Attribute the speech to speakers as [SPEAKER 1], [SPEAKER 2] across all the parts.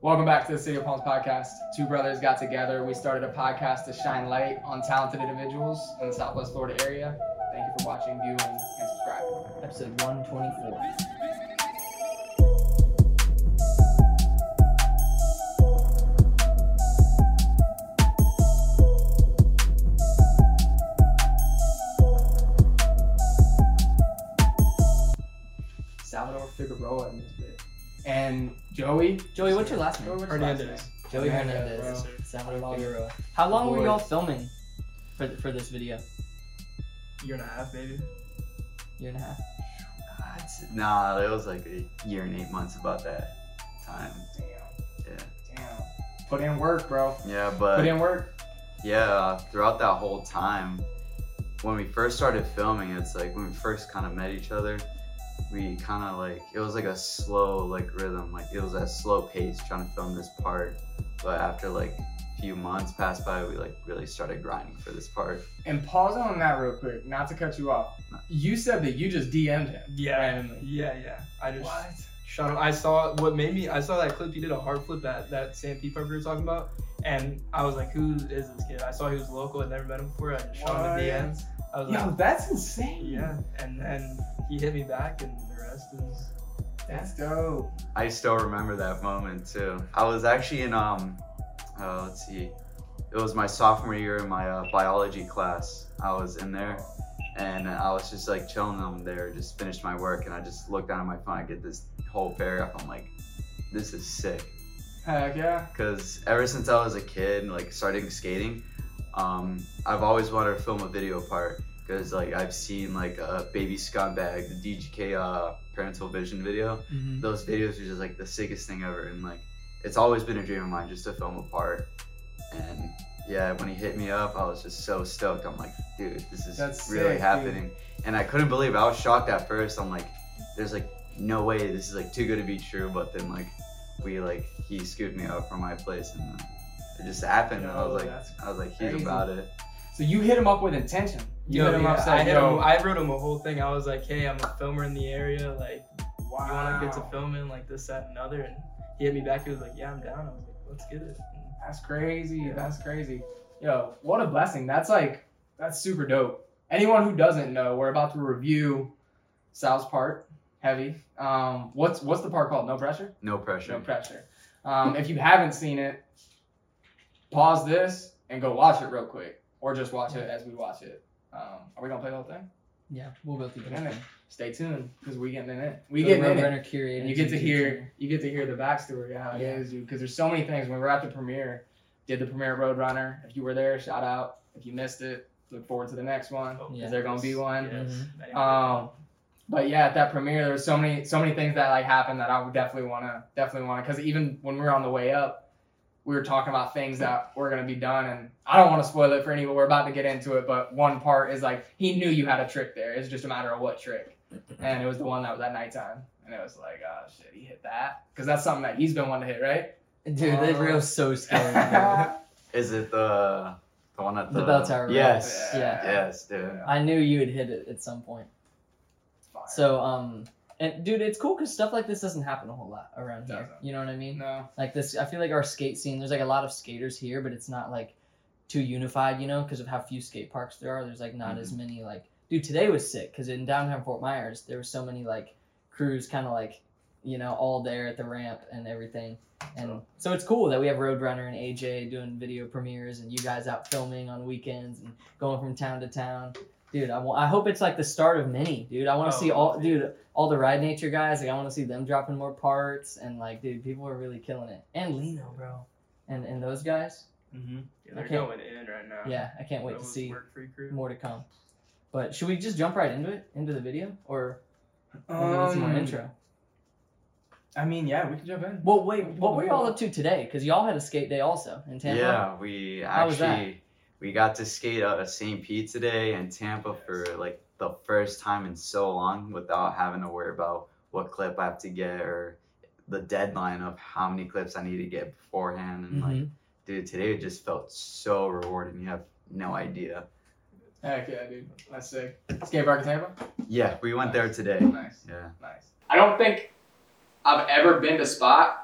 [SPEAKER 1] Welcome back to the City of Palms podcast. Two brothers got together. We started a podcast to shine light on talented individuals in the Southwest Florida area. Thank you for watching, viewing, and subscribing.
[SPEAKER 2] Episode 124.
[SPEAKER 1] Salvador Figueroa in this bit. And Joey
[SPEAKER 2] Joey, what's your last name?
[SPEAKER 1] Hernandez.
[SPEAKER 2] Joey
[SPEAKER 1] Hernandez,
[SPEAKER 2] Hernandez.
[SPEAKER 3] bro.
[SPEAKER 2] Salvador Figueroa. How long were
[SPEAKER 1] Lord.
[SPEAKER 2] y'all filming for th- for this video?
[SPEAKER 3] year and a half maybe.
[SPEAKER 2] Year and a half.
[SPEAKER 4] I'd say- Nah, that was like a year and eight months about that time.
[SPEAKER 1] Damn.
[SPEAKER 4] Yeah.
[SPEAKER 1] Damn. Put in work, bro.
[SPEAKER 4] Yeah,
[SPEAKER 1] Put
[SPEAKER 4] but
[SPEAKER 1] in work.
[SPEAKER 4] yeah, throughout that whole time, when we first started filming, it's like when we first kind of met each other, we kind of like it was like a slow like rhythm, like it was at slow pace trying to film this part. But after like a few months passed by, we like really started grinding for this part.
[SPEAKER 1] And pause on that real quick, not to cut you off. You said that you just DM'd him. Randomly.
[SPEAKER 3] Yeah, yeah. I just shot him. I saw what made me. I saw that clip. He did a hard flip at that Sam P. Parker we were talking about, and I was like, "Who is this kid?" I saw he was local. I'd never met him before. I just shot him
[SPEAKER 1] What?
[SPEAKER 3] in the DMs. I was
[SPEAKER 1] Yo,
[SPEAKER 3] like,
[SPEAKER 1] that's insane.
[SPEAKER 3] "Yeah," and then he hit me back, and the rest is.
[SPEAKER 1] That's dope.
[SPEAKER 4] I still remember that moment too. I was actually in um, uh, let's see, it was my sophomore year in my uh, biology class. I was in there, and I was just like chilling on there, just finished my work, and I just looked down at my phone. I get this whole paragraph. I'm like, this is sick.
[SPEAKER 1] Heck yeah.
[SPEAKER 4] Cause ever since I was a kid, like starting skating, um, I've always wanted to film a video part. Cause like I've seen like a baby scumbag, the DGK uh, parental vision video
[SPEAKER 1] Mm-hmm.
[SPEAKER 4] those videos are just like the sickest thing ever and like it's always been a dream of mine just to film a part and yeah when he hit me up i was just so stoked i'm like dude this is
[SPEAKER 1] That's
[SPEAKER 4] really
[SPEAKER 1] sick,
[SPEAKER 4] happening and i couldn't believe it. i was shocked at first i'm like there's like no way this is like too good to be true but then like we like he scooped me up from my place and uh, it just happened and i
[SPEAKER 3] Yo,
[SPEAKER 4] was like
[SPEAKER 3] that's
[SPEAKER 4] i was like he's
[SPEAKER 1] crazy.
[SPEAKER 4] about it
[SPEAKER 1] So you hit him up with intention. You
[SPEAKER 3] Yo,
[SPEAKER 1] hit him
[SPEAKER 3] yeah,
[SPEAKER 1] up
[SPEAKER 3] I
[SPEAKER 1] saying,
[SPEAKER 3] hit
[SPEAKER 1] yo,
[SPEAKER 3] him. I wrote him a whole thing. I was like, "Hey, I'm a filmer in the area. Like, you want to get to
[SPEAKER 1] Wow.
[SPEAKER 3] filming like this, that, and other?" And he hit me back. He was like, "Yeah, I'm down." I was like, "Let's get it." And
[SPEAKER 1] That's crazy.
[SPEAKER 3] Yeah.
[SPEAKER 1] That's crazy. Yo, what a blessing. That's like that's super dope. Anyone who doesn't know, we're about to review Sal's part, heavy. Um, what's what's the part called? No pressure.
[SPEAKER 4] no pressure
[SPEAKER 1] No pressure. Um, if you haven't seen it, pause this and go watch it real quick, or just watch it as we watch it. Um, are we gonna play the whole thing?
[SPEAKER 2] Yeah, we'll go through the
[SPEAKER 1] Yeah.
[SPEAKER 2] next one.
[SPEAKER 1] Stay tuned because we getting in it. We
[SPEAKER 2] Go
[SPEAKER 1] getting in it.
[SPEAKER 2] Roadrunner curated.
[SPEAKER 1] And you get to
[SPEAKER 2] YouTube channel.
[SPEAKER 1] hear you get to hear the backstory how it
[SPEAKER 2] Yeah.
[SPEAKER 1] is, dude. Because there's so many things. When we were at the premiere, did the premiere Roadrunner. If you were there, shout out. If you missed it, look forward to the next one.
[SPEAKER 3] Oh,
[SPEAKER 2] Yeah.
[SPEAKER 1] Is there gonna be one?
[SPEAKER 3] Yes.
[SPEAKER 1] Um, but yeah, at that premiere, there was so many so many things that like happened that I would definitely wanna definitely wanna. Because even when we were on the way up, we were talking about things that were gonna be done, and I don't want to spoil it for anyone. We're about to get into it, but one part is like he knew you had a trick there. It's just a matter of what trick and it was the one that was at nighttime. And it was like, oh shit, he hit that because that's something that he's been wanting to hit, right?
[SPEAKER 2] Dude, that
[SPEAKER 1] Uh,
[SPEAKER 2] reel's so scary. bro.
[SPEAKER 4] is it the the one at the,
[SPEAKER 2] The bell tower, right?
[SPEAKER 4] yes
[SPEAKER 2] Yeah.
[SPEAKER 4] yes dude
[SPEAKER 2] I knew you would hit it at some point.
[SPEAKER 1] It's fine.
[SPEAKER 2] So, um, and dude, it's cool because stuff like this doesn't happen a whole lot around here.
[SPEAKER 1] Doesn't.
[SPEAKER 2] You know what I mean?
[SPEAKER 1] no,
[SPEAKER 2] Like this, I feel like our skate scene. There's like a lot of skaters here, but it's not like too unified, you know, because of how few skate parks there are. There's like not as many like. Dude, today was sick because in downtown Fort Myers there were so many like crews, kind of like you know all there at the ramp and everything. And so it's cool that we have Roadrunner and AJ doing video premieres and you guys out filming on weekends and going from town to town. Dude, I wa- I hope it's like the start of many, dude. I want to
[SPEAKER 3] Oh,
[SPEAKER 2] see all,
[SPEAKER 3] dude.
[SPEAKER 2] dude, all the Ride Nature guys. Like, I want to see them dropping more parts and like, dude, people are really killing it. And Lino, bro, and and those guys.
[SPEAKER 1] mm-hmm.
[SPEAKER 3] Yeah, they're
[SPEAKER 2] Okay.
[SPEAKER 3] going in right now.
[SPEAKER 2] Yeah, I can't wait to
[SPEAKER 3] Those
[SPEAKER 2] see
[SPEAKER 3] Work free crew.
[SPEAKER 2] more to come. But should we just jump right into it, into the video, or or do we need some more
[SPEAKER 1] um,
[SPEAKER 2] intro?
[SPEAKER 1] I mean, yeah, we can jump in.
[SPEAKER 2] Well, wait, what were y'all up to today? Because y'all had a skate day also in Tampa.
[SPEAKER 4] Yeah, we
[SPEAKER 2] How was that?
[SPEAKER 4] actually we got to skate out of St. Pete today and Tampa for like the first time in so long without having to worry about what clip I have to get or the deadline of how many clips I need to get beforehand and like
[SPEAKER 2] Mhm.
[SPEAKER 4] dude today it just felt so rewarding you have no idea.
[SPEAKER 1] Heck yeah, dude, that's sick. Skate park in Tampa.
[SPEAKER 4] Yeah, we went there today.
[SPEAKER 1] Nice,
[SPEAKER 4] Yeah.
[SPEAKER 1] nice. I don't think I've ever been to spot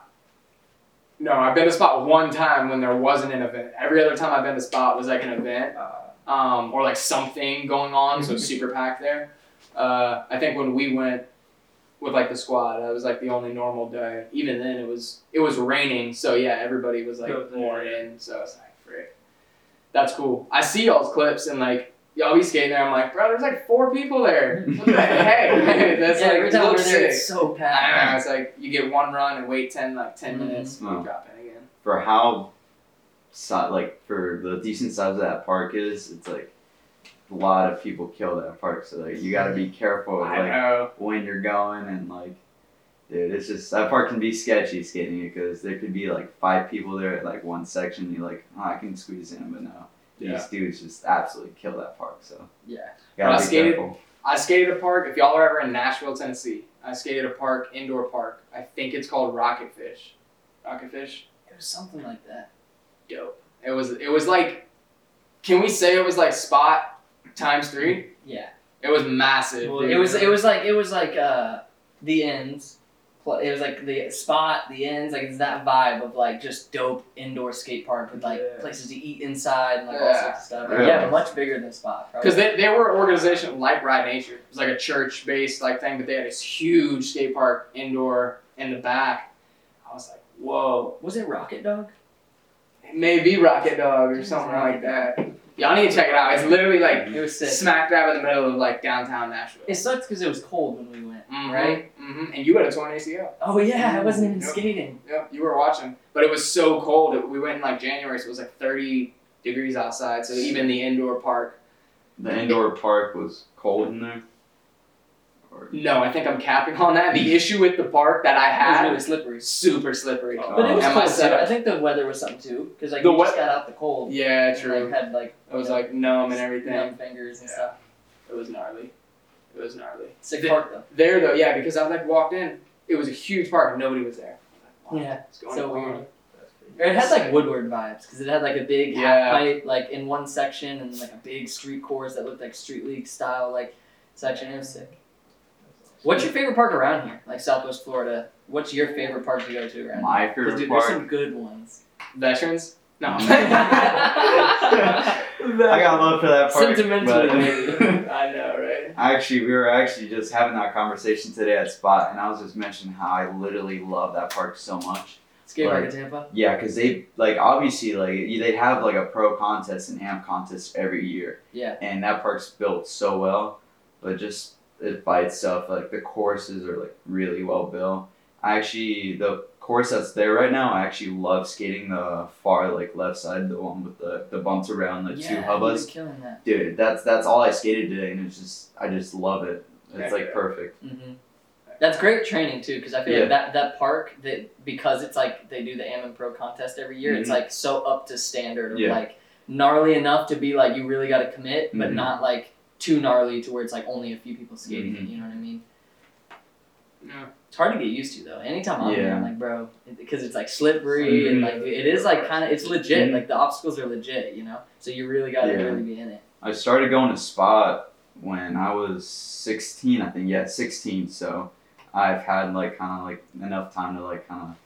[SPEAKER 1] No, I've been to spot one time when there wasn't an event. Every other time I've been to spot was like an event um, or like something going on,
[SPEAKER 4] Mhm.
[SPEAKER 1] so it's super packed there. Uh, I think when we went with like the squad, that was like the only normal day. Even then, it was it was raining, so yeah, everybody was like
[SPEAKER 3] Goes in.
[SPEAKER 1] more in. So it's like, frick, that's cool. I see y'all's clips and like y'all be skating there. I'm like, bro, there's like four people there. What the heck? that's
[SPEAKER 2] yeah,
[SPEAKER 1] like
[SPEAKER 2] every time
[SPEAKER 1] looks
[SPEAKER 2] we're there,
[SPEAKER 1] sick.
[SPEAKER 2] it's so
[SPEAKER 1] I don't know.
[SPEAKER 2] packed.
[SPEAKER 1] It's like you get one run and wait ten like 10
[SPEAKER 2] Mhm.
[SPEAKER 1] minutes, you
[SPEAKER 4] Mm-hmm. Wow.
[SPEAKER 1] drop in again.
[SPEAKER 4] for how si- like for the decent size of that park is, it's like a lot of people kill that park. So like you gotta be careful
[SPEAKER 1] I
[SPEAKER 4] Oh, like
[SPEAKER 1] know.
[SPEAKER 4] when you're going and like dude, it's just that park can be sketchy skating it because there could be like five people there at like one section. And you're like, oh, I can squeeze in, but no.
[SPEAKER 1] Yeah.
[SPEAKER 4] These dudes just absolutely kill that park. So
[SPEAKER 2] Yeah.
[SPEAKER 4] gotta
[SPEAKER 1] I
[SPEAKER 4] be
[SPEAKER 1] skated-
[SPEAKER 4] careful.
[SPEAKER 1] I skated a park. If y'all are ever in Nashville, Tennessee, I skated a park, indoor park. I think it's called Rocketfish. Rocketfish,
[SPEAKER 2] It was something like that.
[SPEAKER 1] dope. It was. It was like, can we say it was like spot times three?
[SPEAKER 2] Yeah.
[SPEAKER 1] It was massive.
[SPEAKER 3] Well,
[SPEAKER 1] dude.
[SPEAKER 2] It was it was like it was like uh the ends. pl- It was like the spot, the ends, like it's that vibe of like just dope indoor skate park with like
[SPEAKER 3] Yeah.
[SPEAKER 2] places to eat inside and like all
[SPEAKER 1] Yeah.
[SPEAKER 2] sorts of stuff.
[SPEAKER 4] Yeah.
[SPEAKER 2] Yeah, but much bigger than spot. probably.
[SPEAKER 1] Because they, they were an organization like Ride Nature. It was like a church based like thing, but they had this huge skate park indoor in the back. I was like, whoa.
[SPEAKER 2] was it Rocket Dog?
[SPEAKER 1] It may be Rocket Dog or something like that. Y'all need to check it out. It's literally like
[SPEAKER 2] It was sick.
[SPEAKER 1] smack dab in the middle of like downtown Nashville.
[SPEAKER 2] it sucks because it was cold when we went.
[SPEAKER 1] Mhm,
[SPEAKER 2] Right?
[SPEAKER 1] mhm. And you had a torn ACL.
[SPEAKER 2] Oh yeah, I wasn't even
[SPEAKER 1] Yep.
[SPEAKER 2] skating.
[SPEAKER 1] Yep, you were watching. But it was so cold. It, we went in like January, so it was like 30 degrees outside. So even the indoor park.
[SPEAKER 4] The indoor park was cold in there. Or
[SPEAKER 1] No, I think I'm capping on that. The issue with the park that I
[SPEAKER 2] It was
[SPEAKER 1] had
[SPEAKER 2] really
[SPEAKER 1] was
[SPEAKER 2] slippery.
[SPEAKER 1] super slippery.
[SPEAKER 3] Oh.
[SPEAKER 2] But it was
[SPEAKER 1] And
[SPEAKER 2] cold
[SPEAKER 1] my
[SPEAKER 2] too.
[SPEAKER 1] setup-
[SPEAKER 2] I think the weather was something too, because like
[SPEAKER 1] The
[SPEAKER 2] you just
[SPEAKER 1] wea-
[SPEAKER 2] got out the cold.
[SPEAKER 1] Yeah,
[SPEAKER 2] and,
[SPEAKER 1] true.
[SPEAKER 2] Like, had like
[SPEAKER 1] It was
[SPEAKER 2] you know,
[SPEAKER 1] like numb and everything.
[SPEAKER 2] numb fingers and
[SPEAKER 1] Yeah.
[SPEAKER 2] stuff.
[SPEAKER 1] It was gnarly. It was gnarly.
[SPEAKER 2] Sick
[SPEAKER 1] The-
[SPEAKER 2] park though.
[SPEAKER 1] There though, yeah, because I like walked in. It was a huge park and nobody was there.
[SPEAKER 2] Yeah,
[SPEAKER 1] It's going
[SPEAKER 2] so
[SPEAKER 1] on?
[SPEAKER 2] weird. Or It had like Woodward vibes because it had like a big half
[SPEAKER 1] Yeah.
[SPEAKER 2] pipe like in one section and like a big street course that looked like street league style like section. It was sick. What's your favorite park around here? Like Southwest Florida. What's your favorite park to go to around? here?
[SPEAKER 4] my
[SPEAKER 2] 'Cause,
[SPEAKER 4] favorite
[SPEAKER 2] dude,
[SPEAKER 4] park.
[SPEAKER 2] there's some good ones.
[SPEAKER 1] Veterans? No.
[SPEAKER 2] I
[SPEAKER 4] I got love for that park.
[SPEAKER 2] Sentimentally,
[SPEAKER 4] but-
[SPEAKER 2] maybe.
[SPEAKER 1] I know, right?
[SPEAKER 4] Actually, we were actually just having that conversation today at Spot, and I was just mentioning how I literally love that park so much.
[SPEAKER 2] Skate park
[SPEAKER 4] Like-
[SPEAKER 2] in Tampa.
[SPEAKER 4] Yeah, because they like obviously like you- they have like a pro contest and amp contest every year,
[SPEAKER 2] Yeah.
[SPEAKER 4] and that park's built so well, but just it by itself like the courses are like really well built. I actually the course that's there right now, I actually love skating the far like left side, the one with the the bumps around the
[SPEAKER 2] yeah,
[SPEAKER 4] two
[SPEAKER 2] you've
[SPEAKER 4] hubbas
[SPEAKER 2] been killing that.
[SPEAKER 4] dude that's that's all i skated today and it's just i just love it it's
[SPEAKER 1] Yeah.
[SPEAKER 4] like perfect
[SPEAKER 2] hmm That's great training too, because I feel
[SPEAKER 4] Yeah.
[SPEAKER 2] like that that park that because it's like they do the Ammon Pro contest every year, it's
[SPEAKER 4] Mhm.
[SPEAKER 2] like so up to standard of
[SPEAKER 4] Yeah.
[SPEAKER 2] like gnarly enough to be like you really got to commit, but
[SPEAKER 4] Mhm.
[SPEAKER 2] not like too gnarly to where it's like only a few people skating
[SPEAKER 4] Mm-hmm.
[SPEAKER 2] it. You know what I mean?
[SPEAKER 1] No.
[SPEAKER 2] It's hard to get used to though. Anytime I'm there, I'm like, bro, because it's like slippery and
[SPEAKER 4] Mhm.
[SPEAKER 2] like it is like kind of it's legit.
[SPEAKER 4] Mhm.
[SPEAKER 2] Like the obstacles are legit, you know. So you really got to
[SPEAKER 4] Yeah.
[SPEAKER 2] really be in it.
[SPEAKER 4] i started going to spot when i was 16 i think yeah 16 so i've had like kind of like enough time to like kind of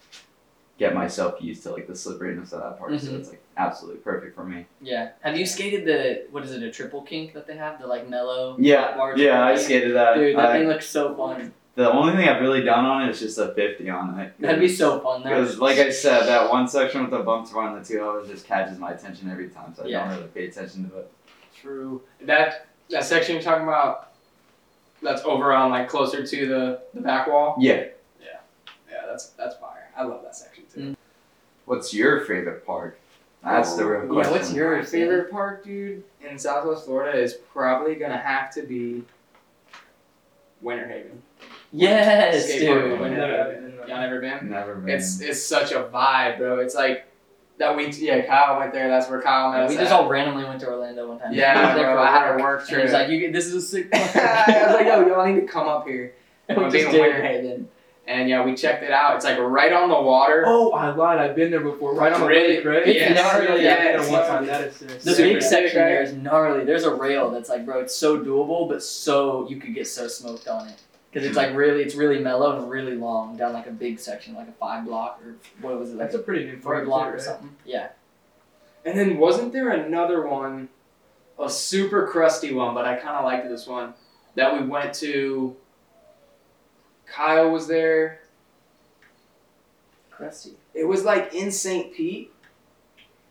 [SPEAKER 4] get myself used to like the slipperiness of that part so
[SPEAKER 2] Mhm.
[SPEAKER 4] it's like absolutely perfect for me
[SPEAKER 2] Yeah. Have you skated the what is it a triple kink that they have the like mellow?
[SPEAKER 4] yeah
[SPEAKER 2] large
[SPEAKER 4] yeah i
[SPEAKER 2] kink?
[SPEAKER 4] skated that,
[SPEAKER 2] Dude, that
[SPEAKER 4] I-
[SPEAKER 2] thing looks so fun.
[SPEAKER 4] the only thing i've really done on it is just a 50 on it
[SPEAKER 2] That'd be so fun. That
[SPEAKER 4] Because,
[SPEAKER 2] was-
[SPEAKER 4] like I said, that one section with the bumps around the two hours just catches my attention every time, so I
[SPEAKER 2] Yeah.
[SPEAKER 4] don't really pay attention to it.
[SPEAKER 1] True. That that section you're talking about that's over on like closer to the, the back wall.
[SPEAKER 4] Yeah.
[SPEAKER 1] Yeah, that's that's fire. I love that section too.
[SPEAKER 4] What's your favorite park? That's the real
[SPEAKER 1] Yeah,
[SPEAKER 4] question.
[SPEAKER 2] Oh, what's your-
[SPEAKER 1] My favorite park, dude, in Southwest Florida is probably gonna have to be Winter Haven.
[SPEAKER 2] yes,
[SPEAKER 1] Skateboard
[SPEAKER 2] dude.
[SPEAKER 1] park. Y'all
[SPEAKER 3] Yeah.
[SPEAKER 1] never been?
[SPEAKER 4] Never been.
[SPEAKER 1] It's it's such a vibe, bro. It's like that we yeah, Kyle went there. That's where Kyle met
[SPEAKER 2] Yeah,
[SPEAKER 1] us
[SPEAKER 2] we
[SPEAKER 1] at.
[SPEAKER 2] just all randomly went to Orlando one time.
[SPEAKER 1] yeah,
[SPEAKER 2] I was there
[SPEAKER 1] bro,
[SPEAKER 2] for
[SPEAKER 1] I had
[SPEAKER 2] work,
[SPEAKER 1] a work
[SPEAKER 2] And
[SPEAKER 1] trip.
[SPEAKER 2] he's like, "You get this is a sick." park."
[SPEAKER 1] I was like, yo, y'all need to come up here.
[SPEAKER 2] We
[SPEAKER 1] I'm
[SPEAKER 2] just
[SPEAKER 1] being
[SPEAKER 2] did.
[SPEAKER 1] Winter Haven, and yeah, we checked it out. It's like right on the water.
[SPEAKER 3] Oh, I lied. I've been there before. Right on the
[SPEAKER 1] Really?
[SPEAKER 3] lake, right?
[SPEAKER 2] It's
[SPEAKER 3] Yeah,
[SPEAKER 2] gnarly,
[SPEAKER 3] yeah,
[SPEAKER 1] yeah,
[SPEAKER 3] I've been
[SPEAKER 1] it's
[SPEAKER 3] there one
[SPEAKER 1] gnarly.
[SPEAKER 3] time. That is serious.
[SPEAKER 2] The
[SPEAKER 1] Super
[SPEAKER 2] big
[SPEAKER 1] sick,
[SPEAKER 2] section
[SPEAKER 1] right?
[SPEAKER 2] there is gnarly. There's a rail that's like, bro, it's so doable, but so you could get so smoked on it. because
[SPEAKER 1] Hmm.
[SPEAKER 2] it's like really, it's really mellow and really long down like a big section, like a five block or what was it, like
[SPEAKER 3] That's a pretty new
[SPEAKER 2] three
[SPEAKER 3] park,
[SPEAKER 2] block
[SPEAKER 3] too,
[SPEAKER 2] or
[SPEAKER 3] right?
[SPEAKER 2] something. Yeah,
[SPEAKER 1] And then wasn't there another one, a super crusty one, but I kind of liked this one that we went to. Kyle was there.
[SPEAKER 2] crusty.
[SPEAKER 1] It was like in St. Pete.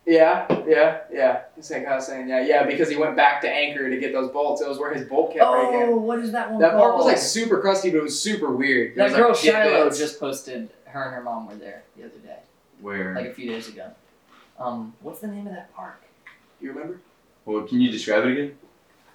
[SPEAKER 1] Yeah, yeah, yeah. In St. Kyle, St. Yeah, yeah, because he went back to Anchor to get those bolts. It was where his bolt kept breaking.
[SPEAKER 2] Oh, what is that one?
[SPEAKER 1] That park was
[SPEAKER 2] called?
[SPEAKER 1] like super crusty, but it was super weird. It
[SPEAKER 2] that
[SPEAKER 1] was,
[SPEAKER 2] girl
[SPEAKER 1] like,
[SPEAKER 2] Shiloh
[SPEAKER 1] divots.
[SPEAKER 2] just posted. Her and her mom were there the other day, like
[SPEAKER 4] Where?
[SPEAKER 2] a few days ago. Um, what's the name of that park?
[SPEAKER 1] You remember?
[SPEAKER 4] Well, can you describe it again?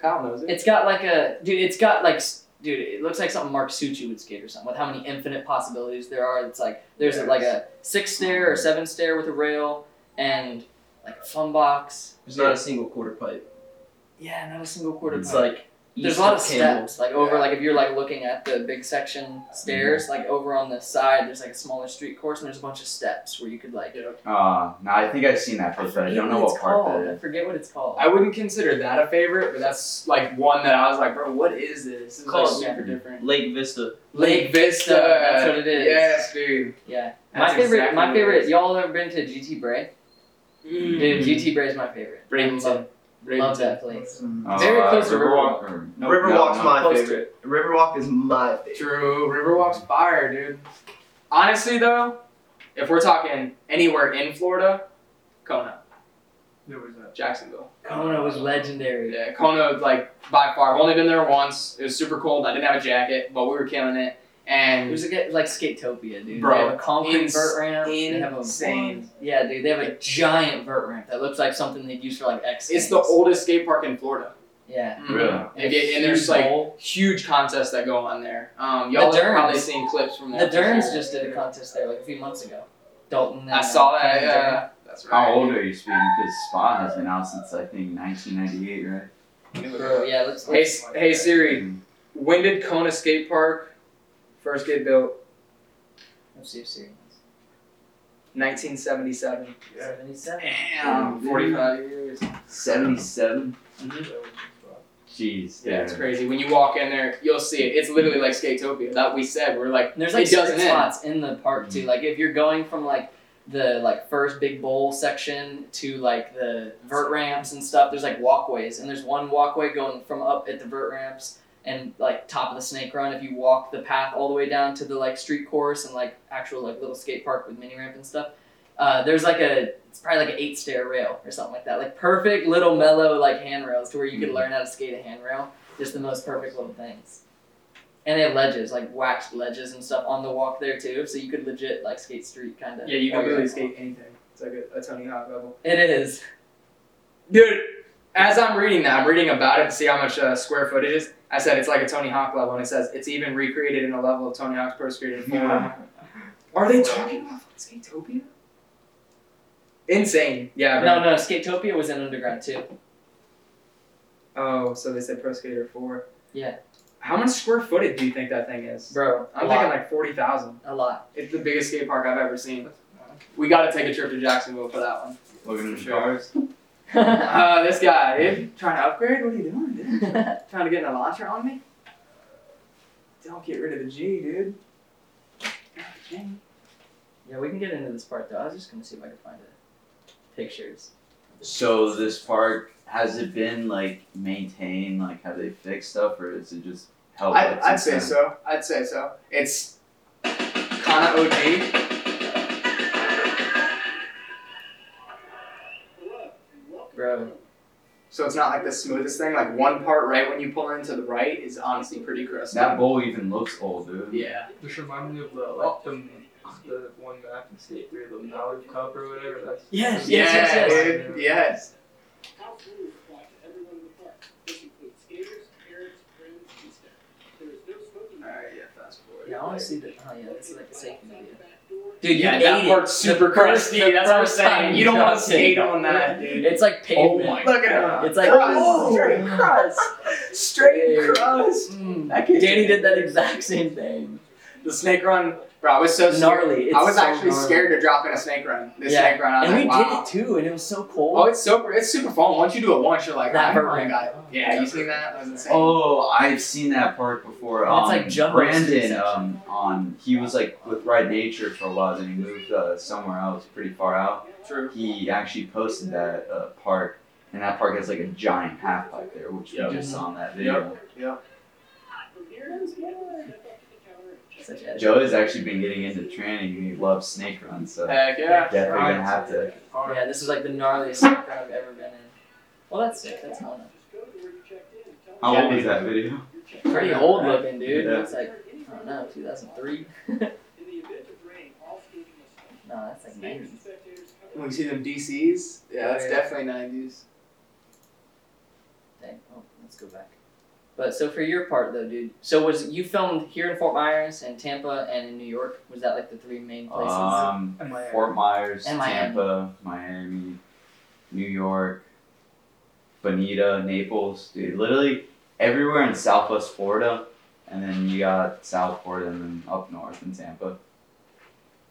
[SPEAKER 1] Kyle knows it.
[SPEAKER 2] It's got like a dude. It's got like s- dude. It looks like something Mark Succi would skate or something. With how many infinite possibilities there are, it's like there's
[SPEAKER 1] Yes.
[SPEAKER 2] like a six stair or seven stair with a rail and like a fun box.
[SPEAKER 5] There's not a single quarter pipe.
[SPEAKER 2] Yeah, not a single quarter.
[SPEAKER 5] It's
[SPEAKER 2] pipe.
[SPEAKER 5] like
[SPEAKER 2] there's
[SPEAKER 5] east
[SPEAKER 2] a lot of
[SPEAKER 5] Campbell.
[SPEAKER 2] steps like over
[SPEAKER 1] Yeah.
[SPEAKER 2] like if you're like looking at the big section stairs like over on the side there's like a smaller street course and there's a bunch of steps where you could like.
[SPEAKER 4] Uh, no, I think I've seen that place, but I
[SPEAKER 2] forget
[SPEAKER 4] don't know
[SPEAKER 2] it's
[SPEAKER 4] what park
[SPEAKER 2] called.
[SPEAKER 4] that
[SPEAKER 2] I forget what it's called.
[SPEAKER 1] I wouldn't consider that a favorite, but that's like one that I was like, bro, what is this? This is like
[SPEAKER 5] Close,
[SPEAKER 1] super
[SPEAKER 4] yeah.
[SPEAKER 1] different.
[SPEAKER 5] Lake Vista.
[SPEAKER 1] Lake Vista.
[SPEAKER 2] That's what it is.
[SPEAKER 1] Yes, dude.
[SPEAKER 2] Yeah.
[SPEAKER 1] That's
[SPEAKER 2] my favorite.
[SPEAKER 1] exactly
[SPEAKER 2] my
[SPEAKER 1] what it
[SPEAKER 2] favorite.
[SPEAKER 1] is. Mm-hmm. Mm.
[SPEAKER 2] Y'all ever been to GT Bray? Dude, GT Bray is my favorite.
[SPEAKER 1] Bradenton.
[SPEAKER 2] I
[SPEAKER 1] Bradenton.
[SPEAKER 2] love, love that place.
[SPEAKER 6] Mm.
[SPEAKER 4] is.
[SPEAKER 1] Very
[SPEAKER 4] Uh,
[SPEAKER 1] close to
[SPEAKER 4] Riverwalk. or- no,
[SPEAKER 5] Riverwalk's
[SPEAKER 4] no, no.
[SPEAKER 5] my
[SPEAKER 3] Close to
[SPEAKER 5] favorite. Riverwalk is my favorite.
[SPEAKER 1] True. Riverwalk's fire, dude. Honestly, though, if we're talking anywhere in Florida, Kona,
[SPEAKER 3] There was that.
[SPEAKER 1] Jacksonville.
[SPEAKER 2] Kona was legendary.
[SPEAKER 1] Yeah, Kona, like, by far. I've only been there once. It was super cold. I didn't have a jacket, but we were killing it.
[SPEAKER 2] It
[SPEAKER 1] And
[SPEAKER 2] was like, like Skatopia, dude.
[SPEAKER 1] Bro,
[SPEAKER 2] they have a concrete
[SPEAKER 1] ins-
[SPEAKER 2] vert ramp. They have a,
[SPEAKER 1] insane.
[SPEAKER 2] yeah, dude, they have a giant vert ramp that looks like something they'd use for like X.
[SPEAKER 1] It's
[SPEAKER 2] Games.
[SPEAKER 1] the oldest skate park in Florida.
[SPEAKER 2] Yeah.
[SPEAKER 4] Really?
[SPEAKER 1] They get- and there's like huge contests that go on there. Um,
[SPEAKER 2] The
[SPEAKER 1] y'all have
[SPEAKER 2] Derns.
[SPEAKER 1] probably seen clips from
[SPEAKER 2] the
[SPEAKER 1] that. for
[SPEAKER 2] Derns
[SPEAKER 1] sure.
[SPEAKER 2] just did a contest there like a few months ago. Dalton. uh,
[SPEAKER 1] I saw that.
[SPEAKER 2] Cameron Dern.
[SPEAKER 1] Yeah, that's right.
[SPEAKER 4] How old are you speaking? Because Spawn has been out since I think 1998, right?
[SPEAKER 2] Bro, yeah, let's.
[SPEAKER 1] Hey,
[SPEAKER 2] let's
[SPEAKER 1] S- hey Siri,
[SPEAKER 4] Mm.
[SPEAKER 1] when did Kona Skate Park first get built?
[SPEAKER 2] let's see if Siri. knows.
[SPEAKER 1] 1977.
[SPEAKER 3] Yeah.
[SPEAKER 2] Seventy-seven.
[SPEAKER 1] Damn, 45 Um, years.
[SPEAKER 4] 77.
[SPEAKER 1] Mhm.
[SPEAKER 4] Jeez,
[SPEAKER 1] Yeah, it's
[SPEAKER 4] dude.
[SPEAKER 1] crazy. When you walk in there, you'll see it. It's literally like Skatopia that we said. We're like,
[SPEAKER 2] And There's like
[SPEAKER 1] It doesn't
[SPEAKER 2] secret
[SPEAKER 1] end. Mm-hmm.
[SPEAKER 2] spots in the park too. Like if you're going from like the like first big bowl section to like the vert ramps and stuff, there's like walkways and there's one walkway going from up at the vert ramps and like top of the snake run if you walk the path all the way down to the like street course and like actual like little skate park with mini ramp and stuff. Uh, there's like a it's probably like an eight stair rail or something like that. Like perfect little mellow like handrails to where you could
[SPEAKER 1] Mm-hmm.
[SPEAKER 2] learn how to skate a handrail. Just the most perfect little things. And they have ledges, like waxed ledges and stuff on the walk there too, so you could legit like skate street kind of.
[SPEAKER 1] Oh, yeah, you can literally skate anything. It's like a, a Tony Hawk level.
[SPEAKER 2] It is.
[SPEAKER 1] Dude, as I'm reading that, I'm reading about it to see how much uh, square footage is. I said it's like a Tony Hawk level, and it says it's even recreated in a level of Tony Hawk's Pro Skater 4.
[SPEAKER 4] Yeah.
[SPEAKER 1] Are they talking about fucking Skatopia? Insane. Yeah.
[SPEAKER 2] No, no, Skatopia was in underground too.
[SPEAKER 1] bro. Oh, so they said Pro Skater 4.
[SPEAKER 2] Yeah.
[SPEAKER 1] How much square footage do you think that thing is?
[SPEAKER 2] Bro, a
[SPEAKER 1] I'm
[SPEAKER 2] lot,
[SPEAKER 1] thinking like 40,000.
[SPEAKER 2] a lot.
[SPEAKER 1] It's the biggest skate park I've ever seen. We gotta take a trip to Jacksonville for that one.
[SPEAKER 4] Looking at
[SPEAKER 1] For
[SPEAKER 4] the
[SPEAKER 1] sure.
[SPEAKER 4] cars.
[SPEAKER 1] Uh, this guy, dude, trying to upgrade? What are you doing, dude? Trying to get an Elantra on me? Don't get rid of the G, dude. Okay.
[SPEAKER 2] yeah, we can get into this part though. I was just gonna see if I could find it. Pictures.
[SPEAKER 4] So this park has it been like maintained? Like have they fixed stuff, or is it just held?
[SPEAKER 1] I'd,
[SPEAKER 4] up
[SPEAKER 1] I'd
[SPEAKER 4] since
[SPEAKER 1] say
[SPEAKER 4] then?
[SPEAKER 1] so. I'd say so. It's Kana OG.
[SPEAKER 2] Bro,
[SPEAKER 1] So it's not like the smoothest thing. Like one part right when you pull in to the right is honestly pretty crusty.
[SPEAKER 4] That bowl even looks old, dude.
[SPEAKER 1] yeah.
[SPEAKER 3] This reminds me of the like the, the one back in skate three, the Malibu Cup or whatever. That's
[SPEAKER 2] Yes,
[SPEAKER 1] Yeah,
[SPEAKER 2] yes, yes, yes.
[SPEAKER 1] dude. Yes.
[SPEAKER 7] House rules apply to everyone in the park. This includes skaters, parents, friends, and staff. There is no smoking.
[SPEAKER 1] Alright, yeah, fast forward.
[SPEAKER 2] yeah, I want to see the. Oh yeah, this is like a safety video.
[SPEAKER 7] Back door.
[SPEAKER 2] Dude,
[SPEAKER 1] yeah,
[SPEAKER 2] you
[SPEAKER 1] that
[SPEAKER 2] ate
[SPEAKER 1] part's
[SPEAKER 2] it. The
[SPEAKER 1] super
[SPEAKER 2] first-
[SPEAKER 1] crusty.
[SPEAKER 2] the
[SPEAKER 1] That's what I'm
[SPEAKER 2] first
[SPEAKER 1] saying.
[SPEAKER 2] time
[SPEAKER 1] You don't
[SPEAKER 2] dropped
[SPEAKER 1] want to
[SPEAKER 2] it.
[SPEAKER 1] skate on that, dude.
[SPEAKER 2] It's like
[SPEAKER 1] Oh
[SPEAKER 2] pavement.
[SPEAKER 1] my Look at him.
[SPEAKER 2] It's like-
[SPEAKER 1] crust.
[SPEAKER 2] Oh.
[SPEAKER 1] straight crust. Straight crust.
[SPEAKER 2] Mm.
[SPEAKER 1] That kid's-
[SPEAKER 2] Danny did that exact same thing.
[SPEAKER 1] The snake run, bro, I was so scared.
[SPEAKER 2] gnarly. It's
[SPEAKER 1] I was
[SPEAKER 2] so
[SPEAKER 1] actually
[SPEAKER 2] gnarly.
[SPEAKER 1] scared to drop in a snake run. This
[SPEAKER 2] Yeah.
[SPEAKER 1] snake run, I was
[SPEAKER 2] And we
[SPEAKER 1] like, wow.
[SPEAKER 2] did it too, and it was so
[SPEAKER 1] Oh,
[SPEAKER 2] cool.
[SPEAKER 1] it's super. It's super fun. Once you do it once, you're like,
[SPEAKER 2] That
[SPEAKER 1] I
[SPEAKER 2] hurt
[SPEAKER 1] finally
[SPEAKER 2] me.
[SPEAKER 1] got it. Yeah, you seen that? That was insane.
[SPEAKER 7] Oh, I've seen that park before.
[SPEAKER 2] And
[SPEAKER 7] Um,
[SPEAKER 2] it's like jumbo suit
[SPEAKER 7] Brandon,
[SPEAKER 2] section.
[SPEAKER 7] um, on he was like with Ride Nature for a while, then he moved uh, somewhere else, pretty far out.
[SPEAKER 1] True.
[SPEAKER 7] He actually posted that uh, park, and that park has like a giant half pipe there, which
[SPEAKER 1] Yep.
[SPEAKER 7] we just saw in that video.
[SPEAKER 8] From here, it's good. Step up to the counter and check.
[SPEAKER 2] Such a-
[SPEAKER 7] Joe has actually been getting into training, and he loves snake runs, so
[SPEAKER 1] Heck yeah.
[SPEAKER 7] definitely
[SPEAKER 1] Alright.
[SPEAKER 7] gonna have to.
[SPEAKER 1] Alright.
[SPEAKER 2] Yeah, this is like the gnarliest snake run I've ever been in. Well, that's sick. That's kind of
[SPEAKER 8] Just go to where you checked in and tell
[SPEAKER 7] How
[SPEAKER 1] Yeah,
[SPEAKER 7] old was
[SPEAKER 1] dude.
[SPEAKER 7] that video?
[SPEAKER 8] them you're checked in.
[SPEAKER 2] pretty old looking, dude.
[SPEAKER 7] Yeah.
[SPEAKER 2] It's like,
[SPEAKER 8] Any
[SPEAKER 2] I don't
[SPEAKER 8] room
[SPEAKER 2] know, 2003?
[SPEAKER 8] In the event of rain, all skating must stop.
[SPEAKER 2] No, that's like
[SPEAKER 8] Skaters
[SPEAKER 2] 90.
[SPEAKER 8] and spectators cover
[SPEAKER 1] When you see them DCs, yeah, that's
[SPEAKER 2] Yeah.
[SPEAKER 1] definitely 90s.
[SPEAKER 2] Dang. Oh, let's go back. But so for your part though, dude. So was you filmed here in Fort Myers and Tampa and in New York? Was that like the three main places?
[SPEAKER 1] Uh,
[SPEAKER 7] Um,
[SPEAKER 1] Miami.
[SPEAKER 7] Fort Myers,
[SPEAKER 2] And Miami.
[SPEAKER 7] Tampa, Miami, New York, Bonita, Naples, dude. Literally everywhere in Southwest Florida, and then you got South Florida, and then up north in Tampa.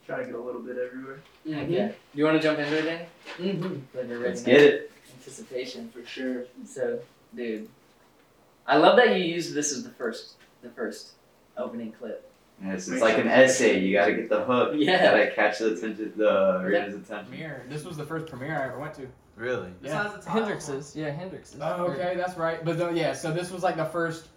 [SPEAKER 6] Try to get a little bit everywhere.
[SPEAKER 2] Mhm. Yeah. Do you want to jump into it, Danny?
[SPEAKER 1] Mm-hmm.
[SPEAKER 2] Like, you're ready
[SPEAKER 7] Let's
[SPEAKER 2] now.
[SPEAKER 7] get it.
[SPEAKER 2] Anticipation.
[SPEAKER 1] For sure.
[SPEAKER 2] So, dude, I love that you used this as the first, the first opening clip.
[SPEAKER 7] Yes, it's like an essay. You gotta get the hook.
[SPEAKER 2] Yeah.
[SPEAKER 7] Gotta catch the attention, the reader's attention.
[SPEAKER 1] Premiere. This was the first premiere I ever went to.
[SPEAKER 7] Really?
[SPEAKER 1] Yeah.
[SPEAKER 9] Hendrix's, yeah, Hendrix's.
[SPEAKER 1] Oh, okay, that's right. But the, yeah, so this was like the first,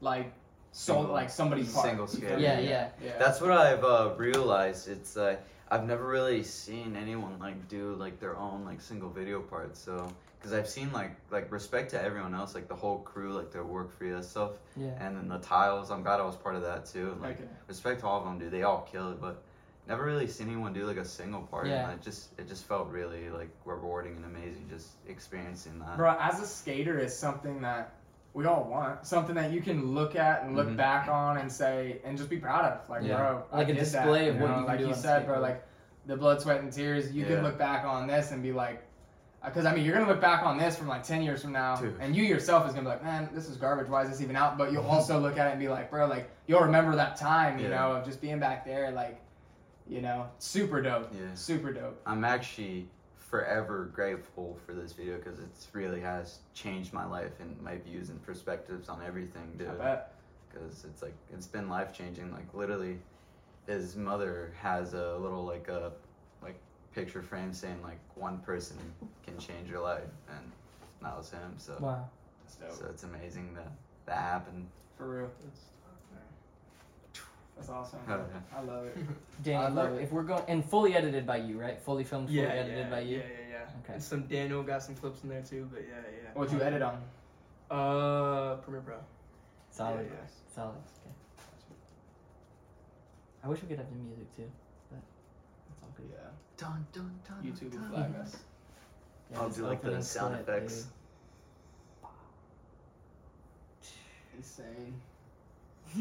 [SPEAKER 1] like, so
[SPEAKER 4] Single-
[SPEAKER 1] like somebody's part.
[SPEAKER 4] single
[SPEAKER 1] You
[SPEAKER 4] skate.
[SPEAKER 1] feel me?
[SPEAKER 9] Yeah, yeah.
[SPEAKER 1] yeah.
[SPEAKER 4] That's what I've uh, realized. It's uh, I've never really seen anyone like do like their own like single video part. So because I've seen like like respect to everyone else, like the whole crew, like their work for you stuff,
[SPEAKER 9] Yeah.
[SPEAKER 4] and then the tiles. I'm glad I was part of that too. And, like
[SPEAKER 1] Okay.
[SPEAKER 4] respect to all of them, dude. They all kill it, but never really seen anyone do like a single part.
[SPEAKER 9] Yeah.
[SPEAKER 4] And it just it just felt really like rewarding and amazing, just experiencing that.
[SPEAKER 1] Bro, as a skater, it's something that we all want. Something that you can look at and look
[SPEAKER 4] Mhm.
[SPEAKER 1] back on and say, and just be proud of. Like,
[SPEAKER 4] Yeah.
[SPEAKER 1] bro, I
[SPEAKER 9] Mm-hmm. Like a
[SPEAKER 1] did that,
[SPEAKER 9] display of
[SPEAKER 1] you
[SPEAKER 9] what
[SPEAKER 1] know?
[SPEAKER 9] you can
[SPEAKER 1] Like
[SPEAKER 9] do
[SPEAKER 1] you
[SPEAKER 9] on a
[SPEAKER 1] said, bro,
[SPEAKER 9] skateboard.
[SPEAKER 1] like the blood, sweat, and tears. You
[SPEAKER 4] Yeah.
[SPEAKER 1] can look back on this and be like, because I mean, you're gonna look back on this from like ten years from now,
[SPEAKER 4] Dude.
[SPEAKER 1] and you yourself is gonna be like, man, this is garbage. Why is this even out? But you'll
[SPEAKER 9] Mm-hmm.
[SPEAKER 1] also look at it and be like, bro, like you'll remember that time, you
[SPEAKER 4] Yeah.
[SPEAKER 1] know, of just being back there, like, you know, super dope,
[SPEAKER 4] Yeah.
[SPEAKER 1] super dope.
[SPEAKER 4] I'm actually forever grateful for this video because it's really has changed my life and my views and perspectives on everything, dude.
[SPEAKER 1] I bet.
[SPEAKER 4] Because it's like it's been life changing. Like literally, his mother has a little like a like picture frame saying like one person can change your life, and that was him. So
[SPEAKER 9] Wow.
[SPEAKER 1] That's dope.
[SPEAKER 4] so it's amazing that that happened.
[SPEAKER 1] For real. That's awesome.
[SPEAKER 4] Oh, yeah.
[SPEAKER 1] I love it. I
[SPEAKER 9] Danny,
[SPEAKER 1] love
[SPEAKER 9] look,
[SPEAKER 1] it.
[SPEAKER 9] if we're going and fully edited by you, right? Fully filmed, fully
[SPEAKER 3] Yeah,
[SPEAKER 9] edited
[SPEAKER 3] yeah,
[SPEAKER 9] by you.
[SPEAKER 3] yeah, yeah, yeah.
[SPEAKER 9] Okay.
[SPEAKER 3] And some Daniel got some clips in there too, but yeah, yeah.
[SPEAKER 1] What you edit on?
[SPEAKER 3] Uh, Premiere Pro.
[SPEAKER 9] Solid.
[SPEAKER 3] Yeah, yeah.
[SPEAKER 9] Solid. Okay. I wish we could have the music too, but it's all good.
[SPEAKER 1] Yeah.
[SPEAKER 4] Dun, dun, dun,
[SPEAKER 1] YouTube will
[SPEAKER 4] dun.
[SPEAKER 1] flag us.
[SPEAKER 9] Yeah,
[SPEAKER 4] I'll
[SPEAKER 9] this
[SPEAKER 4] Oh, do, like, the
[SPEAKER 9] opening
[SPEAKER 4] sound
[SPEAKER 9] clip,
[SPEAKER 4] effects.
[SPEAKER 1] Insane.
[SPEAKER 9] dude.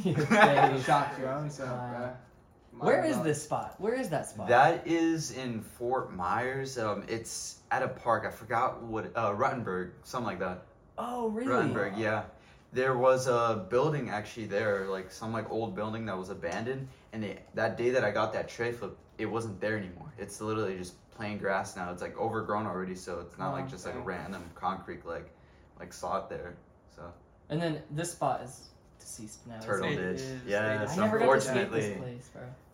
[SPEAKER 9] Your face.
[SPEAKER 1] Shocked your own self,
[SPEAKER 9] Wow.
[SPEAKER 1] bruh.
[SPEAKER 9] Uh, Where
[SPEAKER 1] Mind
[SPEAKER 9] is
[SPEAKER 1] blown.
[SPEAKER 9] this spot? Where is that spot?
[SPEAKER 4] That is in Fort Myers. Um, it's at a park. I forgot what. Uh, Ruttenberg, something like that.
[SPEAKER 9] oh, really?
[SPEAKER 4] Ruttenberg, yeah. There was a building actually there, like some like old building that was abandoned. And they, that day that I got that tray flip, it wasn't there anymore. It's literally just plain grass now. It's like overgrown already, so it's not
[SPEAKER 9] Oh,
[SPEAKER 4] like just like a
[SPEAKER 1] okay.
[SPEAKER 4] random concrete like like slot there. So
[SPEAKER 9] And then this spot is deceased now. isn't
[SPEAKER 4] turtle
[SPEAKER 9] it?
[SPEAKER 3] it
[SPEAKER 4] ditch.
[SPEAKER 3] is-
[SPEAKER 4] Yeah,
[SPEAKER 3] it
[SPEAKER 4] it's
[SPEAKER 9] I never got to skate
[SPEAKER 4] unfortunately,
[SPEAKER 9] this place,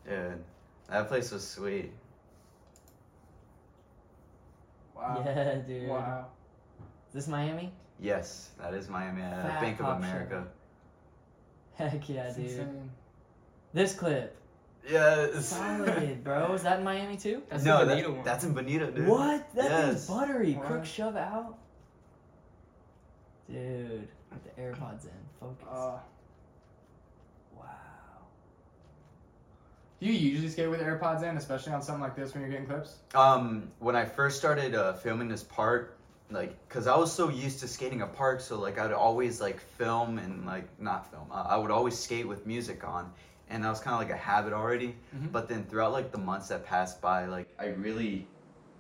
[SPEAKER 9] bro.
[SPEAKER 4] dude, that place was sweet.
[SPEAKER 1] Wow.
[SPEAKER 9] Yeah, dude.
[SPEAKER 1] Wow.
[SPEAKER 9] Is this Miami?
[SPEAKER 4] Yes, that is Miami. Uh,
[SPEAKER 9] Fat
[SPEAKER 4] Bank of
[SPEAKER 9] Pop
[SPEAKER 4] America.
[SPEAKER 9] Heck yeah,
[SPEAKER 1] That's
[SPEAKER 9] dude.
[SPEAKER 1] insane.
[SPEAKER 9] This clip.
[SPEAKER 4] Yes.
[SPEAKER 9] Solid, bro. Is that in Miami too?
[SPEAKER 3] That's
[SPEAKER 4] no,
[SPEAKER 3] the
[SPEAKER 4] that-
[SPEAKER 3] Bonita one.
[SPEAKER 4] that's in Bonita, dude.
[SPEAKER 9] What? That thing's
[SPEAKER 4] Yes.
[SPEAKER 9] buttery.
[SPEAKER 1] Wow.
[SPEAKER 9] Crook shove out. Dude, with the AirPods in. Focus.
[SPEAKER 1] Uh,
[SPEAKER 9] wow.
[SPEAKER 1] do you usually skate with AirPods in, especially on something like this when you're getting clips?
[SPEAKER 4] um when i first started uh, filming this part like because i was so used to skating a park so like i'd always like film and like not film uh, i would always skate with music on and that was kind of like a habit already
[SPEAKER 1] Mhm.
[SPEAKER 4] but then throughout like the months that passed by like i really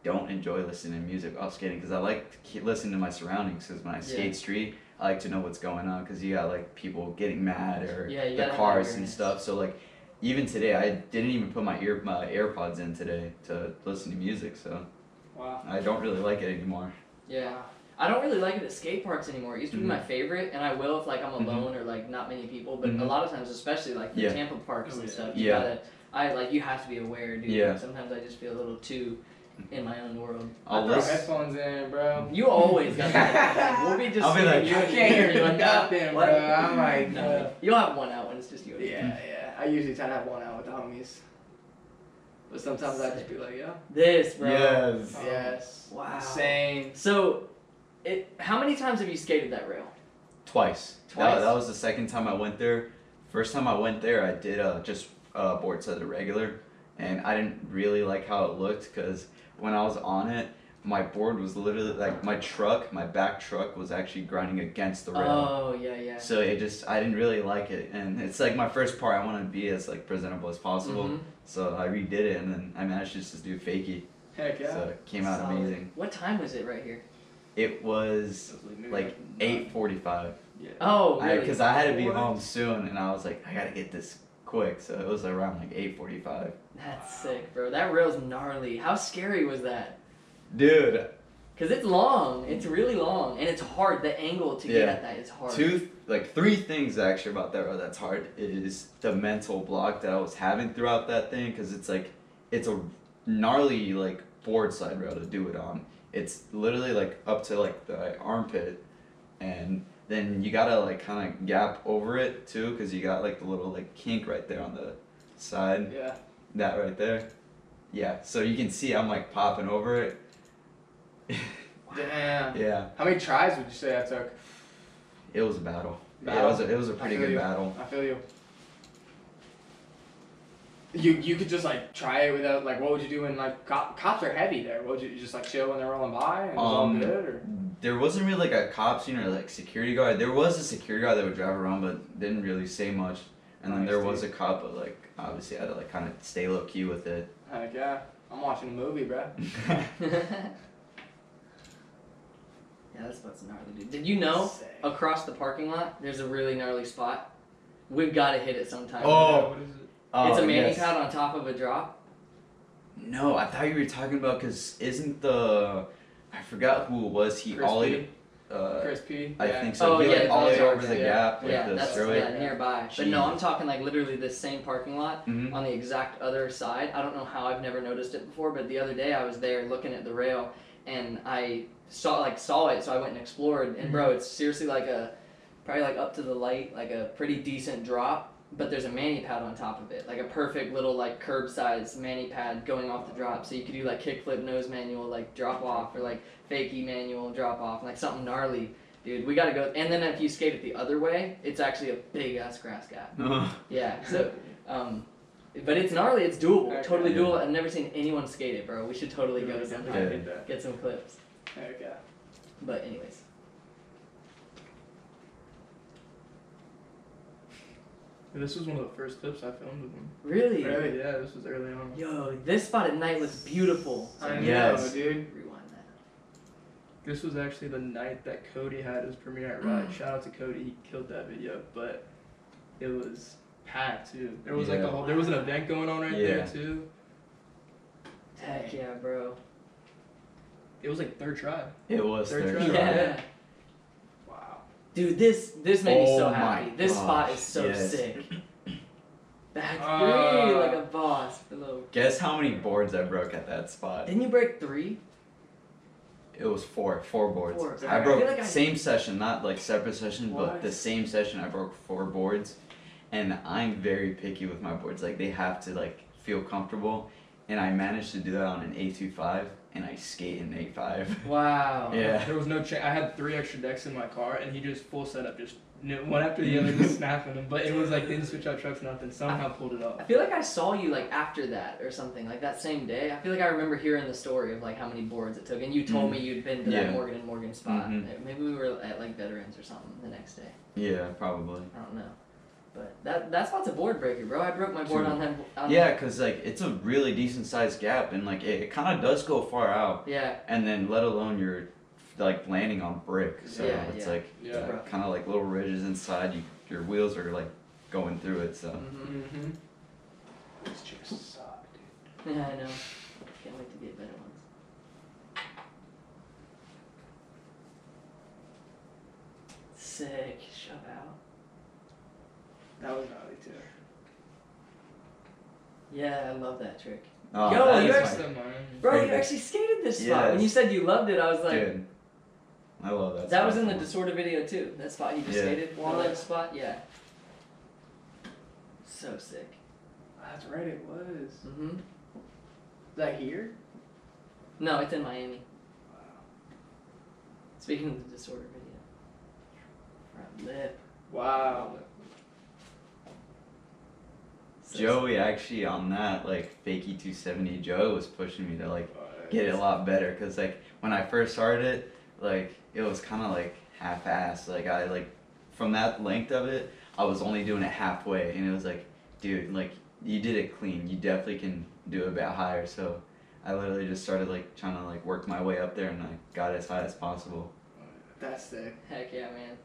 [SPEAKER 4] don't enjoy listening to music while skating because i like to keep listening to my surroundings because when i skate street i like to know what's going on because you got like people getting mad or
[SPEAKER 2] Yeah, you
[SPEAKER 4] the
[SPEAKER 2] gotta have
[SPEAKER 4] cars and
[SPEAKER 2] awareness.
[SPEAKER 4] stuff so like even today, I didn't even put my ear my AirPods in today to listen to music, so
[SPEAKER 2] Wow.
[SPEAKER 4] I don't really like it anymore.
[SPEAKER 2] Yeah. I don't really like it at skate parks anymore. It used to be
[SPEAKER 4] Mhm.
[SPEAKER 2] my favorite, and I will if like I'm
[SPEAKER 4] Mhm.
[SPEAKER 2] alone or like not many people. But a
[SPEAKER 4] Mhm.
[SPEAKER 2] lot of times, especially like the
[SPEAKER 4] Yeah.
[SPEAKER 2] Tampa parks
[SPEAKER 3] Oh,
[SPEAKER 2] and
[SPEAKER 3] yeah.
[SPEAKER 2] stuff, you
[SPEAKER 4] Yeah.
[SPEAKER 2] gotta. I like you have to be aware, dude.
[SPEAKER 4] Yeah.
[SPEAKER 2] Sometimes I just feel a little too in my own world.
[SPEAKER 1] I
[SPEAKER 4] I'll
[SPEAKER 1] throw
[SPEAKER 4] listen.
[SPEAKER 1] headphones in, bro.
[SPEAKER 2] You always got that. We'll be just
[SPEAKER 4] I'll be
[SPEAKER 2] sitting
[SPEAKER 4] like,
[SPEAKER 1] You
[SPEAKER 2] you
[SPEAKER 1] can't
[SPEAKER 2] and
[SPEAKER 1] hear
[SPEAKER 2] you're like, "Ah,
[SPEAKER 1] nothing, bro.
[SPEAKER 2] what?"
[SPEAKER 1] I'm like, uh,
[SPEAKER 2] No, you'll have one out when it's just you. And me.
[SPEAKER 1] yeah, yeah. I usually try to have one out with the homies, but sometimes I just be like, yeah,
[SPEAKER 2] This, bro.
[SPEAKER 4] Yes.
[SPEAKER 1] yes,
[SPEAKER 2] Wow.
[SPEAKER 1] insane.
[SPEAKER 2] So, it. How many times have you skated that rail?
[SPEAKER 4] Twice. That-
[SPEAKER 2] Twice?
[SPEAKER 4] That, was the second time I went there. First time I went there, I did uh, just uh, board set the regular, and I didn't really like how it looked because when I was on it, my board was literally like my truck, my back truck was actually grinding against the rail.
[SPEAKER 2] Oh yeah, yeah.
[SPEAKER 4] so it just I didn't really like it, and it's like my first part. I want to be as like presentable as possible,
[SPEAKER 2] Mhm.
[SPEAKER 4] so I redid it, and then I managed to just do fakie.
[SPEAKER 1] Heck yeah.
[SPEAKER 4] So it came out
[SPEAKER 2] Solid.
[SPEAKER 4] amazing.
[SPEAKER 2] What time was it right here?
[SPEAKER 4] It was like eight forty-five.
[SPEAKER 2] Oh, really?
[SPEAKER 4] because I, had to be
[SPEAKER 1] What?
[SPEAKER 4] home soon, and I was like, I gotta get this quick. So it was around like eight forty-five.
[SPEAKER 2] That's sick, bro. That rail's gnarly. How scary was that?
[SPEAKER 4] Dude,
[SPEAKER 2] Cause it's long. It's really long, and it's hard. The angle to get
[SPEAKER 4] Yeah.
[SPEAKER 2] at that is hard.
[SPEAKER 4] two, like three things actually about that road that's hard is the mental block that I was having throughout that thing, because it's like, it's a gnarly like board side road to do it on. It's literally like up to like the armpit, and then you gotta like kind of gap over it too, because you got like the little like kink right there on the side.
[SPEAKER 1] Yeah.
[SPEAKER 4] That right there. Yeah, so you can see I'm like popping over it.
[SPEAKER 1] Damn.
[SPEAKER 4] yeah,
[SPEAKER 1] How many tries would you say I took?
[SPEAKER 4] it was a battle.
[SPEAKER 1] Battle?
[SPEAKER 4] It was a, it was a pretty
[SPEAKER 1] I feel
[SPEAKER 4] good
[SPEAKER 1] you.
[SPEAKER 4] battle.
[SPEAKER 1] I feel you. You you could just like try it without like what would you do when like cop, cops are heavy there? What would you, you just like chill when they're rolling by and it's all
[SPEAKER 4] Um,
[SPEAKER 1] good or
[SPEAKER 4] There wasn't really like a cop scene or like security guard. There was a security guard that would drive around but didn't really say much. And then
[SPEAKER 1] Nice,
[SPEAKER 4] there was a cop, but like obviously I had to like kind of stay low key with it.
[SPEAKER 1] heck yeah. I'm watching a movie, bro.
[SPEAKER 2] yeah, that's what's gnarly, dude. Did you know
[SPEAKER 1] Sick.
[SPEAKER 2] across the parking lot there's a really gnarly spot? We've got to hit it sometime.
[SPEAKER 4] Oh.
[SPEAKER 3] What is it?
[SPEAKER 4] Oh,
[SPEAKER 2] it's a manning
[SPEAKER 4] yes.
[SPEAKER 2] pad on top of a drop.
[SPEAKER 4] No, I thought you were talking about because isn't the I forgot who it was. He
[SPEAKER 1] Chris
[SPEAKER 4] ollied.
[SPEAKER 1] P.
[SPEAKER 4] Uh,
[SPEAKER 1] Chris P.
[SPEAKER 4] I
[SPEAKER 1] yeah.
[SPEAKER 4] think so.
[SPEAKER 2] Oh,
[SPEAKER 4] he
[SPEAKER 2] yeah,
[SPEAKER 4] like
[SPEAKER 2] the
[SPEAKER 4] ollied
[SPEAKER 2] Belgian
[SPEAKER 4] over the
[SPEAKER 1] guy.
[SPEAKER 4] gap with
[SPEAKER 2] yeah,
[SPEAKER 4] the
[SPEAKER 2] that's
[SPEAKER 4] stairway.
[SPEAKER 2] yeah, nearby. But no,
[SPEAKER 4] Jeez.
[SPEAKER 2] I'm talking like literally this same parking lot.
[SPEAKER 4] Mhm.
[SPEAKER 2] on the exact other side. I don't know how I've never noticed it before, but the other day I was there looking at the rail and I saw like saw it, so I went and explored. And bro, it's seriously like a probably like up to the light, like a pretty decent drop. But there's a mani pad on top of it, like a perfect little like curb size mani pad going off the drop. So you could do like kickflip nose manual, like drop off, or like fakey manual drop off, like something gnarly, dude. We gotta go. And then if you skate it the other way, it's actually a big ass grass gap.
[SPEAKER 4] Mm-hmm.
[SPEAKER 2] Yeah. So, um, but it's gnarly. It's doable.
[SPEAKER 1] Okay.
[SPEAKER 2] Totally
[SPEAKER 4] Yeah.
[SPEAKER 2] doable. I've never seen anyone skate it, bro. We should totally go to
[SPEAKER 1] I
[SPEAKER 2] something.
[SPEAKER 4] Yeah.
[SPEAKER 1] did that.
[SPEAKER 2] Get some clips.
[SPEAKER 1] Heck yeah.
[SPEAKER 2] But anyways.
[SPEAKER 3] This was one of the first clips I filmed with him.
[SPEAKER 2] Really?
[SPEAKER 3] Really? Yeah, this was early on.
[SPEAKER 2] Yo, this spot at night was beautiful.
[SPEAKER 1] I
[SPEAKER 4] Yes.
[SPEAKER 1] know, dude.
[SPEAKER 2] Rewind that.
[SPEAKER 3] This was actually the night that Cody had his premiere at
[SPEAKER 9] Mm.
[SPEAKER 3] Riot. Shout out to Cody, he killed that video, but it was packed too. There was like a
[SPEAKER 4] Yeah.
[SPEAKER 3] whole, there was an event going on right
[SPEAKER 4] Yeah.
[SPEAKER 3] there too.
[SPEAKER 2] Heck yeah, bro.
[SPEAKER 3] It was like third try.
[SPEAKER 4] It was
[SPEAKER 3] Third
[SPEAKER 4] third
[SPEAKER 3] try.
[SPEAKER 4] try.
[SPEAKER 2] Yeah.
[SPEAKER 1] Wow.
[SPEAKER 2] Dude, this this made me so
[SPEAKER 4] Oh my
[SPEAKER 2] happy. This spot
[SPEAKER 4] gosh,
[SPEAKER 2] is so
[SPEAKER 4] yes.
[SPEAKER 2] sick. Back three,
[SPEAKER 1] Uh.
[SPEAKER 2] like a boss. Below.
[SPEAKER 4] Guess how many boards I broke at that spot?
[SPEAKER 2] Didn't you break three?
[SPEAKER 4] It was four. Four boards.
[SPEAKER 2] Four.
[SPEAKER 4] I
[SPEAKER 2] I
[SPEAKER 4] broke
[SPEAKER 2] feel like I-
[SPEAKER 4] same session, not like separate session,
[SPEAKER 1] What?
[SPEAKER 4] but the same session I broke four boards. And I'm very picky with my boards. Like they have to like feel comfortable. And I managed to do that on an A25 and I skate an A5.
[SPEAKER 2] Wow.
[SPEAKER 4] Yeah.
[SPEAKER 3] There was no cha- I had three extra decks in my car, and he just full setup, just kn- one after the other, just snapping them. But it was like they didn't switch out trucks, nothing. Somehow pulled it
[SPEAKER 2] I
[SPEAKER 3] off.
[SPEAKER 2] feel like I saw you like after that or something, like that same day. I feel like I remember hearing the story of like how many boards it took, and you told me you'd been to that
[SPEAKER 4] Mm-hmm. Yeah.
[SPEAKER 2] Morgan and Morgan spot.
[SPEAKER 4] Mhm.
[SPEAKER 2] Maybe we were at like Veterans or something the next day.
[SPEAKER 4] Yeah, probably.
[SPEAKER 2] I don't know, but that that spot's a board breaker, bro. I broke my board
[SPEAKER 4] True.
[SPEAKER 2] on that. On
[SPEAKER 4] Yeah, cause like it's a really decent sized gap and like it, it kind of does go far out.
[SPEAKER 2] yeah,
[SPEAKER 4] and then let alone you're like landing on brick so
[SPEAKER 2] Yeah,
[SPEAKER 4] it's
[SPEAKER 2] yeah.
[SPEAKER 4] like
[SPEAKER 3] Yeah.
[SPEAKER 4] kind of like little ridges inside you your wheels are like going through it so
[SPEAKER 2] hmm
[SPEAKER 1] Mm-hmm.
[SPEAKER 10] These chicks suck, dude.
[SPEAKER 11] Yeah, I know. Can't wait to get better ones. Sick. Shove out.
[SPEAKER 12] That was gnarly too.
[SPEAKER 11] Yeah, I love that trick.
[SPEAKER 10] Oh,
[SPEAKER 11] Yo,
[SPEAKER 10] that
[SPEAKER 11] you
[SPEAKER 10] is my-
[SPEAKER 11] actually, bro, you
[SPEAKER 10] favorite.
[SPEAKER 11] actually skated this spot. When you
[SPEAKER 10] Yes.
[SPEAKER 11] said you loved it, I was like,
[SPEAKER 10] dude. I love that.
[SPEAKER 11] that was
[SPEAKER 10] spot
[SPEAKER 11] in the
[SPEAKER 10] so much.
[SPEAKER 11] disorder video too. That spot you just
[SPEAKER 10] Yeah.
[SPEAKER 11] skated, the
[SPEAKER 12] Wow.
[SPEAKER 11] left spot. Yeah. So sick.
[SPEAKER 12] That's right, it was. Is
[SPEAKER 11] Mhm.
[SPEAKER 12] that here?
[SPEAKER 11] No, it's in Miami.
[SPEAKER 12] Wow.
[SPEAKER 11] Speaking of the disorder video. Front lip.
[SPEAKER 12] Wow.
[SPEAKER 11] So
[SPEAKER 10] Joey actually on that like fakey 270 Joe was pushing me to like get it a lot better because like when I first started it like it was kind of like half-assed like I like from that length of it I was only doing it halfway and it was like dude like you did it clean you definitely can do it a bit higher so I literally just started like trying to like work my way up there and I got as high as possible
[SPEAKER 12] That's sick.
[SPEAKER 11] Heck yeah, man.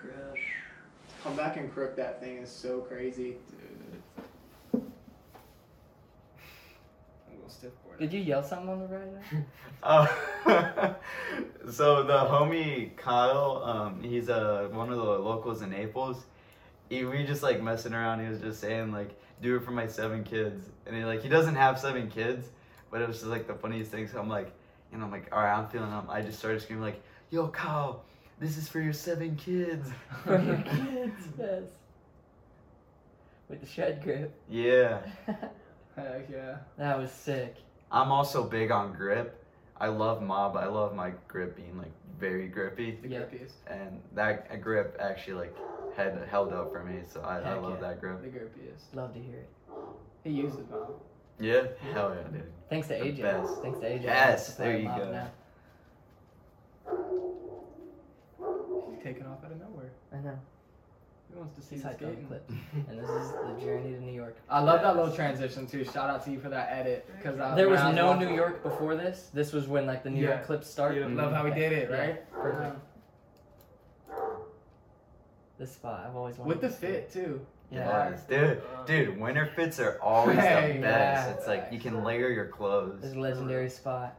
[SPEAKER 11] Crush.
[SPEAKER 12] Come back and crook that thing is so crazy.
[SPEAKER 3] I'm going stiff board.
[SPEAKER 2] Did you yell something on the ride? out?
[SPEAKER 4] Oh, so the homie Kyle, um, he's uh, one of the locals in Naples. He, we just like messing around. He was just saying like, "Do it for my seven kids," and he like he doesn't have seven kids, but it was just like the funniest thing. So I'm like, you know, I'm like, all right, I'm feeling up. I just started screaming like, "Yo, Kyle, this is for your seven kids."
[SPEAKER 2] For your kids, yes. With the shed grip.
[SPEAKER 4] yeah,
[SPEAKER 12] Heck yeah.
[SPEAKER 2] that was sick.
[SPEAKER 4] I'm also big on grip. I love mob. I love my grip being like very grippy.
[SPEAKER 12] The
[SPEAKER 2] Yeah.
[SPEAKER 12] grippiest.
[SPEAKER 4] and that grip actually like had held up for me. So I, I
[SPEAKER 2] Heck
[SPEAKER 4] love
[SPEAKER 2] yeah.
[SPEAKER 4] that grip.
[SPEAKER 12] The grippiest.
[SPEAKER 2] Love to hear it.
[SPEAKER 12] He uses mouth.
[SPEAKER 4] Yeah, hell yeah, dude.
[SPEAKER 2] Thanks to
[SPEAKER 4] The
[SPEAKER 2] AJ.
[SPEAKER 4] best.
[SPEAKER 2] Thanks to AJ.
[SPEAKER 4] Yes,
[SPEAKER 2] Supply
[SPEAKER 4] there you
[SPEAKER 2] mob
[SPEAKER 4] go.
[SPEAKER 2] now.
[SPEAKER 12] He's taking off out of nowhere.
[SPEAKER 2] I know.
[SPEAKER 12] Who wants to see
[SPEAKER 2] He's
[SPEAKER 12] the
[SPEAKER 2] like on
[SPEAKER 12] skating?
[SPEAKER 2] clip. And this is the journey to New York.
[SPEAKER 1] I love that little transition too. Shout out to you for that edit because
[SPEAKER 3] uh,
[SPEAKER 2] There was no New York before this. This was when like the New York
[SPEAKER 12] Uh, Yeah.
[SPEAKER 2] clips start.
[SPEAKER 12] Yeah,
[SPEAKER 4] Mm-hmm.
[SPEAKER 12] love how he did it,
[SPEAKER 2] Yeah.
[SPEAKER 12] right? Um,
[SPEAKER 2] Perfect. This spot I've always wanted.
[SPEAKER 12] With the
[SPEAKER 2] to see.
[SPEAKER 12] fit too.
[SPEAKER 2] Yeah.
[SPEAKER 4] Yes, dude, dude. Winter fits are always
[SPEAKER 12] Hey,
[SPEAKER 4] the best.
[SPEAKER 2] yeah.
[SPEAKER 4] It's like you can layer your clothes.
[SPEAKER 2] This is a legendary spot.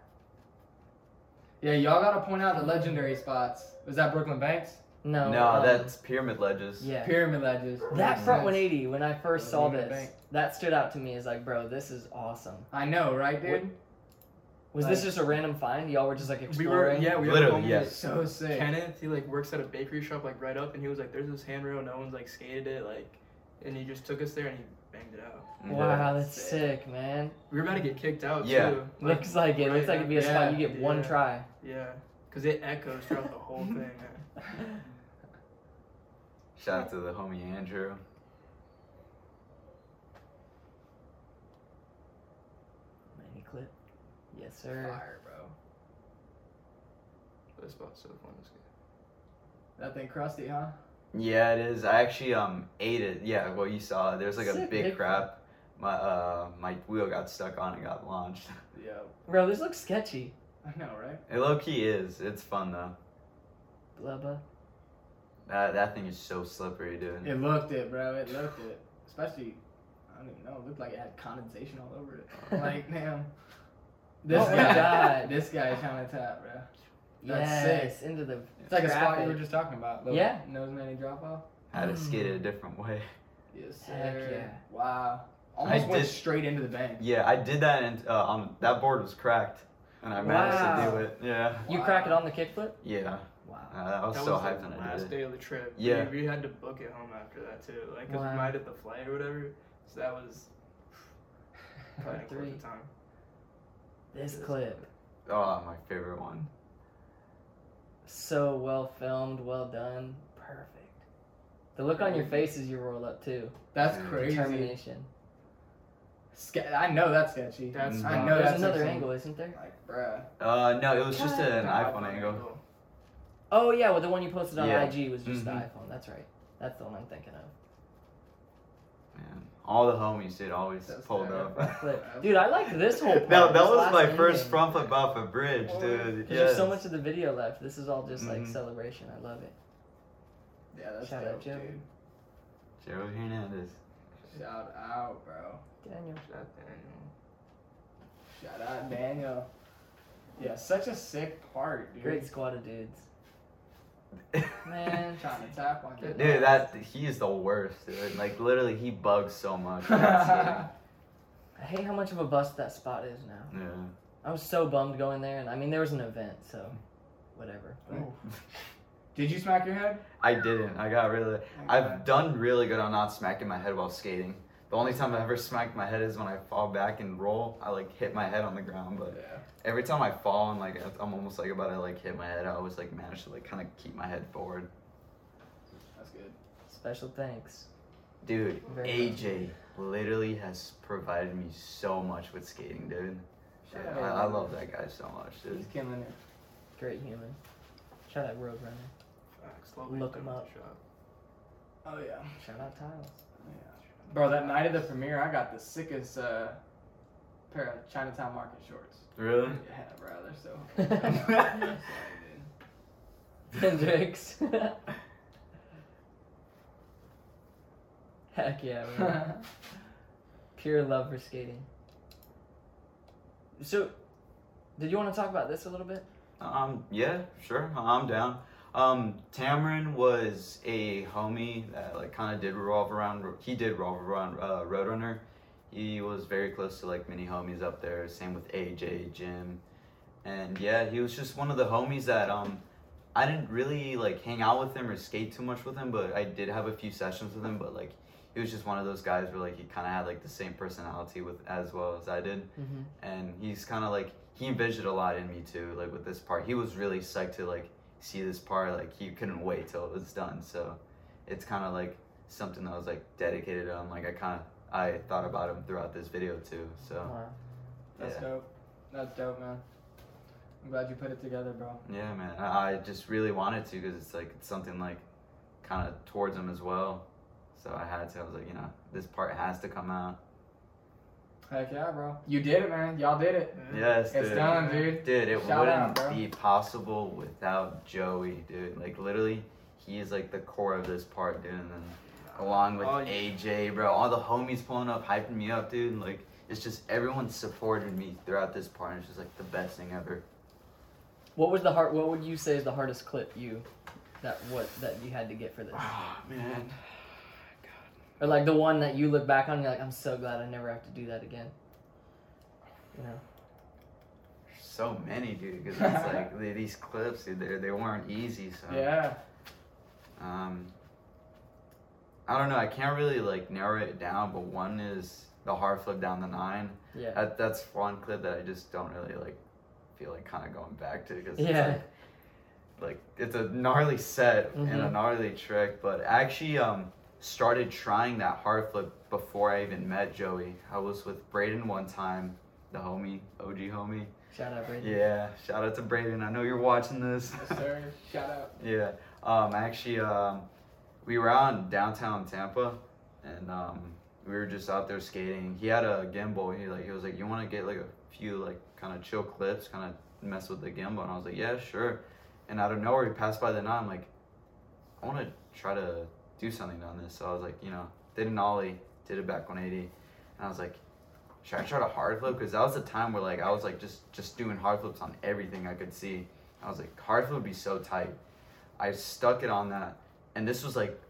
[SPEAKER 1] Yeah, y'all gotta point out the legendary spots. Was that Brooklyn Banks?
[SPEAKER 2] No.
[SPEAKER 4] no,
[SPEAKER 2] um,
[SPEAKER 4] that's pyramid ledges.
[SPEAKER 2] yeah.
[SPEAKER 1] Pyramid ledges.
[SPEAKER 2] That
[SPEAKER 1] Makes
[SPEAKER 2] front
[SPEAKER 1] sense.
[SPEAKER 2] 180 when I first saw
[SPEAKER 1] Leaving the
[SPEAKER 2] this, that stood out to me as like, bro, this is awesome.
[SPEAKER 1] I know, right, dude?
[SPEAKER 2] Was this just a random find? Y'all were just like
[SPEAKER 3] We were,
[SPEAKER 2] exploring.
[SPEAKER 3] yeah, we
[SPEAKER 4] Literally,
[SPEAKER 3] were
[SPEAKER 4] yes.
[SPEAKER 1] So sick.
[SPEAKER 3] Kenneth, he like works at a bakery shop like right up, and he was like, "There's this handrail, no one's like skated it, like," and he just took us there and he banged it out.
[SPEAKER 4] Mhm.
[SPEAKER 2] Wow, that's sick, man.
[SPEAKER 3] We were about to get kicked out
[SPEAKER 4] Yeah.
[SPEAKER 3] too.
[SPEAKER 2] Looks like it. Looks like it'd be a spot you get one
[SPEAKER 3] Yeah.
[SPEAKER 2] try.
[SPEAKER 3] Yeah, because it echoes throughout the whole thing. man.
[SPEAKER 4] Shout out to the homie Andrew.
[SPEAKER 2] Mini clip. Yes, sir.
[SPEAKER 1] Fire, bro.
[SPEAKER 3] This spot's so fun. It's good.
[SPEAKER 1] That thing crusty, huh?
[SPEAKER 4] Yeah, it is. I actually um ate it. Yeah, well you saw. There's like a
[SPEAKER 2] Sick,
[SPEAKER 4] big
[SPEAKER 2] big-
[SPEAKER 4] crap. My uh my wheel got stuck on and got launched.
[SPEAKER 1] Yeah.
[SPEAKER 2] Bro, this looks sketchy.
[SPEAKER 1] I know, right?
[SPEAKER 4] It low key is. It's fun though.
[SPEAKER 2] Blubba.
[SPEAKER 4] That that thing is so slippery, dude.
[SPEAKER 1] It looked it, bro. It looked it. Especially, I don't even know. It looked like it had condensation all over it. Like, damn. This
[SPEAKER 2] Oh my
[SPEAKER 1] guy.
[SPEAKER 2] God.
[SPEAKER 1] This guy is trying to tap, bro. That's
[SPEAKER 2] yes, into the.
[SPEAKER 1] It's like a spot
[SPEAKER 2] Traffic.
[SPEAKER 1] you were just talking about. Little
[SPEAKER 2] Yeah.
[SPEAKER 1] Nose nanny drop off.
[SPEAKER 4] Had to skate
[SPEAKER 2] Mm.
[SPEAKER 4] it a different way.
[SPEAKER 1] Yes, sir.
[SPEAKER 2] Heck yeah.
[SPEAKER 1] Wow. Almost went
[SPEAKER 4] did-
[SPEAKER 1] straight into the bank.
[SPEAKER 4] Yeah, I did that, and uh, um, that board was cracked, and I managed to
[SPEAKER 2] Wow.
[SPEAKER 4] do it. Yeah,
[SPEAKER 2] You crack it on the kickflip?
[SPEAKER 4] yeah.
[SPEAKER 2] Wow.
[SPEAKER 4] Uh, I was
[SPEAKER 3] That
[SPEAKER 4] so
[SPEAKER 3] was
[SPEAKER 4] hyped
[SPEAKER 3] the
[SPEAKER 4] when I
[SPEAKER 3] last
[SPEAKER 4] did it.
[SPEAKER 3] day of the trip.
[SPEAKER 4] Yeah.
[SPEAKER 3] we, we had to book it home after that too, like because
[SPEAKER 2] Wow.
[SPEAKER 3] we might have the flight or whatever. So that was probably close
[SPEAKER 2] Three.
[SPEAKER 3] to time.
[SPEAKER 2] This clip.
[SPEAKER 4] Oh, my favorite one.
[SPEAKER 2] So well filmed, well done. Perfect. The look on your face as you roll up, too.
[SPEAKER 1] That's
[SPEAKER 4] Yeah.
[SPEAKER 1] crazy.
[SPEAKER 2] Determination.
[SPEAKER 1] Ske- I know that's sketchy.
[SPEAKER 4] Mm.
[SPEAKER 3] That's
[SPEAKER 1] I
[SPEAKER 3] uh,
[SPEAKER 1] know
[SPEAKER 2] There's
[SPEAKER 1] that's
[SPEAKER 2] another
[SPEAKER 1] insane.
[SPEAKER 2] angle, isn't there?
[SPEAKER 1] Like, bruh.
[SPEAKER 4] Uh, no, it was just
[SPEAKER 2] God,
[SPEAKER 4] an
[SPEAKER 3] that
[SPEAKER 4] iPhone angle.
[SPEAKER 2] Oh, yeah, well, the one you posted on
[SPEAKER 4] Yeah.
[SPEAKER 2] IG was just the
[SPEAKER 4] Mhm.
[SPEAKER 1] Mm-hmm.
[SPEAKER 2] iPhone. That's right. That's the one I'm thinking of.
[SPEAKER 4] Man, all the homies did always
[SPEAKER 1] That's
[SPEAKER 4] pulled
[SPEAKER 1] the
[SPEAKER 4] up.
[SPEAKER 2] Flip.
[SPEAKER 1] Uh,
[SPEAKER 2] Dude, I like this whole part.
[SPEAKER 4] no, that
[SPEAKER 2] this
[SPEAKER 4] was
[SPEAKER 2] last
[SPEAKER 4] my
[SPEAKER 2] ending.
[SPEAKER 4] first front flip off a bridge,
[SPEAKER 1] Oh,
[SPEAKER 4] dude.
[SPEAKER 2] There's
[SPEAKER 4] Yeah.
[SPEAKER 2] so much of the video left. This is all just like
[SPEAKER 4] Mhm.
[SPEAKER 2] celebration. I love it.
[SPEAKER 1] Mm-hmm. Yeah, that's
[SPEAKER 2] Shout out,
[SPEAKER 1] dope,
[SPEAKER 2] Joe.
[SPEAKER 1] dude.
[SPEAKER 4] Gerald Hernandez.
[SPEAKER 1] Shout out, bro.
[SPEAKER 2] Daniel.
[SPEAKER 1] Shout out, Daniel. Yeah, such a sick part, dude.
[SPEAKER 2] Great squad of dudes. Man.
[SPEAKER 1] Trying to tap on
[SPEAKER 2] Dude,
[SPEAKER 4] Dude, that he is the worst. Dude. Like literally, he bugs so much. yeah.
[SPEAKER 2] I hate how much of a bust that spot is now. I was so bummed going there, and I mean, there was an event, so whatever.
[SPEAKER 1] Ooh. Did you smack your head?
[SPEAKER 4] I didn't. I got really.
[SPEAKER 1] Okay.
[SPEAKER 3] Uh,
[SPEAKER 4] I've done really good on not smacking my head while skating. The only time I ever smacked my head is when I fall back and roll. I like hit my head on the ground, but
[SPEAKER 1] Yeah.
[SPEAKER 4] every time I fall and like I'm almost like about to like hit my head, I always like manage to like kind of keep my head forward.
[SPEAKER 1] That's good.
[SPEAKER 2] Special thanks.
[SPEAKER 4] Dude,
[SPEAKER 2] Very
[SPEAKER 4] AJ literally has provided me so much with skating, dude.
[SPEAKER 1] Shout
[SPEAKER 4] Yeah,
[SPEAKER 1] out,
[SPEAKER 4] I, I
[SPEAKER 1] Daniel.
[SPEAKER 4] love that guy so much, dude.
[SPEAKER 1] He's killing it.
[SPEAKER 2] Great human. Shout out Roadrunner.
[SPEAKER 3] Facts, love
[SPEAKER 2] Look
[SPEAKER 3] it.
[SPEAKER 2] him up.
[SPEAKER 3] Shot.
[SPEAKER 1] Oh yeah.
[SPEAKER 2] Shout out Tiles.
[SPEAKER 1] Bro, that night of the premiere, I got the sickest uh, pair of Chinatown Market shorts.
[SPEAKER 4] Really?
[SPEAKER 1] Yeah, bro, they're so. I'm sorry, dude.
[SPEAKER 2] Hendrix. Heck yeah, man. Pure love for skating. So, did you want to talk about this a little bit?
[SPEAKER 4] Um, yeah, sure. I'm down. Um, Tamarin was a homie that like kind of did revolve around. He did revolve around uh, Roadrunner. He was very close to like many homies up there. Same with AJ, Jim, and yeah, he was just one of the homies that um, I didn't really like hang out with him or skate too much with him, but I did have a few sessions with him. But like, he was just one of those guys where like he kind of had like the same personality with as well as I did
[SPEAKER 2] Mm-hmm.
[SPEAKER 4] and he's kind of like he envisioned a lot in me too like with this part he was really psyched to like see this part like he couldn't wait till it was done so it's kind of like something that I was like dedicated to him like i kind of i thought about him throughout this video too so
[SPEAKER 2] Wow.
[SPEAKER 1] That's
[SPEAKER 4] Yeah.
[SPEAKER 1] dope. That's dope, man. I'm glad you put it together, bro.
[SPEAKER 4] yeah man i, I just really wanted to because it's like it's something like kind of towards him as well so i had to i was like you know this part has to come out
[SPEAKER 1] Heck yeah, bro. You did it, man. Y'all did it.
[SPEAKER 4] yes
[SPEAKER 1] It's
[SPEAKER 4] dude.
[SPEAKER 1] done, dude.
[SPEAKER 4] Dude, it
[SPEAKER 1] Shout
[SPEAKER 4] wouldn't
[SPEAKER 1] out, bro.
[SPEAKER 4] be possible without Joey, dude. Like literally, he is like the core of this part, dude. And then along with
[SPEAKER 3] Oh, yeah.
[SPEAKER 4] AJ, bro, all the homies pulling up, hyping me up, dude. And, like it's just everyone supported me throughout this part. And it's just like the best thing ever.
[SPEAKER 2] What was the hard? What would you say is the hardest clip you that what that you had to get for this,
[SPEAKER 4] Oh
[SPEAKER 1] Ah,
[SPEAKER 4] man,
[SPEAKER 2] or like the one that you look back on and you're like, I'm so glad I never have to do that again. You know,
[SPEAKER 4] There's so many, dude. Because it's like they- these clips, dude, they they weren't easy. So
[SPEAKER 1] Yeah.
[SPEAKER 4] Um, I don't know. I can't really like narrow it down, but one is the hard flip down the nine.
[SPEAKER 2] yeah,
[SPEAKER 4] That, that's one clip that I just don't really like feel like kind of going back to because
[SPEAKER 2] Yeah.
[SPEAKER 4] it's like, like it's a gnarly set and a
[SPEAKER 2] Mhm.
[SPEAKER 4] gnarly trick. But I actually, um, started trying that hard flip before I even met Joey. I was with Braden one time, the homie, OG homie.
[SPEAKER 2] shout out Brady.
[SPEAKER 4] Yeah, shout out to Braden. I know you're watching this.
[SPEAKER 1] Yes, sir. Shout out.
[SPEAKER 4] Yeah. Um, actually, um, we were out in downtown Tampa, and um, we were just out there skating. He had a gimbal. He like he was like, "You want to get like a few like kind of chill clips, kind of mess with the gimbal?" And I was like, "Yeah, sure." And out of nowhere, he passed by the nine. I'm like, "I want to try to do something on this." So I was like, you know, did an ollie, did a back 180, and I was like. Should I try to hard flip? Because that was the time where like I was like just just doing hard flips on everything I could see. I was like, hard flip would be so tight. I stuck it on that, and this was like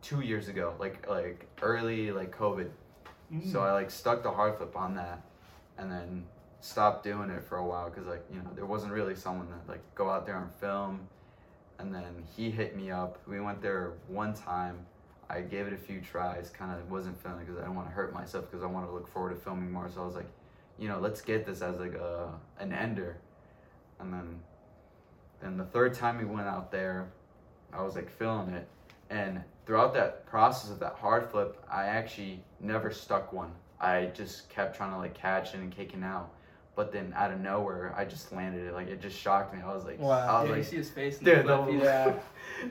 [SPEAKER 4] two years ago, like like early like COVID. So I like stuck the hard flip on that, and then stopped doing it for a while because like you know there wasn't really someone that like go out there and film, and then he hit me up. We went there one time. I gave it a few tries, kind of wasn't feeling because I didn't want to hurt myself because I want to look forward to filming more. So I was like, you know, let's get this as like a an ender, and then then the third time we went out there, I was like feeling it. And throughout that process of that hard flip, I actually never stuck one. I just kept trying to like catch it and kicking out. But then out of nowhere, I just landed it. Like it just shocked me. I was like,
[SPEAKER 2] Wow.
[SPEAKER 4] I was
[SPEAKER 3] Dude, you
[SPEAKER 4] like,
[SPEAKER 3] see his face. in
[SPEAKER 4] dude,
[SPEAKER 3] the clip,
[SPEAKER 4] the,
[SPEAKER 3] he's-
[SPEAKER 1] Yeah.
[SPEAKER 3] It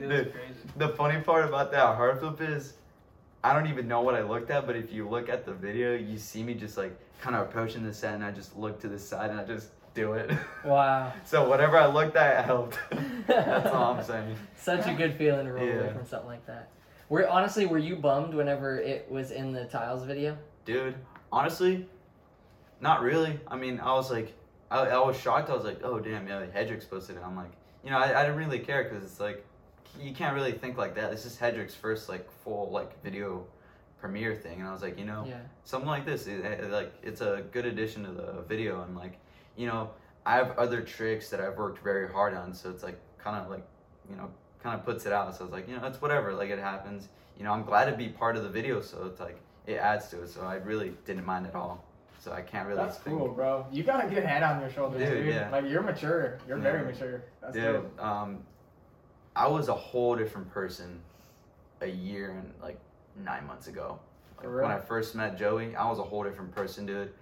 [SPEAKER 3] was
[SPEAKER 4] dude,
[SPEAKER 3] crazy.
[SPEAKER 4] the funny part about that hard flip is I don't even know what I looked at, but if you look at the video, you see me just like kind of approaching the set, and I just look to the side and I just do it.
[SPEAKER 13] Wow.
[SPEAKER 4] so whatever I looked at helped. That's all I'm saying.
[SPEAKER 13] Such a good feeling to roll away
[SPEAKER 4] Yeah.
[SPEAKER 13] from something like that. Were honestly, were you bummed whenever it was in the tiles video?
[SPEAKER 4] Dude, honestly, not really. I mean, I was like, I, I was shocked. I was like, oh damn, yeah, Hedrick's posted it. I'm like, you know, I, I didn't really care because it's like, you can't really think like that. This is Hedrick's first like full like video premiere thing, and I was like, you know,
[SPEAKER 13] Yeah.
[SPEAKER 4] something like this it, it- like it's a good addition to the video and like you know i have other tricks that i've worked very hard on so it's like kind of like you know kind of puts it out so it's like you know it's whatever like it happens you know i'm glad to be part of the video so it's like it adds to it so i really didn't mind at all so i can't really
[SPEAKER 3] That's
[SPEAKER 4] think
[SPEAKER 3] cool, bro. You got a good head on your shoulders,
[SPEAKER 4] Dude,
[SPEAKER 3] dude.
[SPEAKER 4] yeah.
[SPEAKER 3] Like you're mature. You're
[SPEAKER 4] Yeah.
[SPEAKER 3] very mature. That's
[SPEAKER 4] Dude,
[SPEAKER 3] dope.
[SPEAKER 4] um, I was a whole different person a year and like nine months ago. Like,
[SPEAKER 3] For
[SPEAKER 4] when
[SPEAKER 3] real?
[SPEAKER 4] I first met Joey, I was a whole different person, dude.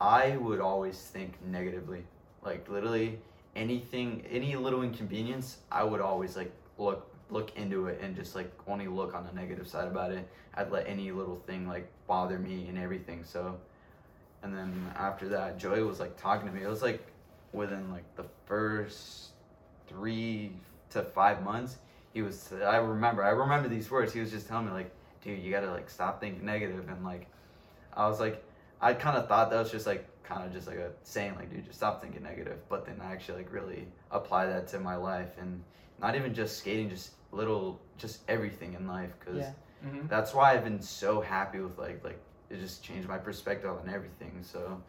[SPEAKER 4] I would always think negatively. Like literally anything, any little inconvenience, I would always like look look into it and just like only look on the negative side about it. I'd let any little thing like bother me and everything. So, and then after that, Joey was like talking to me. It was like within like the first three to five months, he was. I remember. I remember these words. He was just telling me like, dude, you gotta like stop thinking negative and like, I was like, I kind of thought that was just like kind of just like a saying like, dude, just stop thinking negative. But then I actually like really apply that to my life and not even just skating, just little, just everything in life because
[SPEAKER 13] Yeah. Mm-hmm.
[SPEAKER 3] Mhm.
[SPEAKER 4] that's why I've been so happy with like like it just changed my perspective on everything. So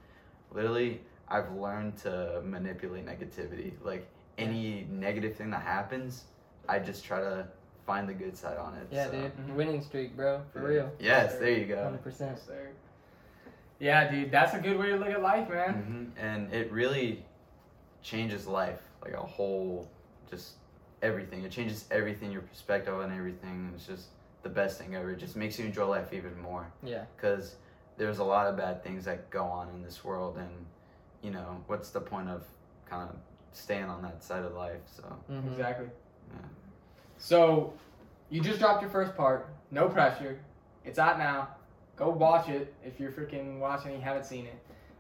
[SPEAKER 4] literally I've learned to manipulate negativity. Like any negative thing that happens, I just try to find the good side on it.
[SPEAKER 13] Yeah,
[SPEAKER 4] so.
[SPEAKER 13] dude.
[SPEAKER 1] mm-hmm.
[SPEAKER 3] Mhm.
[SPEAKER 13] Winning streak, bro. For real.
[SPEAKER 4] Yes, there you go.
[SPEAKER 13] 100%.
[SPEAKER 3] Yes, sir. Yeah, dude. That's a good way to look at life, man.
[SPEAKER 4] hmm And it really changes life, like a whole, just everything. It changes everything, your perspective on everything. It's just the best thing ever. It just makes you enjoy life even more.
[SPEAKER 13] Yeah.
[SPEAKER 4] Because there's a lot of bad things that go on in this world, and you know what's the point of kind of staying on that side of life? So
[SPEAKER 13] Mhm.
[SPEAKER 3] Exactly.
[SPEAKER 4] Yeah.
[SPEAKER 3] So, you just dropped your first part. No pressure. It's out now. Go watch it if you're freaking watching. and You haven't seen it.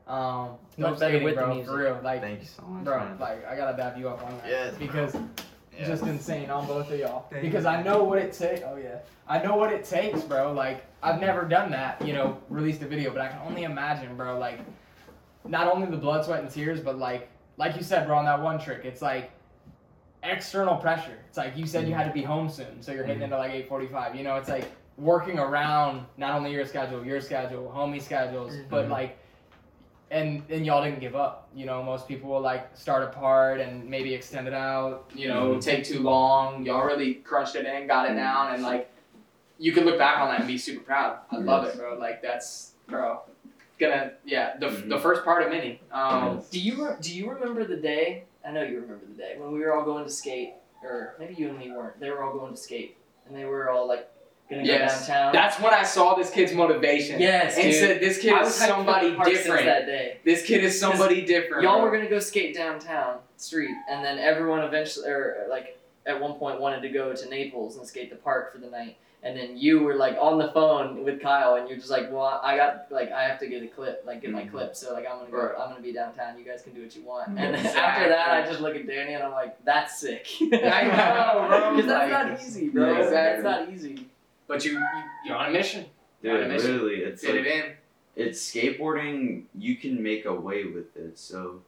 [SPEAKER 3] Um,
[SPEAKER 13] No
[SPEAKER 3] dope
[SPEAKER 13] better
[SPEAKER 3] skating,
[SPEAKER 13] with the
[SPEAKER 3] bro.
[SPEAKER 13] music.
[SPEAKER 3] For real, like,
[SPEAKER 4] thank you so much,
[SPEAKER 3] bro,
[SPEAKER 4] man.
[SPEAKER 3] like I gotta dab you up on that.
[SPEAKER 4] Yes, bro.
[SPEAKER 3] Because
[SPEAKER 4] Yeah.
[SPEAKER 3] just insane on both of y'all
[SPEAKER 14] Thank
[SPEAKER 3] because
[SPEAKER 14] you.
[SPEAKER 3] I know what it takes. Oh yeah, I know what it takes, bro. Like I've never done that, you know, released a video, but I can only imagine, bro. Like not only the blood, sweat, and tears, but like like you said, bro, on that one trick, it's like external pressure. It's like you said you had to be home soon, so you're hitting into like eight forty-five. You know, it's like working around not only your schedule, your schedule, homie schedules, but
[SPEAKER 4] Mhm.
[SPEAKER 3] like. And, and y'all didn't give up. You know, most people will like start apart and maybe extend it out,
[SPEAKER 2] you know, take too long. Y'all really crunched it in, got it down, and like you can look back on that and be super proud. I love it, bro. Like that's bro. Gonna yeah, the, the first part of mini. Um, do you re- do you remember the day? I know you remember the day when we were all going to skate, or maybe you and me weren't. They were all going to skate, and they were all like gonna
[SPEAKER 1] Yes.
[SPEAKER 2] go downtown.
[SPEAKER 1] That's when I saw this kid's motivation.
[SPEAKER 2] yes,
[SPEAKER 1] and
[SPEAKER 2] dude.
[SPEAKER 1] said, this kid
[SPEAKER 2] I
[SPEAKER 1] is
[SPEAKER 2] was hyped for
[SPEAKER 1] somebody
[SPEAKER 2] the park since
[SPEAKER 1] different.
[SPEAKER 2] that day.
[SPEAKER 1] This kid is somebody different.
[SPEAKER 2] Y'all
[SPEAKER 1] bro.
[SPEAKER 2] were gonna go skate downtown street, and then everyone eventually, or like at one point, wanted to go to Naples and skate the park for the night. And then you were like on the phone with Kyle, and you're just like, "Well, I got like I have to get a clip, like get my
[SPEAKER 4] Mhm.
[SPEAKER 2] clip, so like I'm gonna go,
[SPEAKER 1] Mm-hmm. Right.
[SPEAKER 2] I'm gonna be downtown. You guys can do what you want." And
[SPEAKER 1] Exactly.
[SPEAKER 2] after that, I just look at Danny and I'm like, "That's sick."
[SPEAKER 1] I know, bro.
[SPEAKER 2] Because that's
[SPEAKER 1] Like-
[SPEAKER 2] not easy, bro.
[SPEAKER 1] Yeah, exactly.
[SPEAKER 2] That's not easy.
[SPEAKER 1] But you, you you're on a mission. You're on a
[SPEAKER 15] Dude,
[SPEAKER 1] mission.
[SPEAKER 15] literally, it's
[SPEAKER 1] Fit
[SPEAKER 15] like,
[SPEAKER 1] it in.
[SPEAKER 15] it's skateboarding. You can make a way with it, so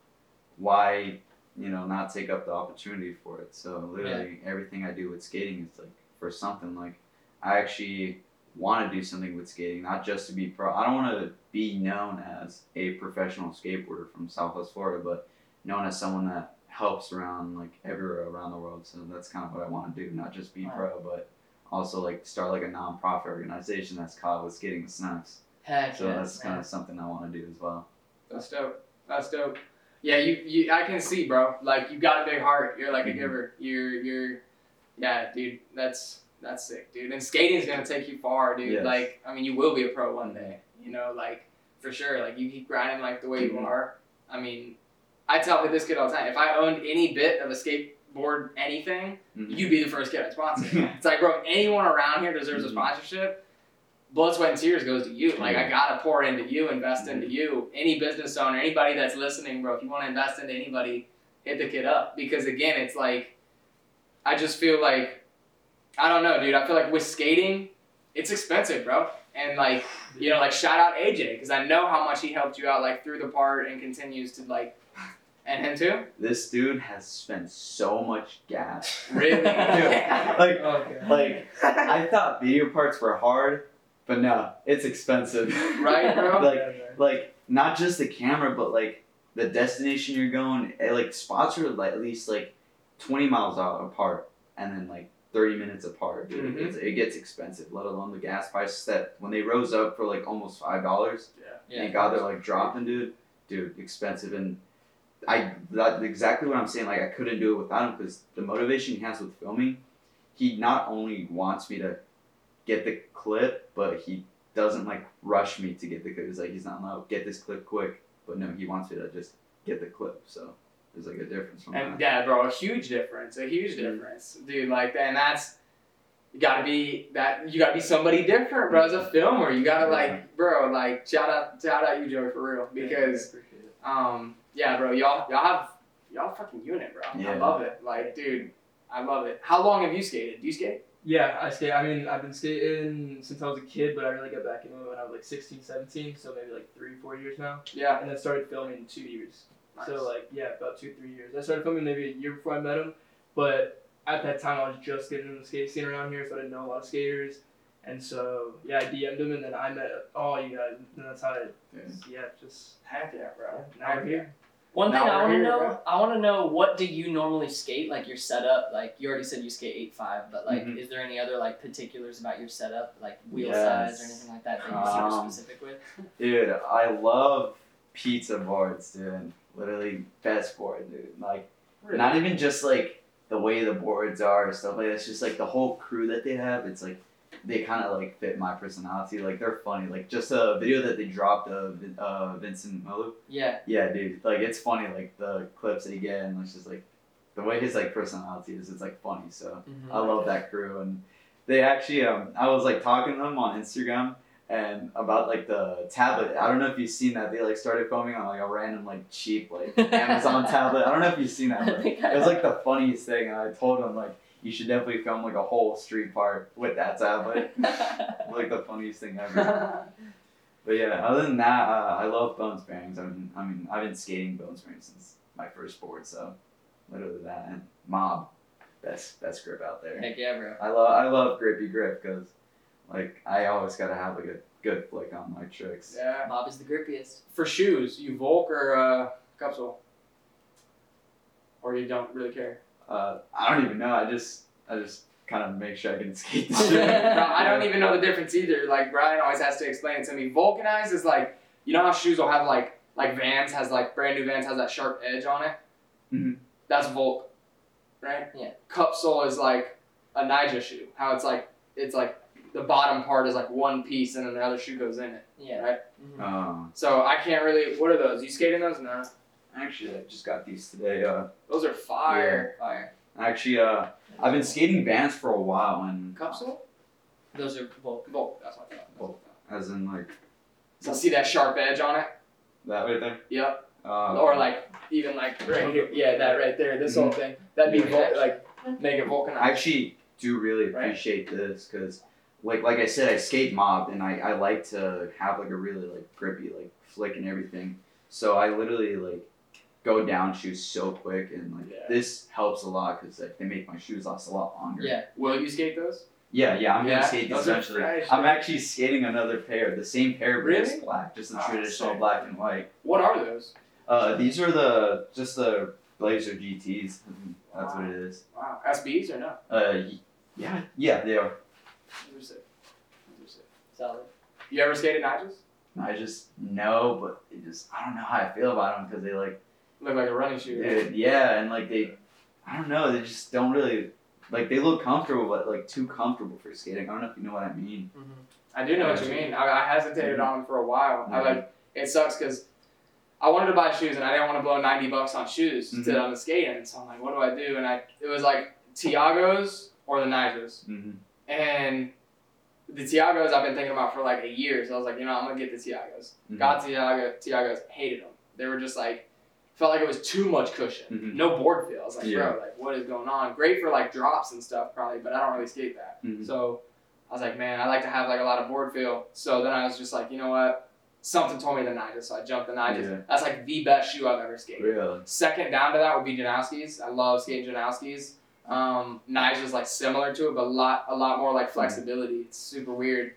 [SPEAKER 15] why you know not take up the opportunity for it? So literally, everything I do with skating is like for something. Like I actually want to do something with skating, not just to be pro. I don't want to be known as a professional skateboarder from Southwest Florida, but known as someone that helps around like everywhere around the world. So that's kind of what I want to do, not just be
[SPEAKER 2] Right.
[SPEAKER 15] pro, but also like start like a nonprofit organization that's called with skating with snacks.
[SPEAKER 2] Heck
[SPEAKER 15] So
[SPEAKER 2] yes,
[SPEAKER 15] that's
[SPEAKER 2] man.
[SPEAKER 15] kind of something I want to do as well.
[SPEAKER 1] That's dope. That's dope. Yeah, you, you I can see, bro. Like you got a big heart. You're like a
[SPEAKER 15] Mhm.
[SPEAKER 1] giver. You're you're yeah, dude, that's that's sick, dude. And skating's gonna take you far, dude.
[SPEAKER 15] Yes.
[SPEAKER 1] Like I mean you will be a pro one day, you know, like for sure. Like you keep grinding like the way you
[SPEAKER 15] Mhm.
[SPEAKER 1] are. I mean I tell this kid all the time, if I owned any bit of a skateboard anything,
[SPEAKER 15] Mhm.
[SPEAKER 1] you'd be the first kid I'd sponsor. it's like, bro, if anyone around here deserves a
[SPEAKER 15] Mhm.
[SPEAKER 1] sponsorship, blood, sweat, and tears goes to you. Like I gotta pour into you, invest into you. Any business owner, anybody that's listening, bro, if you want to invest into anybody, hit the kid up because again, it's like I just feel like I don't know, dude. I feel like with skating, it's expensive, bro. And like you know, like shout out AJ because I know how much he helped you out like through the part and continues to like. And him too?
[SPEAKER 4] This dude has spent so much gas.
[SPEAKER 1] Really?
[SPEAKER 4] Dude, like,
[SPEAKER 3] Okay.
[SPEAKER 4] like I thought video parts were hard, but no, it's expensive.
[SPEAKER 1] Right, bro?
[SPEAKER 4] like, like not just the camera, but like the destination you're going. eh, Like spots are like at least like twenty miles out apart, and then like thirty minutes apart. Dude,
[SPEAKER 1] Mhm.
[SPEAKER 4] It's- it gets expensive. Let alone the gas prices that when they rose up for like almost five dollars.
[SPEAKER 2] Yeah.
[SPEAKER 4] Thank God they're like dropping, dude. Dude, expensive and. I that exactly what I'm saying. Like I couldn't do it without him because the motivation he has with filming, he not only wants me to get the clip, but he doesn't like rush me to get the clip. He's like, he's not allowed get this clip quick, but no, he wants me to just get the clip. So there's like a difference from
[SPEAKER 1] And
[SPEAKER 4] that.
[SPEAKER 1] yeah, bro, a huge difference, a huge difference, dude. Like, and that's you gotta be that you gotta be somebody different, bro. As a filmer, you gotta like, bro, like shout out, shout out you, Joey, for real, because um, yeah, bro, y'all y'all have y'all fucking unit, bro. I
[SPEAKER 4] Yeah.
[SPEAKER 1] love it, like, dude, I love it. How long have you skated? Do you skate?
[SPEAKER 3] Yeah, I skate. I mean, I've been skating since I was a kid, but I really got back into it when I was like 16, 17, so maybe like three, four years now.
[SPEAKER 1] Yeah.
[SPEAKER 3] And then started filming two years.
[SPEAKER 1] Nice.
[SPEAKER 3] So like yeah, about two three years. I started filming maybe a year before I met him, but at that time I was just getting into the skate scene around here, so I didn't know a lot of skaters. And so yeah, I DM'd him, and then I met all you guys, and that's how I yeah just
[SPEAKER 1] Heck yeah, bro.
[SPEAKER 3] now we're here.
[SPEAKER 2] One thing
[SPEAKER 1] Now
[SPEAKER 2] I
[SPEAKER 1] we're
[SPEAKER 2] want to
[SPEAKER 1] here,
[SPEAKER 2] know,
[SPEAKER 1] bro.
[SPEAKER 2] I want to know what do you normally skate? Like your setup, like you already said you skate eight five, but like
[SPEAKER 4] Mhm.
[SPEAKER 2] is there any other like particulars about your setup, like wheel size
[SPEAKER 4] Yes.
[SPEAKER 2] or anything like that that you super
[SPEAKER 4] Um,
[SPEAKER 2] specific with?
[SPEAKER 4] Dude, I love pizza boards, dude. Literally best board, dude. Like not even just like the way the boards are or stuff like that. It's just like the whole crew that they have. It's like they kind of like fit my personality. Like they're funny. Like just a video that they dropped of uh, Vincent Molo.
[SPEAKER 2] Yeah,
[SPEAKER 4] Yeah, dude. Like it's funny. Like the clips that you get, and it's just like the way his like personality is. It's like funny. So I love that crew, and they actually. Um, I was like talking to them on Instagram and about like the tablet. I don't know if you've seen that. They like started filming on like a random like cheap like Amazon tablet. I don't know if you've seen that. But
[SPEAKER 2] think
[SPEAKER 4] it was like the funniest thing, and I told them like you should definitely film like a whole street park with that tablet. like the funniest thing ever. But yeah, other than that, uh, I love bone sparings. I mean, I mean, I've been skating bone sparings since my first board, so literally that and mob, best best grip out there.
[SPEAKER 2] Heck yeah, bro.
[SPEAKER 4] I love I love grippy grip because, like, I always gotta have like a good flick on my tricks.
[SPEAKER 1] Yeah.
[SPEAKER 2] Bob is the grippiest.
[SPEAKER 1] For shoes, you Volk or uh, Cupsole? Or you don't really care?
[SPEAKER 4] Uh, I don't even know. I just I just kind of make sure I can skate the
[SPEAKER 1] Bro,
[SPEAKER 4] shit.
[SPEAKER 1] I don't even know the difference either. Like Brian always has to explain it to me. Vulcanized is like you know how shoes will have like like Vans has like brand new Vans has that sharp edge on it.
[SPEAKER 4] Mhm.
[SPEAKER 1] That's Volk, right?
[SPEAKER 2] Mm-hmm. Yeah.
[SPEAKER 1] Cup sole is like a Ninja shoe. How it's like it's like the bottom part is like one piece and then the other shoe goes in it.
[SPEAKER 2] Yeah.
[SPEAKER 1] Right.
[SPEAKER 4] Oh,
[SPEAKER 1] So I can't really. What are those? You skating those? No.
[SPEAKER 4] actually, I just got these today. Uh,
[SPEAKER 1] Those are fire.
[SPEAKER 2] Fire.
[SPEAKER 4] actually, uh, I've been skating Vans for a while, and
[SPEAKER 1] Cup sole?
[SPEAKER 2] Those are both.
[SPEAKER 1] Volk. That's what I thought.
[SPEAKER 4] Volk. as in like
[SPEAKER 1] So see that sharp edge on it?
[SPEAKER 4] that right there.
[SPEAKER 1] Yep.
[SPEAKER 4] Uh,
[SPEAKER 1] Um, Or like even like right here. Yeah, that right there. This whole thing. That'd be vul- like make it vulcanized.
[SPEAKER 4] I actually do really
[SPEAKER 1] Right.
[SPEAKER 4] appreciate this because, like, like I said, I skate mobbed and I, I like to have like a really like grippy like flick and everything. So I literally like go down shoes so quick and like
[SPEAKER 1] Yeah.
[SPEAKER 4] this helps a lot because like they make my shoes last a lot longer.
[SPEAKER 2] Yeah.
[SPEAKER 1] Will you skate those?
[SPEAKER 4] yeah, yeah, I'm
[SPEAKER 1] Yeah,
[SPEAKER 4] gonna skate
[SPEAKER 1] those
[SPEAKER 4] this
[SPEAKER 1] are
[SPEAKER 4] eventually.
[SPEAKER 1] fresh.
[SPEAKER 4] I'm actually skating another pair, the same pair, but it's
[SPEAKER 1] Really?
[SPEAKER 4] black, just the
[SPEAKER 1] Oh,
[SPEAKER 4] traditional
[SPEAKER 1] sick.
[SPEAKER 4] black and white.
[SPEAKER 1] What are those?
[SPEAKER 4] Uh, these are the just the Blazer GTS.
[SPEAKER 1] Mm-hmm.
[SPEAKER 4] That's what it is.
[SPEAKER 1] Wow. SBs or no?
[SPEAKER 4] Uh, y- yeah, yeah, they are.
[SPEAKER 1] Those are sick. Those are sick.
[SPEAKER 2] Solid.
[SPEAKER 1] You ever skated Nigels?
[SPEAKER 4] I just know, but it just I don't know how I feel about them because they like
[SPEAKER 1] Look like a running shoe.
[SPEAKER 4] dude, yeah, and like they, I don't know, they just don't really like they look comfortable, but like too comfortable for skating. I don't know if you know what I mean.
[SPEAKER 1] I do know what you mean. I, I hesitated on them for a while. I
[SPEAKER 4] Mhm.
[SPEAKER 1] like it sucks because I wanted to buy shoes and I didn't want to blow ninety bucks on shoes
[SPEAKER 4] Mhm.
[SPEAKER 1] to on the skating. So I'm like, what do I do? And I it was like Tiago's or the Nigers,
[SPEAKER 4] Mm-hmm.
[SPEAKER 1] and the Tiagos I've been thinking about for like a year. So I was like, you know, I'm gonna get the Tiagos.
[SPEAKER 4] Mhm.
[SPEAKER 1] Got Tiago, Tiagos, hated them. They were just like felt like it was too much cushion,
[SPEAKER 4] Mhm.
[SPEAKER 1] no board feel. I was like,
[SPEAKER 4] Yeah.
[SPEAKER 1] bro, like what is going on? Great for like drops and stuff probably, but I don't really skate that.
[SPEAKER 4] Mhm.
[SPEAKER 1] So I was like, man, I like to have like a lot of board feel. So then I was just like, you know what? Something told me the Nidus, so I jumped the Nidus.
[SPEAKER 4] Yeah.
[SPEAKER 1] That's like the best shoe I've ever skated.
[SPEAKER 4] Really?
[SPEAKER 1] Second down to that would be Janowski's. I love skating Janowski's. Um, Nige is like similar to it, but a lot a lot more like flexibility. It's super weird,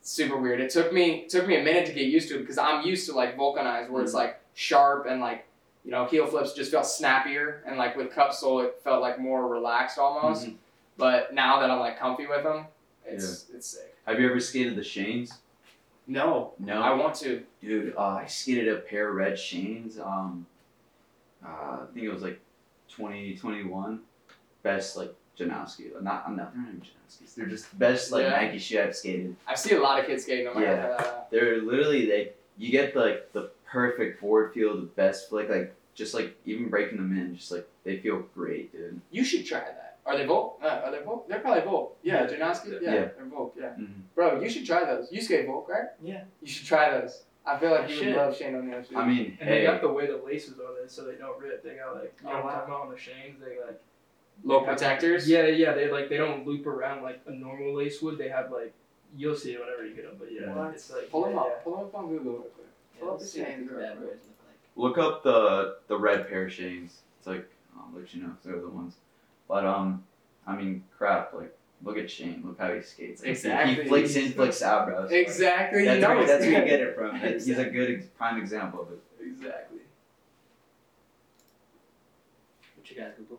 [SPEAKER 1] super weird. It took me took me a minute to get used to it because I'm used to like vulcanized where it's like sharp and like you know heel flips just felt snappier and like with cup sole it felt like more relaxed almost.
[SPEAKER 4] Mhm.
[SPEAKER 1] But now that I'm like comfy with them, it's it's sick.
[SPEAKER 4] Have you ever skated the Shanes?
[SPEAKER 1] No,
[SPEAKER 4] No.
[SPEAKER 1] I want to.
[SPEAKER 4] Dude, uh, I skated a pair of red Shanes. Um, uh, I think it was like 2021. Best like Janowski. Not, I'm not. They're not even Janowskis. They're just the best like
[SPEAKER 1] Yeah.
[SPEAKER 4] Nike shoe I've skated.
[SPEAKER 1] I see a lot of kids skating. I'm like,
[SPEAKER 4] Yeah.
[SPEAKER 1] uh,
[SPEAKER 4] They're literally they. You get like the perfect forward feel, the best flick, like just like even breaking them in, just like they feel great, dude.
[SPEAKER 1] You should try that. Are they Volk? Uh, are they Volk? They're probably Volk. Yeah, Janowski. Yeah,
[SPEAKER 4] Yeah.
[SPEAKER 1] they're Volk. Yeah.
[SPEAKER 4] Mhm.
[SPEAKER 1] Bro, you should try those. You skate Volk, right?
[SPEAKER 2] Yeah.
[SPEAKER 1] You should try those. I feel like
[SPEAKER 2] I
[SPEAKER 1] you
[SPEAKER 2] should.
[SPEAKER 1] would love Shane O'Neill's shoes.
[SPEAKER 4] I mean,
[SPEAKER 3] And they
[SPEAKER 4] hey,
[SPEAKER 3] got the way the laces are there, so they don't rip. They got like you
[SPEAKER 1] Oh,
[SPEAKER 3] know what I'm
[SPEAKER 1] wow.
[SPEAKER 3] talking about on the chains. They like
[SPEAKER 1] low
[SPEAKER 3] they have-
[SPEAKER 1] protectors.
[SPEAKER 3] Yeah, yeah. They like they don't loop around like a normal lace would. They have like you'll see it whenever you get them. But yeah,
[SPEAKER 2] What?
[SPEAKER 3] it's like
[SPEAKER 1] Pull
[SPEAKER 3] yeah,
[SPEAKER 1] them up. Pull them up on Google real quick.
[SPEAKER 2] Yeah,
[SPEAKER 1] Pull up
[SPEAKER 2] let's
[SPEAKER 1] the
[SPEAKER 2] see what
[SPEAKER 1] Shane.
[SPEAKER 2] these bad
[SPEAKER 1] bro.
[SPEAKER 2] boys look like.
[SPEAKER 4] look up the the red pair of Shanes. It's like I'll let you know if they're the ones. But um, I mean, crap. Like, look at Shane. Look how he skates. Like, he-
[SPEAKER 1] Exactly.
[SPEAKER 4] He flicks in, flicks out, bro. It's like-
[SPEAKER 1] Exactly.
[SPEAKER 4] That's
[SPEAKER 1] you know
[SPEAKER 4] where,
[SPEAKER 1] it's
[SPEAKER 4] that's where you
[SPEAKER 1] good.
[SPEAKER 4] get it from. He's a good ex- prime example of it.
[SPEAKER 1] Exactly.
[SPEAKER 2] What you guys Google?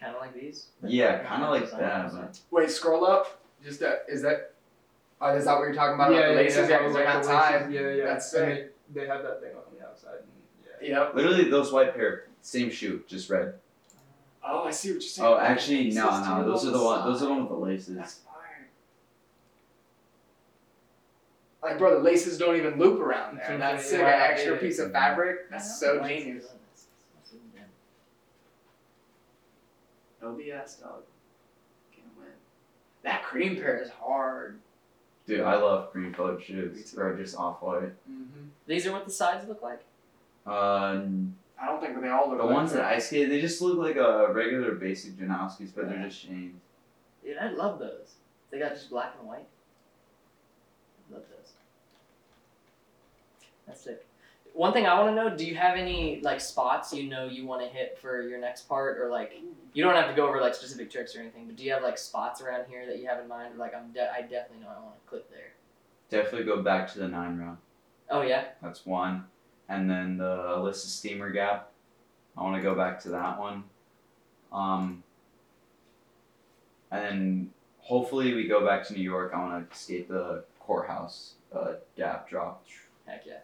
[SPEAKER 2] Kind of like these. but
[SPEAKER 4] Yeah,
[SPEAKER 2] not
[SPEAKER 4] kind of like
[SPEAKER 2] design.
[SPEAKER 4] that. But
[SPEAKER 1] Wait, scroll up. Just that. Is that? Oh, is that what you're talking about?
[SPEAKER 3] yeah,
[SPEAKER 1] about the
[SPEAKER 3] yeah,
[SPEAKER 1] laces?
[SPEAKER 3] yeah,
[SPEAKER 1] Yeah, 'cause
[SPEAKER 3] like
[SPEAKER 1] they're not
[SPEAKER 3] the
[SPEAKER 1] tied.
[SPEAKER 3] laces, Yeah, yeah.
[SPEAKER 1] That's
[SPEAKER 3] and
[SPEAKER 1] sick.
[SPEAKER 3] They, they have that thing on the outside. And, yeah.
[SPEAKER 1] Yep.
[SPEAKER 4] literally, those white pair, same shoe, just red.
[SPEAKER 1] Oh, I see what you're saying.
[SPEAKER 4] Oh, actually, no,
[SPEAKER 1] Laces
[SPEAKER 4] no.
[SPEAKER 1] too
[SPEAKER 4] Those
[SPEAKER 1] on
[SPEAKER 4] are the one.
[SPEAKER 1] side.
[SPEAKER 4] Those are the one with the
[SPEAKER 1] That's
[SPEAKER 4] laces.
[SPEAKER 1] fire. Like, bro, the laces don't Mm-hmm. even loop around there.
[SPEAKER 3] That's
[SPEAKER 1] That's
[SPEAKER 3] what
[SPEAKER 1] sick.
[SPEAKER 3] I'm
[SPEAKER 1] An
[SPEAKER 3] saying. Wow,
[SPEAKER 1] extra
[SPEAKER 3] dude.
[SPEAKER 1] piece of fabric.
[SPEAKER 2] I
[SPEAKER 1] That's
[SPEAKER 2] don't
[SPEAKER 1] so
[SPEAKER 2] know why it's
[SPEAKER 1] genius.
[SPEAKER 2] doing this. It's so dumb.
[SPEAKER 1] OBS, dog. Can't win. That cream pair is hard.
[SPEAKER 4] Dude, I love cream colored
[SPEAKER 1] Me
[SPEAKER 4] shoes.
[SPEAKER 1] too.
[SPEAKER 4] Or just off white.
[SPEAKER 1] Mm-hmm.
[SPEAKER 2] These are what the sides look like.
[SPEAKER 4] Uh,
[SPEAKER 1] I don't think they all look
[SPEAKER 4] the
[SPEAKER 1] like
[SPEAKER 4] ones that I skated, they just look like a regular basic Janowski's, but they're just Shane.
[SPEAKER 2] Dude, I love those. They got just black and white. Love those. That's sick. One thing I want to know: Do you have any like spots you know you want to hit for your next part, or like you don't have to go over like specific tricks or anything, but do you have like spots around here that you have in mind? Like I'm, de- I definitely know I want to clip there.
[SPEAKER 4] Definitely go back to the nine round.
[SPEAKER 2] Oh yeah,
[SPEAKER 4] That's one. And then the Alyssa Steamer Gap. I want to go back to that one. Um, and then hopefully we go back to New York. I want to skate the courthouse uh, gap drop.
[SPEAKER 2] heck yeah.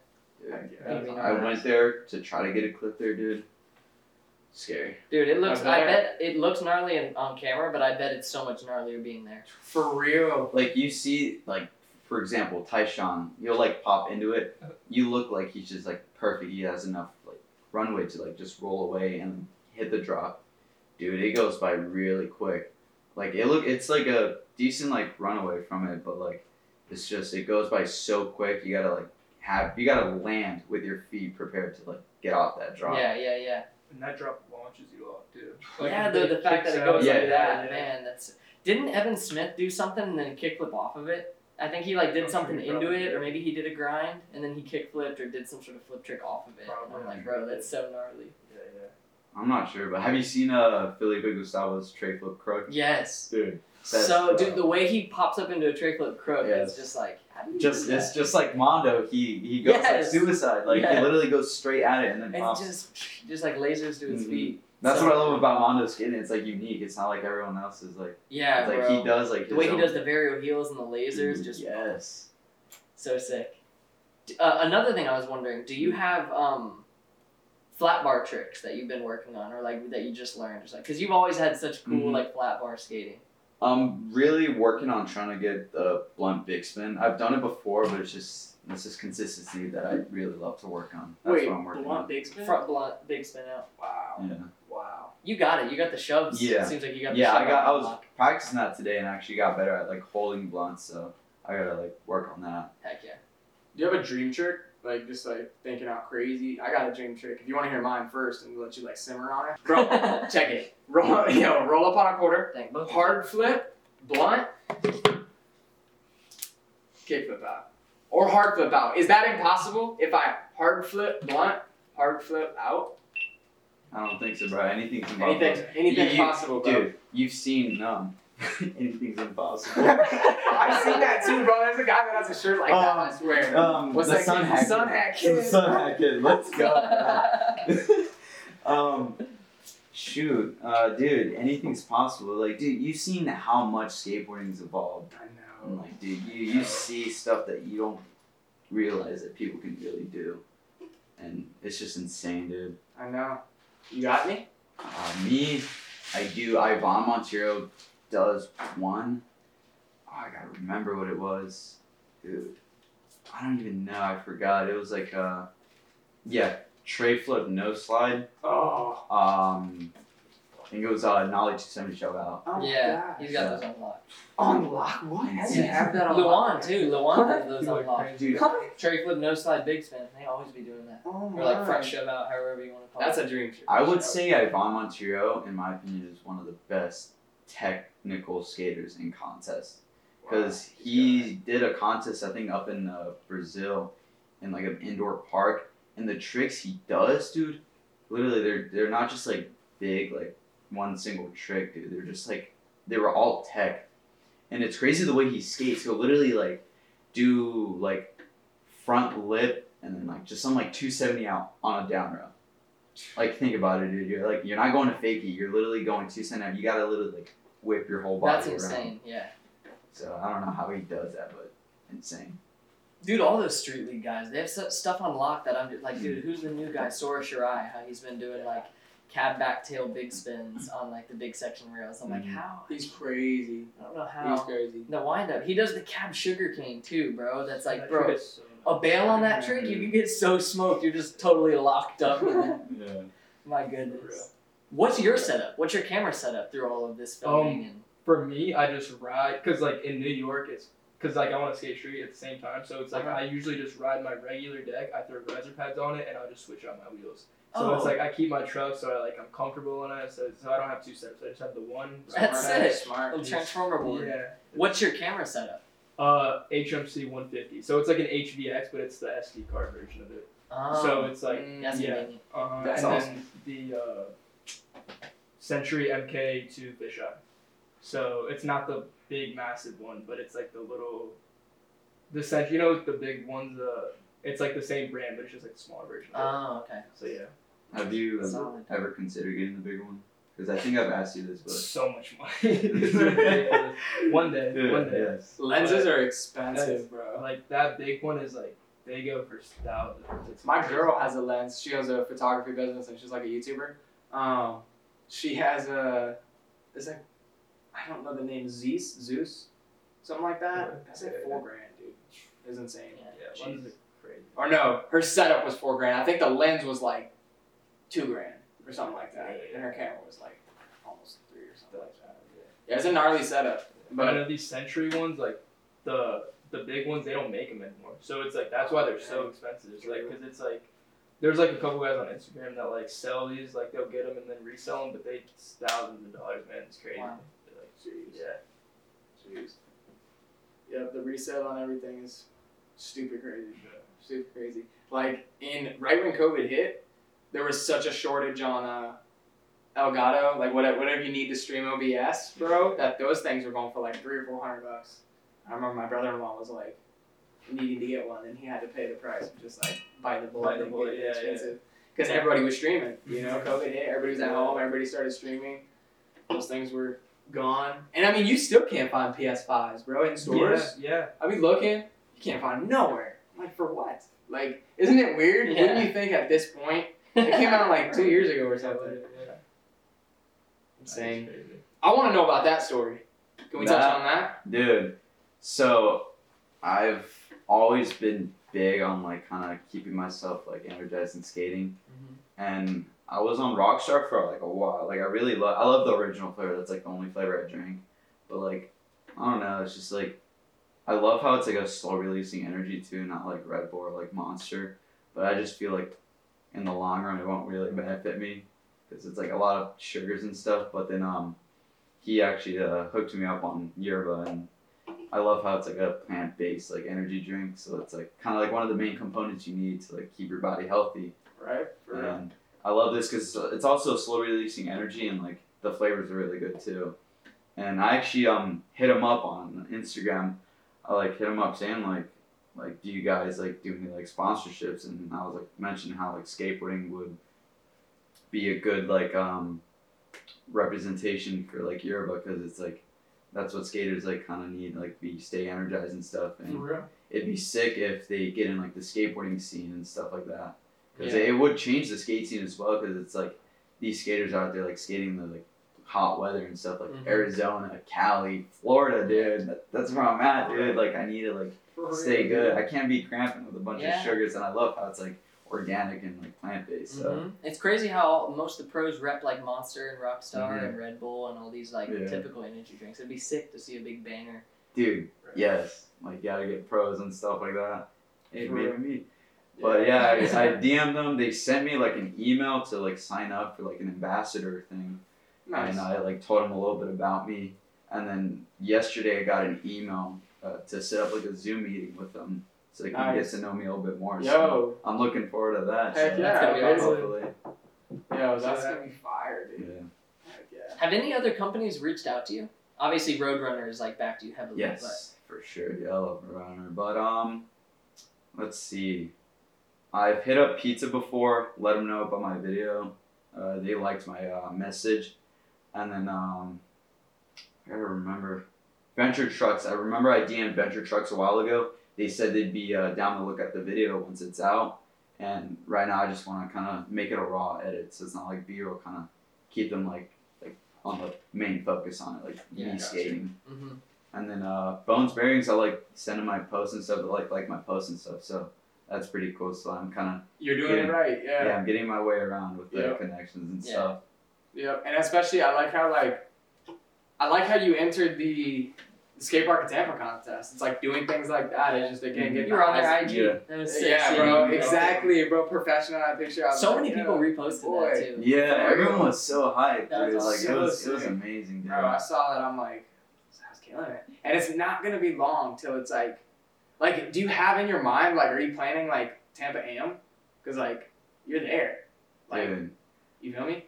[SPEAKER 4] Dude,
[SPEAKER 2] That'd be
[SPEAKER 4] I
[SPEAKER 2] nice.
[SPEAKER 4] went there to try to get a clip there, dude. Scary.
[SPEAKER 2] Dude, it looks.
[SPEAKER 1] I
[SPEAKER 2] I
[SPEAKER 1] bet.
[SPEAKER 2] bet it looks gnarly in, on camera, but I bet it's so much gnarlier being there.
[SPEAKER 1] For real.
[SPEAKER 4] Like you see, like for example, Tyshawn, you'll like pop into it. You look like he's just like perfect. He has enough like runway to like just roll away and hit the drop. Dude, it goes by really quick. Like it look, it's like a decent like runaway from it, but like it's just it goes by so quick. You gotta like have you gotta land with your feet prepared to like get off that drop.
[SPEAKER 2] Yeah, yeah, yeah.
[SPEAKER 3] And that drop launches you off too.
[SPEAKER 2] yeah,
[SPEAKER 3] it
[SPEAKER 2] the, the
[SPEAKER 3] really
[SPEAKER 2] fact that
[SPEAKER 3] kicks
[SPEAKER 2] it
[SPEAKER 3] out.
[SPEAKER 2] goes
[SPEAKER 4] Yeah.
[SPEAKER 2] like that,
[SPEAKER 3] Yeah.
[SPEAKER 2] man, that's didn't Evan Smith do something and then kickflip off of it? I think he like did
[SPEAKER 3] I'm
[SPEAKER 2] something
[SPEAKER 3] sure he
[SPEAKER 2] into
[SPEAKER 3] probably
[SPEAKER 2] it,
[SPEAKER 3] did.
[SPEAKER 2] or maybe he did a grind and then he kickflipped or did some sort of flip trick off of it. And I'm
[SPEAKER 3] Probably.
[SPEAKER 2] like, bro, that's so gnarly.
[SPEAKER 3] Yeah, yeah.
[SPEAKER 4] I'm not sure, but have you seen uh Felipe Gustavo's tray flip crook?
[SPEAKER 2] Yes.
[SPEAKER 4] Dude, That's
[SPEAKER 2] So
[SPEAKER 4] the-
[SPEAKER 2] dude, the way he pops up into a trick flip crook is
[SPEAKER 4] Yes.
[SPEAKER 2] just like how do you
[SPEAKER 4] just
[SPEAKER 2] do that?
[SPEAKER 4] it's just like Mondo. He he goes like
[SPEAKER 2] Yes.
[SPEAKER 4] suicide. Like
[SPEAKER 2] Yeah.
[SPEAKER 4] he literally goes straight at it and then
[SPEAKER 2] and
[SPEAKER 4] pops.
[SPEAKER 2] just just like lasers to his
[SPEAKER 4] Mhm.
[SPEAKER 2] feet.
[SPEAKER 4] That's
[SPEAKER 2] so-
[SPEAKER 4] what I love about Mondo skating. It's like unique. It's not like everyone else is like.
[SPEAKER 2] Yeah,
[SPEAKER 4] it's like
[SPEAKER 2] bro.
[SPEAKER 4] he does like
[SPEAKER 2] the way
[SPEAKER 4] his
[SPEAKER 2] he
[SPEAKER 4] own-
[SPEAKER 2] does the varial heels and the lasers,
[SPEAKER 4] Mhm.
[SPEAKER 2] just
[SPEAKER 4] yes.
[SPEAKER 2] So sick. D- Uh, another thing I was wondering, do you have um, flat bar tricks that you've been working on, or like that you just learned, just like because you've always had such cool
[SPEAKER 4] Mhm.
[SPEAKER 2] like flat bar skating.
[SPEAKER 4] I'm really working on trying to get the blunt big spin. I've done it before, but it's just it's just consistency that I really love to work on. That's
[SPEAKER 1] Wait,
[SPEAKER 4] what I'm working
[SPEAKER 1] blunt big spin?
[SPEAKER 2] Front blunt, big spin out.
[SPEAKER 1] Wow.
[SPEAKER 4] on. Yeah.
[SPEAKER 1] Wow.
[SPEAKER 2] You got it. You got the shoves.
[SPEAKER 4] Yeah.
[SPEAKER 2] It seems like you got the
[SPEAKER 4] Yeah,
[SPEAKER 2] shove
[SPEAKER 4] I got. I
[SPEAKER 2] on
[SPEAKER 4] was
[SPEAKER 2] lock.
[SPEAKER 4] practicing that today, and actually got better at like holding blunts. So I gotta like work on that.
[SPEAKER 2] Heck yeah.
[SPEAKER 1] Do you have a dream trick? Like just like thinking out crazy. I got a dream trick. If you want to hear mine first, and let you like simmer on it, bro. check it. Roll, yo, roll up on a quarter.
[SPEAKER 2] Dang, both.
[SPEAKER 1] Hard flip, blunt, kick flip out, or hard flip out. Is that impossible? If I hard flip, blunt, hard flip out,
[SPEAKER 4] I don't think so, bro. Anything's impossible.
[SPEAKER 1] anything, anything's
[SPEAKER 4] You- you-
[SPEAKER 1] possible, bro.
[SPEAKER 4] Dude, you've seen numb. Anything's impossible.
[SPEAKER 1] I've seen that too, bro. There's a guy that has a shirt like that. I swear.
[SPEAKER 4] Um,
[SPEAKER 1] What's
[SPEAKER 4] the
[SPEAKER 1] that
[SPEAKER 4] sun
[SPEAKER 1] kid?
[SPEAKER 4] hack.
[SPEAKER 1] Sun hack kid.
[SPEAKER 4] The sun hack kid. Let's go.
[SPEAKER 1] Oh
[SPEAKER 4] um, shoot, uh, dude, anything's possible. Like, dude, you've seen how much skateboarding's evolved.
[SPEAKER 1] I know.
[SPEAKER 4] And, like, dude, you, you see stuff that you don't realize that people can really do, and it's just insane, dude.
[SPEAKER 1] I know. You got me?
[SPEAKER 4] Uh, me, I do. Ivan Montero does one. Oh, I gotta remember what it was, dude. I don't even know. I forgot. It was like uh, yeah, tray flip no slide.
[SPEAKER 1] Oh.
[SPEAKER 4] Um, I think it was uh, knowledge seventy show out.
[SPEAKER 1] oh
[SPEAKER 2] yeah,
[SPEAKER 1] God.
[SPEAKER 2] he's got those on lock.
[SPEAKER 1] Unlock what? How do you have that on lock?
[SPEAKER 2] Luan too. Luan has those on lock.
[SPEAKER 4] Dude,
[SPEAKER 2] Cherry flip, no slide, big spin. They always be doing that.
[SPEAKER 1] Oh
[SPEAKER 2] Or like front
[SPEAKER 1] my.
[SPEAKER 2] shove out, however you want to call
[SPEAKER 1] That's
[SPEAKER 2] it.
[SPEAKER 1] a dream trip.
[SPEAKER 4] I would say Ivan Montero, in my opinion, is one of the best technical skaters in contest. because he did a contest I think up in uh, Brazil, in like an indoor park, and the tricks he does, dude, literally they're they're not just like big like one single trick, dude. They're just like they were all tech, and it's crazy the way he skates. He'll literally like do like front lip and then like just some like two seventy out on a down row. Like think about it, dude. You're like you're not going to fakie. You're literally going two seventy out. You gotta literally like whip your whole body
[SPEAKER 2] That's
[SPEAKER 4] around.
[SPEAKER 2] insane. Yeah.
[SPEAKER 4] So I don't know how he does that, but insane.
[SPEAKER 2] Dude, all those street league guys, they have stu- stuff on lock that I'm just like,
[SPEAKER 3] Hmm.
[SPEAKER 2] dude, who's the new guy? Sora Shirai, how he's been doing like cab back tail big spins on like the big section rails.
[SPEAKER 3] Hmm.
[SPEAKER 2] I'm like,
[SPEAKER 4] Mhm.
[SPEAKER 2] how?
[SPEAKER 1] He's crazy.
[SPEAKER 2] I don't know
[SPEAKER 1] He's
[SPEAKER 2] how.
[SPEAKER 1] crazy.
[SPEAKER 2] The wind up. He does the cab sugar cane too, bro. Oh, That's like,
[SPEAKER 3] That
[SPEAKER 2] bro,
[SPEAKER 3] trick is so
[SPEAKER 2] a bail on that trick, you could get so smoked. You're just totally locked up. in it.
[SPEAKER 4] Yeah.
[SPEAKER 2] My goodness. What's your setup? What's your camera setup through all of this
[SPEAKER 3] Um,
[SPEAKER 2] filming? and
[SPEAKER 3] for me, I just ride because like in New York, it's because like I want to skate street at the same time, so it's like
[SPEAKER 2] Uh-huh.
[SPEAKER 3] I usually just ride my regular deck. I throw riser pads on it, and I just switch out my wheels. So
[SPEAKER 2] oh,
[SPEAKER 3] it's like I keep my truck, so I like I'm comfortable on it, so, so I don't have two setups. I just have the one.
[SPEAKER 2] That's
[SPEAKER 3] smart
[SPEAKER 2] it.
[SPEAKER 3] ass, Smart.
[SPEAKER 2] little transformer board.
[SPEAKER 3] Yeah.
[SPEAKER 2] What's your camera setup?
[SPEAKER 3] Uh, HMC 150. So it's like an HVX, but it's the SD card version of it.
[SPEAKER 2] Um,
[SPEAKER 3] so it's like
[SPEAKER 1] Mm.
[SPEAKER 2] that's
[SPEAKER 3] yeah.
[SPEAKER 2] convenient.
[SPEAKER 3] uh,
[SPEAKER 1] Oh. That's
[SPEAKER 3] and then the uh, Century MK to fisheye. So it's not the big massive one, but it's like the little, the Century. You know the big ones. Uh, it's like the same brand, but it's just like the smaller version. Of it.
[SPEAKER 1] Uh.
[SPEAKER 2] Oh, okay.
[SPEAKER 3] So yeah,
[SPEAKER 4] Have you ever,
[SPEAKER 2] Solid.
[SPEAKER 4] ever considered getting the bigger one? Because I think I've asked you this, but
[SPEAKER 3] so much money. one day, one day.
[SPEAKER 4] Yes.
[SPEAKER 1] Lenses are
[SPEAKER 3] That's-
[SPEAKER 1] expensive, bro.
[SPEAKER 3] Like that big one is like they go for thousands. It's
[SPEAKER 1] My
[SPEAKER 3] crazy.
[SPEAKER 1] girl has a lens. She has a photography business and she's like a YouTuber. Um, she has a, it's like, I don't know the name, Zeus, Zeus, something like that. That's like four grand, dude. It's insane.
[SPEAKER 3] Yeah, one's crazy.
[SPEAKER 1] Or no, her setup was four grand. I think the lens was like two grand or something like that, and her camera was like almost three or something like that. Yeah, it's a gnarly setup,
[SPEAKER 3] But I
[SPEAKER 1] but
[SPEAKER 3] know these Century ones, like the the big ones, they don't make them anymore. So it's like that's why they're so expensive. It's like because it's like there's like a couple guys on Instagram that like sell these, like they'll get them and then resell them, but they it's thousands of dollars, man. It's crazy.
[SPEAKER 2] Wow.
[SPEAKER 3] They're Like,
[SPEAKER 1] Jeez.
[SPEAKER 3] yeah.
[SPEAKER 1] Jeez. Yeah, the resale on everything is stupid crazy. Stupid crazy. Like in right when COVID hit, there was such a shortage on uh, Elgato, like whatever, whatever you need to stream OBS, bro. That those things were going for like three or four hundred bucks. I remember my brother-in-law was like needing to get one, and he had to pay the price, of just like buy the bullet.
[SPEAKER 3] Buy the bullet, yeah, yeah.
[SPEAKER 1] Because everybody was streaming, you know, COVID hit, everybody was at home, everybody started streaming. Those things were gone. And I mean, you still can't find PS5s, bro, in stores.
[SPEAKER 3] Yeah.
[SPEAKER 1] I mean, looking, you can't find nowhere. Like, for what? Like, isn't it weird? Wouldn't
[SPEAKER 2] Yeah.
[SPEAKER 1] you think at this point? It came out like two years ago or
[SPEAKER 3] yeah.
[SPEAKER 1] something. Insane.
[SPEAKER 3] That's crazy.
[SPEAKER 1] I want to know about that story. Can we touch
[SPEAKER 4] Nah.
[SPEAKER 1] on that?
[SPEAKER 4] Dude, so I've always been big on like kind of keeping myself like energized and skating, and I was on Rockstar for like a while. Like I really love I love the original flavor. That's like the only flavor I drink. But like I don't know. It's just like I love how it's like a slow releasing energy too, not like Red Bull or like Monster. But I just feel like in the long run it won't really benefit me because it's like a lot of sugars and stuff. But then um he actually uh, hooked me up on yerba and I love how it's like a plant based like energy drink. So it's like kind of like one of the main components you need to like keep your body healthy.
[SPEAKER 1] right? For real.
[SPEAKER 4] And I love this because it's also slow releasing energy and like the flavors are really good too. And I actually um hit him up on Instagram. I like hit him up saying like like do you guys like do any like sponsorships? And I was like mentioning how like skateboarding would be a good like um representation for like Yoruba because it's like that's what skaters like kind of need like be stay energized and stuff and
[SPEAKER 3] For real.
[SPEAKER 4] it'd be sick if they get in like the skateboarding scene and stuff like that because
[SPEAKER 1] Yeah.
[SPEAKER 4] it would change the skate scene as well because it's like these skaters out there like skating the like hot weather and stuff like
[SPEAKER 3] Mm-hmm.
[SPEAKER 1] Mhm.
[SPEAKER 4] arizona cali florida dude that, that's where i'm at dude like i need to like
[SPEAKER 3] For
[SPEAKER 4] stay
[SPEAKER 3] real.
[SPEAKER 4] good i can't be cramping with a bunch
[SPEAKER 2] Yeah.
[SPEAKER 4] of sugars and i love how it's like organic and like plant-based
[SPEAKER 3] Mm-hmm.
[SPEAKER 4] so
[SPEAKER 1] Mhm.
[SPEAKER 2] It's crazy how most of the pros rep like Monster and Rockstar
[SPEAKER 1] Mm-hmm.
[SPEAKER 4] Mhm.
[SPEAKER 2] and Red Bull and all these like
[SPEAKER 4] Yeah.
[SPEAKER 2] typical energy drinks. It'd be sick to see a big banger.
[SPEAKER 4] dude yes like gotta get pros and stuff like that hey
[SPEAKER 3] For
[SPEAKER 4] maybe
[SPEAKER 3] real.
[SPEAKER 4] me But yeah, I, I DM'd them. They sent me like an email to like sign up for like an ambassador thing,
[SPEAKER 1] Nice.
[SPEAKER 4] and I like told them a little bit about me. And then yesterday, I got an email uh, to set up like a Zoom meeting with them, so they can
[SPEAKER 1] Nice.
[SPEAKER 4] get to know me a little bit more. So
[SPEAKER 1] Yo,
[SPEAKER 4] I'm looking forward to that.
[SPEAKER 1] Heck yeah,
[SPEAKER 4] so that's gonna be
[SPEAKER 1] amazing.
[SPEAKER 4] hopefully.
[SPEAKER 1] yo, that's
[SPEAKER 3] So-
[SPEAKER 1] gonna be fire, dude.
[SPEAKER 4] Yeah.
[SPEAKER 1] Heck yeah.
[SPEAKER 2] Have any other companies reached out to you? Obviously, Roadrunner is like back to you heavily.
[SPEAKER 4] Yes, for sure. Yeah, I love Runner. But um, let's see. I've hit up Pizza before. Let them know about my video. Uh, they liked my uh, message, and then um, I gotta remember Venture Trucks. I remember I DM'd Venture Trucks a while ago. They said they'd be uh, down to look at the video once it's out. And right now, I just want to kind of make it a raw edit, so it's not like B-roll. Kind of keep them like like on the main focus on it, like
[SPEAKER 2] Yeah,
[SPEAKER 4] me
[SPEAKER 1] gotcha.
[SPEAKER 4] skating.
[SPEAKER 2] But, hmm
[SPEAKER 4] And then uh, Bones Bearings, I like sending my posts and stuff, but like like my posts and stuff. So that's pretty cool. So I'm kind of
[SPEAKER 1] You're doing it
[SPEAKER 4] Yeah.
[SPEAKER 1] right.
[SPEAKER 4] yeah. I'm getting my way around with the
[SPEAKER 1] Yeah.
[SPEAKER 4] connections and
[SPEAKER 2] Yeah.
[SPEAKER 4] stuff.
[SPEAKER 1] Yep, and especially I like how like I like how you entered the, the skate park at Tampa contest. It's like doing things like that. It's just again getting
[SPEAKER 2] You were on
[SPEAKER 1] eyes-
[SPEAKER 2] their IG.
[SPEAKER 4] Yeah.
[SPEAKER 2] That was sick.
[SPEAKER 1] Yeah,
[SPEAKER 2] seeing
[SPEAKER 1] bro,
[SPEAKER 2] you.
[SPEAKER 1] exactly, bro. Professional. I picture. I was
[SPEAKER 2] So
[SPEAKER 1] like,
[SPEAKER 2] many
[SPEAKER 1] yeah,
[SPEAKER 2] people reposted
[SPEAKER 1] boy.
[SPEAKER 2] that too.
[SPEAKER 4] Yeah,
[SPEAKER 1] For
[SPEAKER 4] everyone
[SPEAKER 1] real.
[SPEAKER 4] was so hyped.
[SPEAKER 2] That
[SPEAKER 4] Dude.
[SPEAKER 2] was
[SPEAKER 4] like it
[SPEAKER 1] so
[SPEAKER 4] was it was
[SPEAKER 1] sick.
[SPEAKER 4] amazing, dude.
[SPEAKER 1] Bro, I saw that. I'm like, I was killing it. And it's not gonna be long till it's like, like, do you have in your mind like, are you planning like Tampa Am? Because like, you're there. Like,
[SPEAKER 4] Dude,
[SPEAKER 1] you feel me?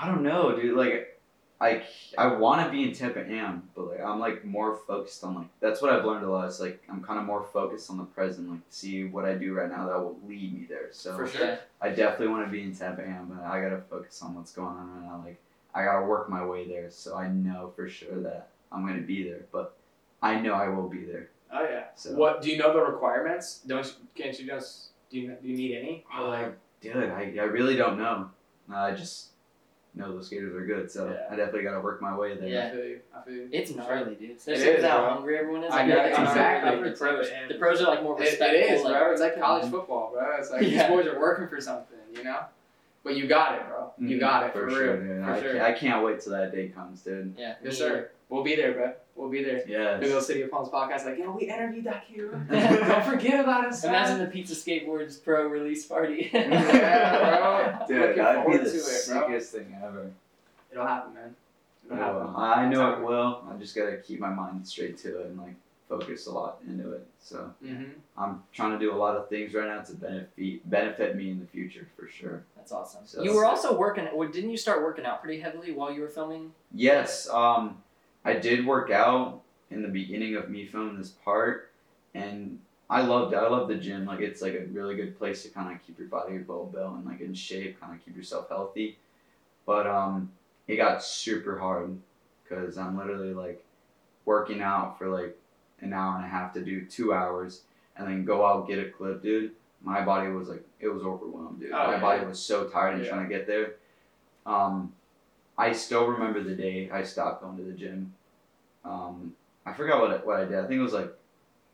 [SPEAKER 4] I don't know, dude. Like, I I want to be in Tampa Am, but like I'm like more focused on like that's what I've learned a lot. Is like I'm kind of more focused on the present, like see what I do right now that will lead me there. So
[SPEAKER 1] For sure.
[SPEAKER 4] I definitely want to be in Tampa Am, but I gotta focus on what's going on right now. Like I gotta work my way there, so I know for sure that I'm gonna be there. But I know I will be there.
[SPEAKER 1] Oh yeah.
[SPEAKER 4] So
[SPEAKER 1] What do you know the requirements? Don't you, can't you just do you, do you need any? Or, like,
[SPEAKER 4] Uh, dude, I, I really don't know. Uh, I just know those skaters are good, so
[SPEAKER 1] Yeah.
[SPEAKER 4] I definitely gotta work my way there.
[SPEAKER 2] Yeah.
[SPEAKER 1] I feel you. I feel you.
[SPEAKER 2] It's
[SPEAKER 1] For sure.
[SPEAKER 2] gnarly, dude.
[SPEAKER 1] It
[SPEAKER 2] Especially with
[SPEAKER 1] is,
[SPEAKER 2] how
[SPEAKER 1] bro.
[SPEAKER 2] hungry everyone is.
[SPEAKER 1] I
[SPEAKER 2] like,
[SPEAKER 1] know,
[SPEAKER 2] everything's
[SPEAKER 1] exactly.
[SPEAKER 2] hungry.
[SPEAKER 1] I've heard
[SPEAKER 2] It's like-
[SPEAKER 1] pros and-
[SPEAKER 2] the pros are like more
[SPEAKER 1] It,
[SPEAKER 2] respectful.
[SPEAKER 1] it is,
[SPEAKER 2] like,
[SPEAKER 1] bro. It's like college football, bro. It's like
[SPEAKER 2] Yeah.
[SPEAKER 1] these boys are working for something, you know. But you got it, bro. You
[SPEAKER 4] Mhm,
[SPEAKER 1] got it for,
[SPEAKER 4] sure,
[SPEAKER 1] real.
[SPEAKER 4] dude.
[SPEAKER 1] For
[SPEAKER 4] I,
[SPEAKER 1] sure.
[SPEAKER 4] ca- I can't wait till that day comes, dude.
[SPEAKER 2] Yeah.
[SPEAKER 1] Yes, sir. We'll be there, bro. We'll be there.
[SPEAKER 4] Yes.
[SPEAKER 1] Big Old City of Palms podcast, like, yo, we interviewed that kid. Don't forget about us. man.
[SPEAKER 2] Imagine the pizza skateboards pro release party.
[SPEAKER 1] Yeah, bro.
[SPEAKER 4] Dude,
[SPEAKER 1] Looking
[SPEAKER 4] that'd be
[SPEAKER 1] forward
[SPEAKER 4] the
[SPEAKER 1] to it, bro.
[SPEAKER 4] sickest thing ever.
[SPEAKER 1] It'll happen, man. It'll
[SPEAKER 4] Yeah,
[SPEAKER 1] happen.
[SPEAKER 4] I know
[SPEAKER 1] It's
[SPEAKER 4] it will. I just gotta keep my mind straight to it and like focus a lot into it. So
[SPEAKER 1] Mm-hmm.
[SPEAKER 4] I'm trying to do a lot of things right now to benefit benefit me in the future for sure.
[SPEAKER 2] That's awesome.
[SPEAKER 4] So-
[SPEAKER 2] you were also working. well, Didn't you start working out pretty heavily while you were filming?
[SPEAKER 4] Yes, um, I did work out in the beginning of me filming this part, and I loved it. I love the gym. Like it's like a really good place to kind of keep your body well built and like in shape, kind of keep yourself healthy. But um, it got super hard because I'm literally like working out for like an hour and a half to do two hours, and then go out get a clip, dude. My body was like it was overwhelmed, dude.
[SPEAKER 1] Oh,
[SPEAKER 4] My
[SPEAKER 1] yeah.
[SPEAKER 4] body was so tired and
[SPEAKER 1] Yeah.
[SPEAKER 4] trying to get there. Um, I still remember the day I stopped going to the gym. Um, I forgot what I, what I did. I think it was like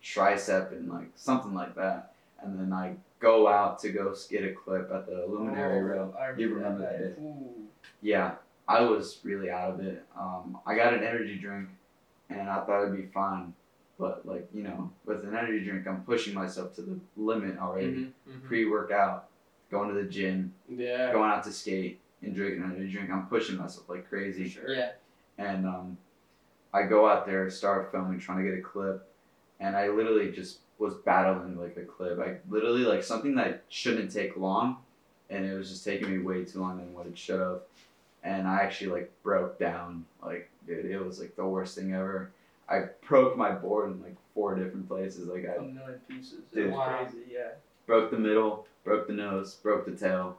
[SPEAKER 4] tricep and like something like that. And then I go out to go get a clip at the Luminary
[SPEAKER 3] Oh,
[SPEAKER 4] Row.
[SPEAKER 3] I
[SPEAKER 4] You remember that
[SPEAKER 3] that.
[SPEAKER 4] day.
[SPEAKER 3] Ooh.
[SPEAKER 4] Yeah, I was really out of it. Um, I got an energy drink, and I thought it'd be fine, but like you know, with an energy drink, I'm pushing myself to the limit already.
[SPEAKER 2] Mm-hmm.
[SPEAKER 3] Mhm.
[SPEAKER 4] Pre-workout, going to the gym,
[SPEAKER 1] Mm-hmm. Yeah.
[SPEAKER 4] going out to skate and drinking energy drink. I'm pushing myself like crazy.
[SPEAKER 2] Yeah.
[SPEAKER 4] And um, I go out there, start filming, trying to get a clip, and I literally just was battling like a clip. I literally like something that shouldn't take long, and it was just taking me way too long than what it should have. And I actually like broke down. Like, dude, it was like the worst thing ever. I broke my board in like four different places. Like, I
[SPEAKER 3] A million pieces.
[SPEAKER 4] Dude.
[SPEAKER 3] It was crazy. Yeah.
[SPEAKER 4] broke the middle, broke the nose, broke the tail.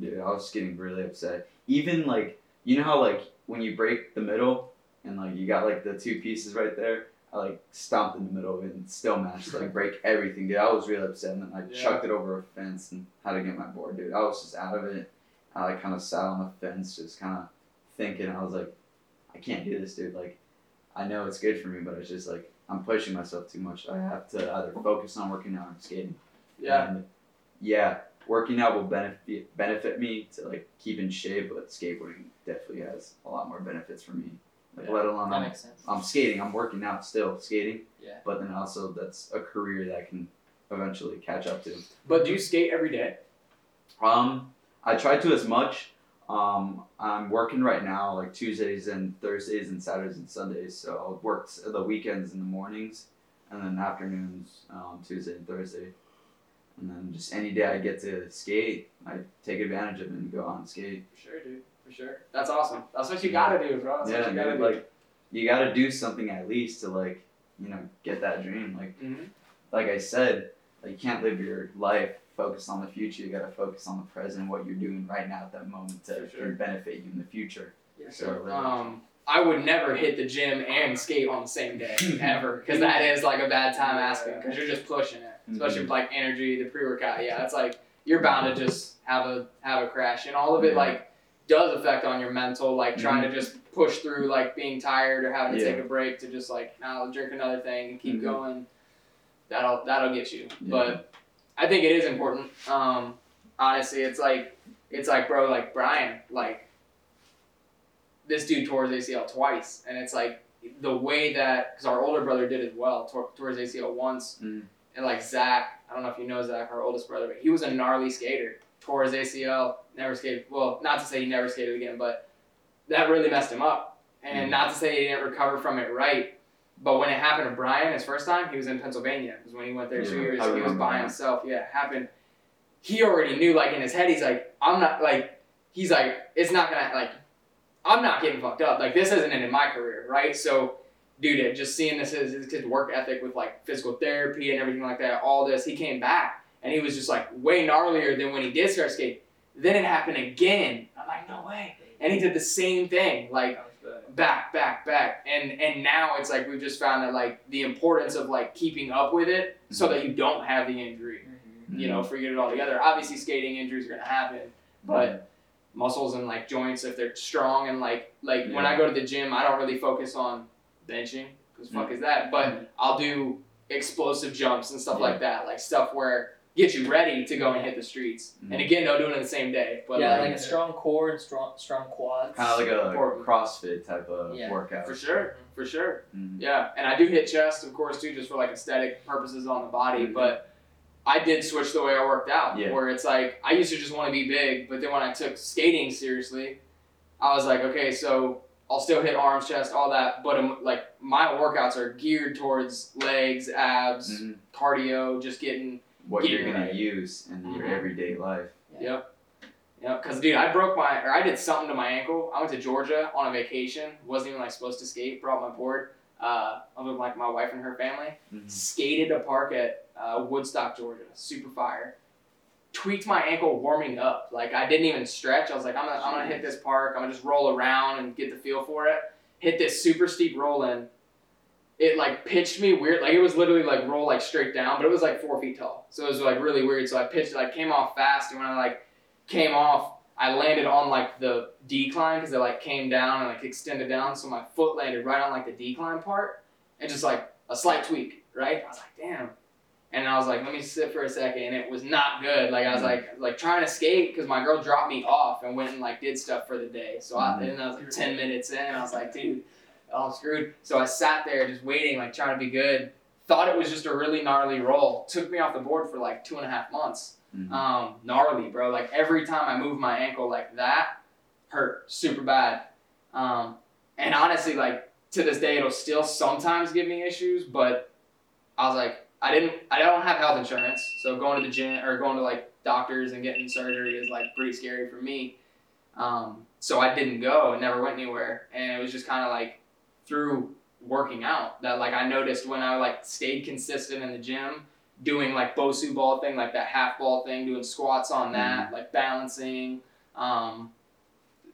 [SPEAKER 4] Dude, I was just getting really upset. Even like you know how like when you break the middle and like you got like the two pieces right there, I like stomped in the middle and still managed to like break everything, dude. I was really upset and then I
[SPEAKER 1] Yeah.
[SPEAKER 4] chucked it over a fence and had to get my board, dude. I was just out of it. I like kind of sat on the fence, just kind of thinking. I was like, I can't do this, dude. Like, I know it's good for me, but it's just like I'm pushing myself too much. I have to either focus on working out or skating.
[SPEAKER 1] Yeah.
[SPEAKER 4] And, yeah, working out will benefit benefit me to like keep in shape, but skateboarding definitely has a lot more benefits for me. Like
[SPEAKER 1] Yeah,
[SPEAKER 4] let alone
[SPEAKER 2] That
[SPEAKER 4] I'm,
[SPEAKER 2] makes sense.
[SPEAKER 4] I'm skating, I'm working out still skating.
[SPEAKER 2] Yeah.
[SPEAKER 4] But then also that's a career that I can eventually catch up to.
[SPEAKER 1] But do you skate every day?
[SPEAKER 4] Um, I try to as much. Um, I'm working right now, like Tuesdays and Thursdays and Saturdays and Sundays. So I'll work s- the weekends in the mornings, and then afternoons, um, Tuesday and Thursday, and then just any day I get to skate, I take advantage of it and go out and skate.
[SPEAKER 1] For sure, dude. For sure. That's awesome. That's what you gotta do, bro. That's
[SPEAKER 4] yeah,
[SPEAKER 1] what you gotta
[SPEAKER 4] dude,
[SPEAKER 1] do.
[SPEAKER 4] like you got to do something at least to like you know get that dream. Like
[SPEAKER 1] Mhm.
[SPEAKER 4] like I said, like, you can't live your life focused on the future. You got to focus on the present, what you're doing right now at that moment
[SPEAKER 1] For
[SPEAKER 4] to
[SPEAKER 1] sure.
[SPEAKER 4] benefit you in the future.
[SPEAKER 1] Yeah,
[SPEAKER 4] So, like,
[SPEAKER 1] Um, I would never hit the gym and skate on the same day ever because that is like a bad time asking because you're just pushing it,
[SPEAKER 4] Mm-hmm.
[SPEAKER 1] especially with like energy, the pre workout. Yeah, it's like you're bound to just have a have a crash, and all of it
[SPEAKER 4] Yeah. Mm-hmm.
[SPEAKER 1] like does affect on your mental, like trying to just push through, like being tired or having to
[SPEAKER 4] Yeah.
[SPEAKER 1] take a break to just like now I'll drink another thing and keep
[SPEAKER 4] Mhm.
[SPEAKER 1] going. That'll that'll get you,
[SPEAKER 4] Yeah.
[SPEAKER 1] but I think it is important. Um, honestly, it's like it's like bro, like Brian, like this dude tore his ACL twice, and it's like the way that because our older brother did as well tore, tore his ACL once,
[SPEAKER 4] Mm.
[SPEAKER 1] and like Zach, I don't know if you know Zach, our oldest brother, but he was a gnarly skater, tore his ACL, never skated. Well, not to say he never skated again, but that really messed him up,
[SPEAKER 4] Mm.
[SPEAKER 1] and not to say he didn't recover from it right. But when it happened to Brian his first time, he was in Pennsylvania. It was when he went there two
[SPEAKER 4] Yeah,
[SPEAKER 1] years.
[SPEAKER 4] I
[SPEAKER 1] He was
[SPEAKER 4] remember
[SPEAKER 1] by
[SPEAKER 4] that.
[SPEAKER 1] himself. Yeah, it happened. He already knew, like in his head, he's like, I'm not like, he's like, it's not gonna like I'm not getting fucked up. Like this isn't it in my career, right? So, dude, it- just seeing this his, his kid's work ethic with like physical therapy and everything like that, all this, he came back and he was just like way gnarlier than when he did start skating. Then it happened again. I'm like, no way. And he did the same thing, like
[SPEAKER 3] That was bad.
[SPEAKER 1] back, back, back, and and now it's like we've just found that like the importance of like keeping up with it so that you don't have the injury you know, for you to get it all together. Obviously, skating injuries are going to happen, but muscles and like joints, if they're strong and like like when
[SPEAKER 4] Yeah.
[SPEAKER 1] I go to the gym, I don't really focus on benching because fuck is that. But I'll do explosive jumps and stuff like that, like stuff where get you ready to go and hit the streets. And
[SPEAKER 4] Mhm.
[SPEAKER 1] again, no doing it the same day, but
[SPEAKER 16] yeah,
[SPEAKER 1] like,
[SPEAKER 16] like a strong core and strong strong quads.
[SPEAKER 4] kind of like a
[SPEAKER 1] Or-
[SPEAKER 4] CrossFit type of
[SPEAKER 2] Yeah,
[SPEAKER 4] workout.
[SPEAKER 1] for sure, for sure.
[SPEAKER 4] Mhm.
[SPEAKER 1] Yeah, and I do hit chest, of course, too, just for like aesthetic purposes on the body. But I did switch the way I worked out,
[SPEAKER 4] Yeah.
[SPEAKER 1] where it's like I used to just want to be big, but then when I took skating seriously, I was like, okay, so I'll still hit arms, chest, all that, but um, like my workouts are geared towards legs, abs,
[SPEAKER 4] Mhm.
[SPEAKER 1] cardio, just getting
[SPEAKER 4] What
[SPEAKER 1] Get
[SPEAKER 4] you're
[SPEAKER 1] it
[SPEAKER 4] gonna
[SPEAKER 1] right.
[SPEAKER 4] use in your
[SPEAKER 1] Mhm.
[SPEAKER 4] everyday life.
[SPEAKER 1] Yeah, cause dude, I broke my or I did something to my ankle. I went to Georgia on a vacation. wasn't even like supposed to skate. Brought my board. Uh, other than like my wife and her family,
[SPEAKER 4] Mhm.
[SPEAKER 1] skated a park at uh, Woodstock, Georgia. Super fire. Tweaked my ankle warming up. Like I didn't even stretch. I was like, I'm gonna, I'm gonna hit this park. I'm gonna just roll around and get the feel for it. Hit this super steep roll in. It like pitched me weird. Like it was literally like roll like straight down, but it was like four feet tall. So it was like really weird. So I pitched like came off fast, and when I like came off. I landed on like the decline because it like came down and like extended down, so my foot landed right on like the decline part, and just like a slight tweak, right? I was like, damn. and I was like, let me sit for a second. And it was not good. Like I was like like trying to skate because my girl dropped me off and went and like did stuff for the day. So I and I was like ten minutes in. I was like, dude, all screwed. So I sat there just waiting, like trying to be good. Thought it was just a really gnarly roll. Took me off the board for like two and a half months.
[SPEAKER 4] Mhm.
[SPEAKER 1] Um, gnarly, bro. Like every time I moved my ankle like that, hurt super bad. Um, and honestly, like to this day, it'll still sometimes give me issues. But I was like, I didn't, I don't have health insurance, so going to the gym or going to like doctors and getting surgery is like pretty scary for me. Um, so I didn't go and never went anywhere, and it was just kind of like through working out that like I noticed when I like stayed consistent in the gym doing like Bosu ball thing like that half ball thing doing squats on that like balancing um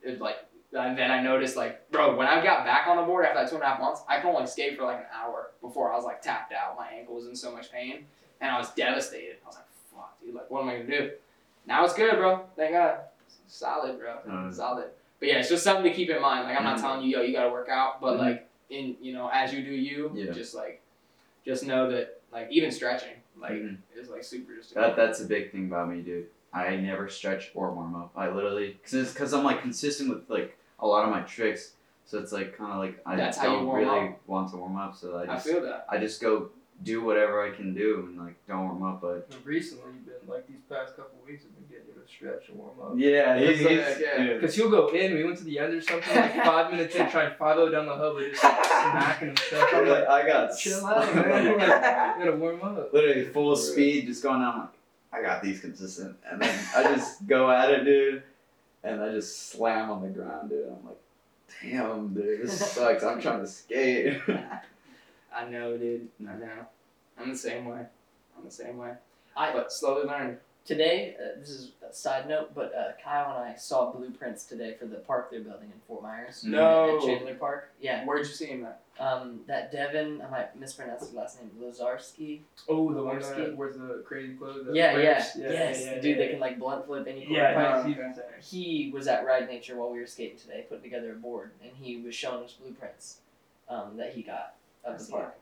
[SPEAKER 1] it, like and then I noticed like bro when I got back on the board after that two and a half months I could only skate for like an hour before I was like tapped out my ankle was in so much pain and I was devastated I was like fuck dude like what am I gonna do now it's good bro thank god solid bro
[SPEAKER 4] Uh,
[SPEAKER 1] solid but yeah it's just something to keep in mind like I'm not
[SPEAKER 4] Mhm.
[SPEAKER 1] telling you yo you gotta work out but
[SPEAKER 4] Mhm.
[SPEAKER 1] like in you know as you do you
[SPEAKER 4] Yeah.
[SPEAKER 1] just like just know that like even stretching like
[SPEAKER 4] Mhm.
[SPEAKER 1] is like super just
[SPEAKER 4] That that's a big thing about me, dude. I never stretch or warm up. I literally because because I'm like consistent with like a lot of my tricks, so it's like kind of like I
[SPEAKER 1] That's how you
[SPEAKER 4] don't
[SPEAKER 1] warm
[SPEAKER 4] really want to warm up. So I
[SPEAKER 1] I
[SPEAKER 4] just
[SPEAKER 1] feel that
[SPEAKER 4] I just go do whatever I can do and like don't warm up. But
[SPEAKER 3] Recently, you've been like these past couple weeks, I've been getting you to stretch and warm up.
[SPEAKER 4] yeah,
[SPEAKER 1] he's- he's- yeah.
[SPEAKER 3] Because he'll go in, we went to the end or something, like five minutes in, trying 5 0 down the hub, but just smacking himself. I'm like,
[SPEAKER 4] I got
[SPEAKER 3] chill out, man. You gotta, you gotta warm up.
[SPEAKER 4] literally full
[SPEAKER 3] Right.
[SPEAKER 4] speed, just going down. Like, I got these consistent, and then I just go at it, dude, and I just slam on the ground, dude. I'm like, damn, dude, this sucks. I'm trying to skate.
[SPEAKER 1] I know dude I know I'm the same way I'm the same way I but slowly learn
[SPEAKER 2] Today, uh, this is a side note, but uh, Kyle and I saw blueprints today for the park they're building in Fort Myers.
[SPEAKER 1] No.
[SPEAKER 3] Oh.
[SPEAKER 2] At Chandler Park. Yeah.
[SPEAKER 1] where'd you see him at
[SPEAKER 2] Um, that Devin, I might mispronounce his last name, Lazarski.
[SPEAKER 3] Oh, the one
[SPEAKER 2] Warm
[SPEAKER 3] that
[SPEAKER 2] skate.
[SPEAKER 3] wears the crazy clothes. that
[SPEAKER 2] Yeah, yeah,
[SPEAKER 3] flares?
[SPEAKER 2] yes,
[SPEAKER 3] yeah, yeah,
[SPEAKER 2] dude,
[SPEAKER 3] yeah,
[SPEAKER 2] they can like blunt flip any corner.
[SPEAKER 3] Yeah,
[SPEAKER 2] Right.
[SPEAKER 3] no,
[SPEAKER 1] Right.
[SPEAKER 3] he's insane.
[SPEAKER 2] he was at Ride Nature while we were skating today, putting together a board, and he was showing us blueprints um, that he got of the park.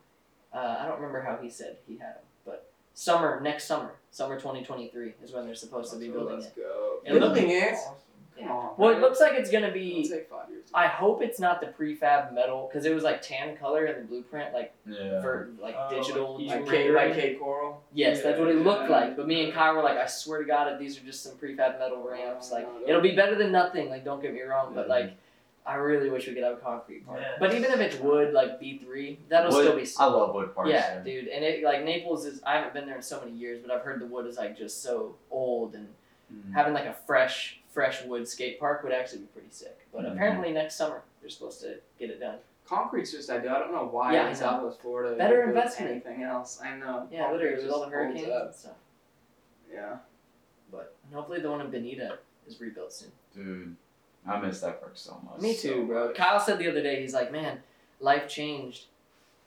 [SPEAKER 2] Uh, I don't remember how he said he had them, but summer next summer, summer 2023 is when they're supposed to be
[SPEAKER 1] So
[SPEAKER 2] building
[SPEAKER 1] let's
[SPEAKER 2] it.
[SPEAKER 1] go
[SPEAKER 2] And
[SPEAKER 1] building it
[SPEAKER 3] Awesome.
[SPEAKER 1] come on
[SPEAKER 2] Well, it
[SPEAKER 1] bro.
[SPEAKER 2] looks like it's gonna
[SPEAKER 1] It'll
[SPEAKER 2] be.
[SPEAKER 1] take five years
[SPEAKER 2] I hope it's not the prefab metal because it was like tan color in the blueprint, like
[SPEAKER 4] Yeah.
[SPEAKER 2] for like
[SPEAKER 3] Oh, like
[SPEAKER 2] digital.
[SPEAKER 3] he's
[SPEAKER 1] like
[SPEAKER 2] like,
[SPEAKER 1] Kate
[SPEAKER 2] rendering.
[SPEAKER 1] like Kate Coral
[SPEAKER 2] Yes, that's what it
[SPEAKER 3] Yeah.
[SPEAKER 2] looked like. But me and Kai were like, I swear to God, if these are just some prefab metal ramps, like it'll be better than nothing. Like, don't get me wrong, but like, I really wish we could have a concrete park.
[SPEAKER 3] Yeah.
[SPEAKER 2] But even if it's wood, like B three, that'll
[SPEAKER 4] Wood-
[SPEAKER 2] still be.
[SPEAKER 4] I
[SPEAKER 2] Sick.
[SPEAKER 4] love wood parks.
[SPEAKER 2] Yeah,
[SPEAKER 4] man.
[SPEAKER 2] dude, and it like Naples is. I haven't been there in so many years, but I've heard the wood is like just so old, and
[SPEAKER 4] Mhm.
[SPEAKER 2] having like a fresh, fresh wood skate park would actually be pretty sick. But
[SPEAKER 4] Mhm.
[SPEAKER 2] apparently next summer they're supposed to get it done.
[SPEAKER 1] concrete's just ideal I don't know why
[SPEAKER 2] Yeah, I
[SPEAKER 1] in
[SPEAKER 2] know.
[SPEAKER 1] Southwest Florida
[SPEAKER 2] Better
[SPEAKER 1] you build
[SPEAKER 2] investment.
[SPEAKER 1] anything else I know
[SPEAKER 2] Yeah,
[SPEAKER 1] Concrete
[SPEAKER 2] literally with
[SPEAKER 1] just
[SPEAKER 2] all the
[SPEAKER 1] holds
[SPEAKER 2] hurricanes
[SPEAKER 1] up.
[SPEAKER 2] and stuff.
[SPEAKER 1] yeah
[SPEAKER 2] But and hopefully the one in Benita is rebuilt soon.
[SPEAKER 4] Dude, I miss that park so much.
[SPEAKER 2] Me
[SPEAKER 4] so
[SPEAKER 2] too, bro.
[SPEAKER 4] much.
[SPEAKER 2] Kyle said the other day, he's like, man, life changed.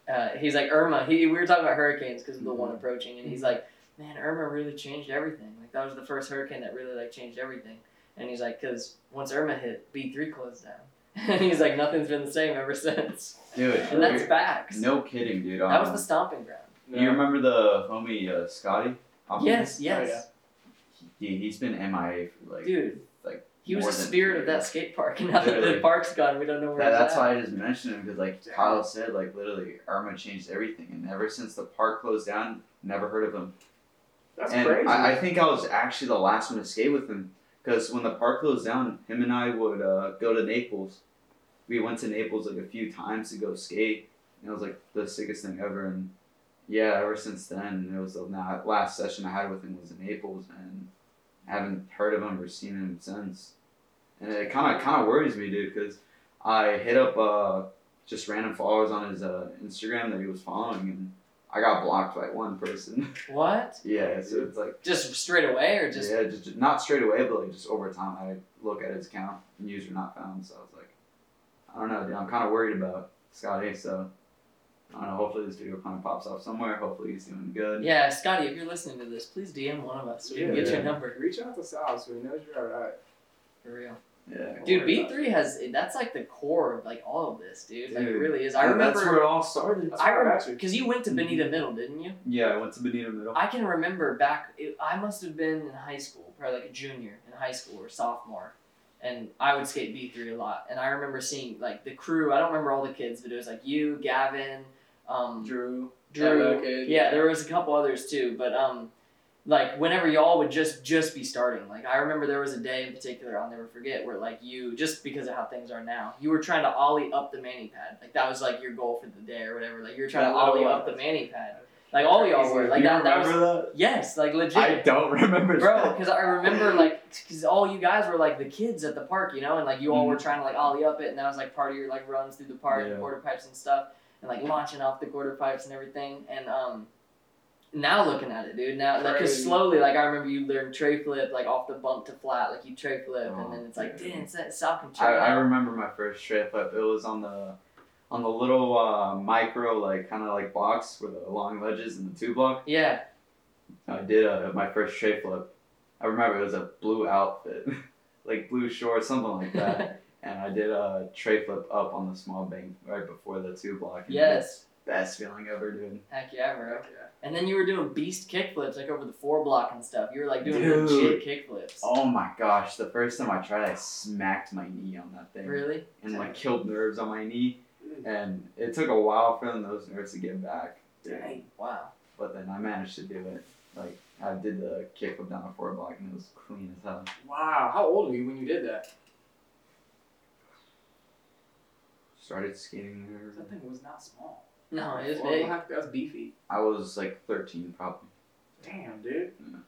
[SPEAKER 2] Uh, he's like Irma. He, we were talking about hurricanes because of the one approaching, and he's like, man, Irma really changed everything. Like that was the first hurricane that really like changed everything. And he's like, because once Irma hit, B three closed down, and he's like, nothing's been the same ever since.
[SPEAKER 4] Dude,
[SPEAKER 2] And that's
[SPEAKER 4] we-
[SPEAKER 2] facts.
[SPEAKER 4] no kidding, dude.
[SPEAKER 2] That was
[SPEAKER 4] um,
[SPEAKER 2] the stomping ground.
[SPEAKER 4] You remember the homie uh, Scotty? Um,
[SPEAKER 2] Yes, yes,
[SPEAKER 4] He, he's been MIA for like.
[SPEAKER 2] dude.
[SPEAKER 4] like,
[SPEAKER 2] he was
[SPEAKER 4] more
[SPEAKER 2] the
[SPEAKER 4] than
[SPEAKER 2] spirit
[SPEAKER 4] two
[SPEAKER 2] of that
[SPEAKER 4] years.
[SPEAKER 2] skate park, and now that the
[SPEAKER 4] Literally.
[SPEAKER 2] park's gone, we don't know where
[SPEAKER 4] That,
[SPEAKER 2] it's
[SPEAKER 4] that's
[SPEAKER 2] at.
[SPEAKER 4] why I just mentioned him because, like Kyle said, like literally Irma changed everything, and ever since the park closed down, never heard of him.
[SPEAKER 3] That's
[SPEAKER 4] and
[SPEAKER 3] crazy.
[SPEAKER 4] I, I think I was actually the last one to skate with him because when the park closed down, him and I would uh, go to Naples. We went to Naples like a few times to go skate, and it was like the sickest thing ever. And yeah, ever since then, it was the na- last session I had with him was in Naples, and I haven't heard of him or seen him since. And it kind of kind of worries me, dude, because I hit up uh, just random followers on his uh, Instagram that he was following, and I got blocked by one person.
[SPEAKER 2] What?
[SPEAKER 4] yeah, so it's like.
[SPEAKER 2] Just straight away, or just
[SPEAKER 4] yeah, just not straight away, but like just over time, I look at his account, user not found. So I was like, I don't know, dude. I'm kind of worried about Scotty. So I don't know. Hopefully this video kind of pops off somewhere. Hopefully he's doing good.
[SPEAKER 2] Yeah, Scotty, if you're listening to this, please DM one of us. We can
[SPEAKER 1] Yeah.
[SPEAKER 2] get your number
[SPEAKER 1] reach out to Sal so he knows you're alright
[SPEAKER 2] for real.
[SPEAKER 4] Yeah.
[SPEAKER 2] Dude,
[SPEAKER 4] or-
[SPEAKER 2] B three has that's like the core of like all of this, dude. Like it
[SPEAKER 4] Dude.
[SPEAKER 2] really is. I
[SPEAKER 4] And
[SPEAKER 2] remember
[SPEAKER 4] that's where Mm-hmm. it all started.
[SPEAKER 2] I remember because you went to Benita Middle, didn't you?
[SPEAKER 4] Yeah, I went to Benita Middle.
[SPEAKER 2] I can remember back. It, I must have been in high school, probably like a junior in high school or sophomore, and I would skate B three a lot. And I remember seeing like the crew. I don't remember all the kids, but it was like you, Gavin, um,
[SPEAKER 1] Drew.
[SPEAKER 2] Drew.
[SPEAKER 1] That kid,
[SPEAKER 2] yeah, there was a couple others too, but um, like whenever y'all would just just be starting, like I remember there was a day in particular I'll never forget where like you just because of how things are now, you were trying to ollie up the mani pad, like that was like your goal for the day or whatever. Like you were trying to
[SPEAKER 1] Yeah, I
[SPEAKER 2] ollie
[SPEAKER 1] was.
[SPEAKER 2] up the mani pad, like all y'all were like
[SPEAKER 4] you
[SPEAKER 2] that. That was
[SPEAKER 4] remember that?
[SPEAKER 2] yes, like legit
[SPEAKER 4] I don't remember
[SPEAKER 2] bro
[SPEAKER 4] that.
[SPEAKER 2] because i remember like because all you guys were like the kids at the park you know and like you all were trying to like ollie up it and that was like part of your like runs through the park
[SPEAKER 4] Mm-hmm. Yeah.
[SPEAKER 2] quarter pipes and stuff and like launching off the quarter pipes and everything and um now looking at it dude now like because
[SPEAKER 1] Crazy.
[SPEAKER 2] slowly like i remember you learned tray flip like off the bump to flat like you tray flip
[SPEAKER 4] Oh,
[SPEAKER 2] and then it's like
[SPEAKER 4] yeah.
[SPEAKER 2] didn't set sock and
[SPEAKER 4] I,
[SPEAKER 2] tray
[SPEAKER 4] I remember my first trip. Up. It was on the on the little uh, micro like kind of like box with the long ledges and the two block.
[SPEAKER 2] yeah
[SPEAKER 4] I did uh my first tray flip. I remember it was a blue outfit, like blue shorts, something like that. and I did a tray flip up on the small bank right before the two block. And
[SPEAKER 2] yes
[SPEAKER 4] the Best feeling ever, dude.
[SPEAKER 2] heck yeah bro
[SPEAKER 1] Yeah.
[SPEAKER 2] and then you were doing beast kickflips like over the four block and stuff you were like doing
[SPEAKER 4] Dude.
[SPEAKER 2] legit kickflips
[SPEAKER 4] Oh my gosh! The first time I tried, I smacked my knee on that thing
[SPEAKER 2] really
[SPEAKER 4] and like killed nerves on my knee. And it took a while for them, those nerves to get back.
[SPEAKER 2] Dang. Wow.
[SPEAKER 4] But then I managed to do it. Like I did the kick up down a four block and it was clean as hell.
[SPEAKER 1] Wow, how old were you when you did that?
[SPEAKER 4] Started skating there.
[SPEAKER 1] That thing was not small.
[SPEAKER 2] No, it was
[SPEAKER 1] Well,
[SPEAKER 2] big.
[SPEAKER 1] That was beefy.
[SPEAKER 4] I was like 13 probably.
[SPEAKER 1] Damn, dude.
[SPEAKER 4] Yeah.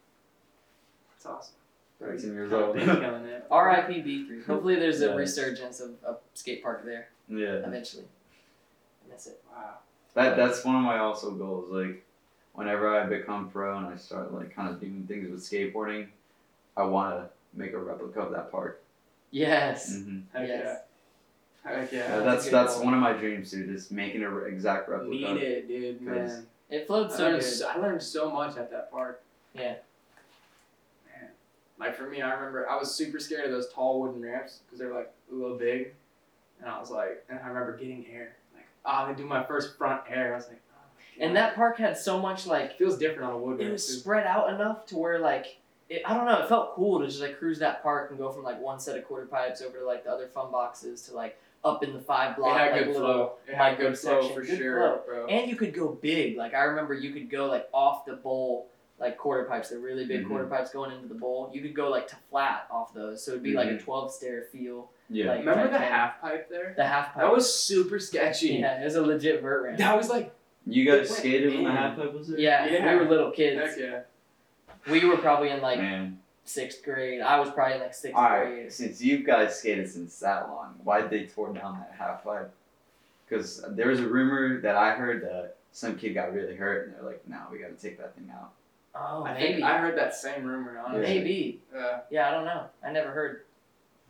[SPEAKER 1] That's awesome.
[SPEAKER 4] 13 years
[SPEAKER 1] Kinda
[SPEAKER 4] old.
[SPEAKER 1] big killing it.
[SPEAKER 2] R.I.P. B3. Hopefully there's a
[SPEAKER 4] Yes.
[SPEAKER 2] resurgence of a skate park there
[SPEAKER 4] yeah.
[SPEAKER 2] eventually. I miss it.
[SPEAKER 1] Wow.
[SPEAKER 4] That that's one of my also goals. Like whenever I become pro and I start like kind of doing things with skateboarding, I want to make a replica of that park.
[SPEAKER 2] Yes.
[SPEAKER 4] hmm
[SPEAKER 1] Heck
[SPEAKER 2] Yes.
[SPEAKER 1] yeah. Heck yeah.
[SPEAKER 4] Yeah,
[SPEAKER 2] that's
[SPEAKER 4] that's
[SPEAKER 2] a good
[SPEAKER 4] that's
[SPEAKER 2] goal.
[SPEAKER 4] one of my dreams, dude. Just making an exact replica.
[SPEAKER 1] Need it, dude,
[SPEAKER 4] Cause-
[SPEAKER 1] man.
[SPEAKER 2] It flowed
[SPEAKER 1] I
[SPEAKER 2] so
[SPEAKER 1] learned,
[SPEAKER 2] good.
[SPEAKER 1] so, I learned so much at that park.
[SPEAKER 2] Yeah.
[SPEAKER 1] Man. Like for me, I remember I was super scared of those tall wooden ramps because they're like a little big. And I was like, and I remember getting air. Like, ah, they do my first front air. I was like, oh, shit.
[SPEAKER 2] And that park had so much like
[SPEAKER 1] It feels different on a wood
[SPEAKER 2] it
[SPEAKER 1] ramp.
[SPEAKER 2] was
[SPEAKER 1] too.
[SPEAKER 2] spread out enough to where like it, I don't know, it felt cool to just like cruise that park and go from like one set of quarter pipes over to like the other fun boxes to like up in the five block
[SPEAKER 1] it had
[SPEAKER 2] like
[SPEAKER 1] good
[SPEAKER 2] little
[SPEAKER 1] flow. It had
[SPEAKER 2] micro
[SPEAKER 1] good flow
[SPEAKER 2] section.
[SPEAKER 1] for
[SPEAKER 2] Good
[SPEAKER 1] sure,
[SPEAKER 2] flow.
[SPEAKER 1] bro.
[SPEAKER 2] And you could go big. Like I remember you could go like off the bowl, like quarter pipes, the really big
[SPEAKER 4] Mhm.
[SPEAKER 1] Mm-hmm.
[SPEAKER 2] quarter pipes going into the bowl. You could go like to flat off those. So it'd be
[SPEAKER 1] Mm-hmm.
[SPEAKER 2] like a twelve stair feel.
[SPEAKER 4] Yeah.
[SPEAKER 2] Like,
[SPEAKER 1] Remember
[SPEAKER 2] type
[SPEAKER 1] the
[SPEAKER 2] thing.
[SPEAKER 1] half pipe there?
[SPEAKER 2] The half pipe.
[SPEAKER 1] That was super sketchy.
[SPEAKER 2] yeah, it was a legit vert ramp.
[SPEAKER 1] That was like,
[SPEAKER 4] you
[SPEAKER 1] It
[SPEAKER 4] guys
[SPEAKER 1] went
[SPEAKER 4] skated when the
[SPEAKER 1] in.
[SPEAKER 4] half pipe was there?
[SPEAKER 2] yeah,
[SPEAKER 1] Yeah.
[SPEAKER 2] we were little kids.
[SPEAKER 1] heck yeah.
[SPEAKER 2] We were probably in like
[SPEAKER 4] Man.
[SPEAKER 2] sixth grade. I was probably in like sixth
[SPEAKER 4] All
[SPEAKER 2] grade.
[SPEAKER 4] right, since you guys skated since that long, why would they tore down that half pipe? Because there was a rumor that I heard that some kid got really hurt, and they're like, "No, we got to take that thing out."
[SPEAKER 2] Oh,
[SPEAKER 1] I
[SPEAKER 2] maybe.
[SPEAKER 1] think I heard that same rumor, honestly.
[SPEAKER 2] Maybe.
[SPEAKER 1] Uh,
[SPEAKER 2] Yeah, I don't know. I never heard.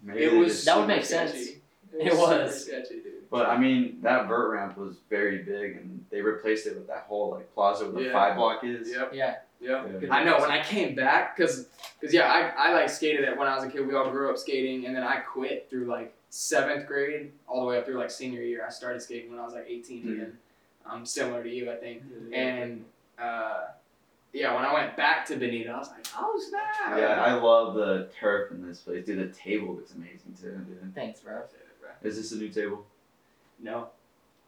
[SPEAKER 4] Maybe
[SPEAKER 1] it
[SPEAKER 4] they
[SPEAKER 1] was
[SPEAKER 4] just-
[SPEAKER 2] That would
[SPEAKER 1] super
[SPEAKER 2] make sense.
[SPEAKER 1] sketchy.
[SPEAKER 2] It was.
[SPEAKER 1] super sketchy, dude.
[SPEAKER 4] But I mean, that vert ramp was very big, and they replaced it with that whole like plaza where the
[SPEAKER 1] Yeah.
[SPEAKER 4] five block is.
[SPEAKER 1] Yep.
[SPEAKER 2] Yeah.
[SPEAKER 1] Yep.
[SPEAKER 4] Yeah.
[SPEAKER 1] I know when I came back, cause, 'cause, yeah, I, I like skated it when I was a kid. We all grew up skating, and then I quit through like seventh grade all the way up through like senior year. I started skating when I was like 18
[SPEAKER 4] Mhm.
[SPEAKER 1] again. Um, similar to you, I think. And uh, yeah, when I went back to Benita, I was like, oh snap!
[SPEAKER 4] Yeah, I love the turf in this place, dude. The table looks amazing too. Dude.
[SPEAKER 2] Thanks, bro.
[SPEAKER 4] Is this a new table?
[SPEAKER 1] No,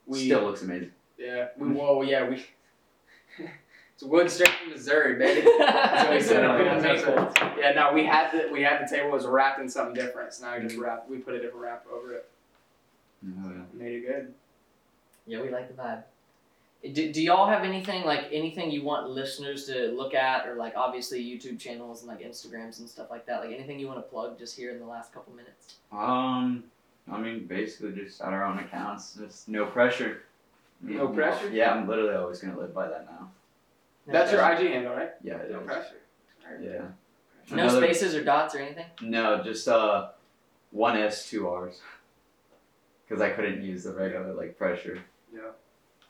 [SPEAKER 1] we
[SPEAKER 4] Still looks amazing.
[SPEAKER 1] yeah we whoa yeah we. it's wood straight from Missouri, baby. so we set up in a maple. Yeah, no, we had the we had the table was wrapped in something different, so now we just wrap we put a different wrap over it.
[SPEAKER 4] Oh, yeah.
[SPEAKER 1] Made it good.
[SPEAKER 2] Yeah, we like the vibe. Do, do y'all have anything like anything you want listeners to look at or like obviously YouTube channels and like Instagrams and stuff like that? Like anything you want to plug just here in the last couple minutes?
[SPEAKER 4] Um, I mean, basically just at our own accounts, just no pressure.
[SPEAKER 1] No pressure?
[SPEAKER 4] Yeah, I'm literally always gonna live by that now.
[SPEAKER 1] That's your IG handle, right?
[SPEAKER 4] Yeah, it
[SPEAKER 1] No
[SPEAKER 4] is.
[SPEAKER 1] pressure.
[SPEAKER 4] Yeah.
[SPEAKER 2] No
[SPEAKER 4] Another-
[SPEAKER 2] spaces or dots or anything?
[SPEAKER 4] No, just uh, one S, two R's. Because I couldn't use the regular like pressure.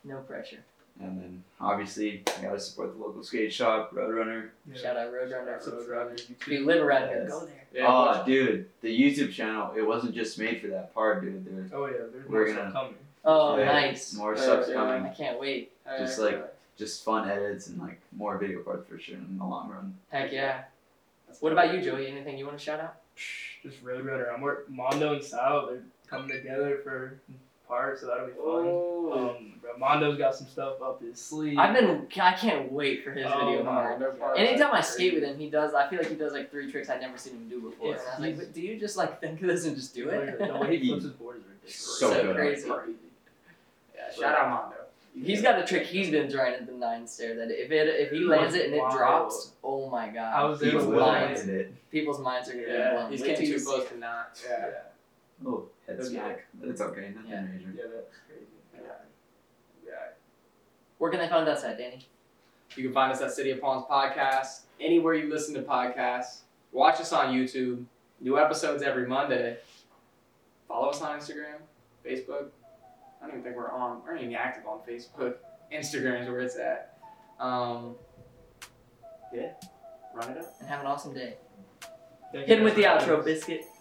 [SPEAKER 2] No pressure.
[SPEAKER 4] And then obviously, I gotta support the local skate shop, Roadrunner.
[SPEAKER 2] Shout out Roadrunner.
[SPEAKER 3] Subscribe to
[SPEAKER 2] If
[SPEAKER 3] YouTube.
[SPEAKER 2] you live around here,
[SPEAKER 4] Yes.
[SPEAKER 2] go there.
[SPEAKER 3] Yeah,
[SPEAKER 4] oh,
[SPEAKER 3] watch-
[SPEAKER 4] dude, the YouTube channel. It wasn't just made for that part, dude. There's
[SPEAKER 3] oh yeah, there's
[SPEAKER 4] We're
[SPEAKER 3] more stuff
[SPEAKER 4] gonna-
[SPEAKER 3] coming.
[SPEAKER 2] Oh,
[SPEAKER 4] Yeah.
[SPEAKER 2] nice.
[SPEAKER 4] more
[SPEAKER 1] Yeah,
[SPEAKER 4] stuff
[SPEAKER 1] yeah.
[SPEAKER 4] coming.
[SPEAKER 2] I can't wait.
[SPEAKER 4] Just
[SPEAKER 1] Uh,
[SPEAKER 4] like just fun edits and like more video parts for sure in the long run.
[SPEAKER 2] Heck yeah. What about you, Joey? Anything you want to shout out?
[SPEAKER 3] Psh, Just Roadrunner. I'm working Mondo and Sal. They're coming together for part, so that'll be fun.
[SPEAKER 2] Oh.
[SPEAKER 3] Um, bro, Mondo's got some stuff up his sleeve.
[SPEAKER 2] I've been. I can't wait for his
[SPEAKER 3] Oh,
[SPEAKER 2] video.
[SPEAKER 3] my
[SPEAKER 2] tomorrow.
[SPEAKER 3] God.
[SPEAKER 2] Anytime I skate with him, he does. I feel like he does like three tricks I'd never seen him do before.
[SPEAKER 3] Yeah.
[SPEAKER 2] And I was like, but do you just like think of this and just do it?
[SPEAKER 3] The way he flips his board is ridiculous.
[SPEAKER 4] So good.
[SPEAKER 2] crazy.
[SPEAKER 1] yeah, shout out Mondo.
[SPEAKER 2] He's got a trick he's been trying at the nine stair that if it if he lands it and it
[SPEAKER 3] Wow.
[SPEAKER 2] drops, oh my god.
[SPEAKER 3] I was there
[SPEAKER 4] He
[SPEAKER 3] with
[SPEAKER 2] People's
[SPEAKER 4] will
[SPEAKER 3] Lion.
[SPEAKER 2] minds,
[SPEAKER 4] land it.
[SPEAKER 2] people's minds are gonna be
[SPEAKER 1] Yeah,
[SPEAKER 2] blown.
[SPEAKER 1] he's
[SPEAKER 2] Wait
[SPEAKER 1] getting
[SPEAKER 2] till
[SPEAKER 1] too
[SPEAKER 2] you see
[SPEAKER 1] close
[SPEAKER 2] it.
[SPEAKER 1] to not.
[SPEAKER 3] Yeah.
[SPEAKER 4] Oh, head
[SPEAKER 1] That's
[SPEAKER 4] smack. It's okay. Nothing
[SPEAKER 2] Yeah.
[SPEAKER 4] major.
[SPEAKER 3] Yeah, that's crazy. Yeah. Yeah.
[SPEAKER 2] Where can they find us at, Danny?
[SPEAKER 1] You can find us at City of Palms Podcast, anywhere you listen to podcasts. Watch us on YouTube. New episodes every Monday. Follow us on Instagram, Facebook. I don't even think we're on. We're not even active on Facebook. Instagram is where it's at. Um, yeah, run it up.
[SPEAKER 2] And have an awesome day.
[SPEAKER 3] Thank
[SPEAKER 2] Hit
[SPEAKER 3] you
[SPEAKER 2] him with the
[SPEAKER 3] guys for having
[SPEAKER 2] outro,
[SPEAKER 3] us.
[SPEAKER 2] biscuit.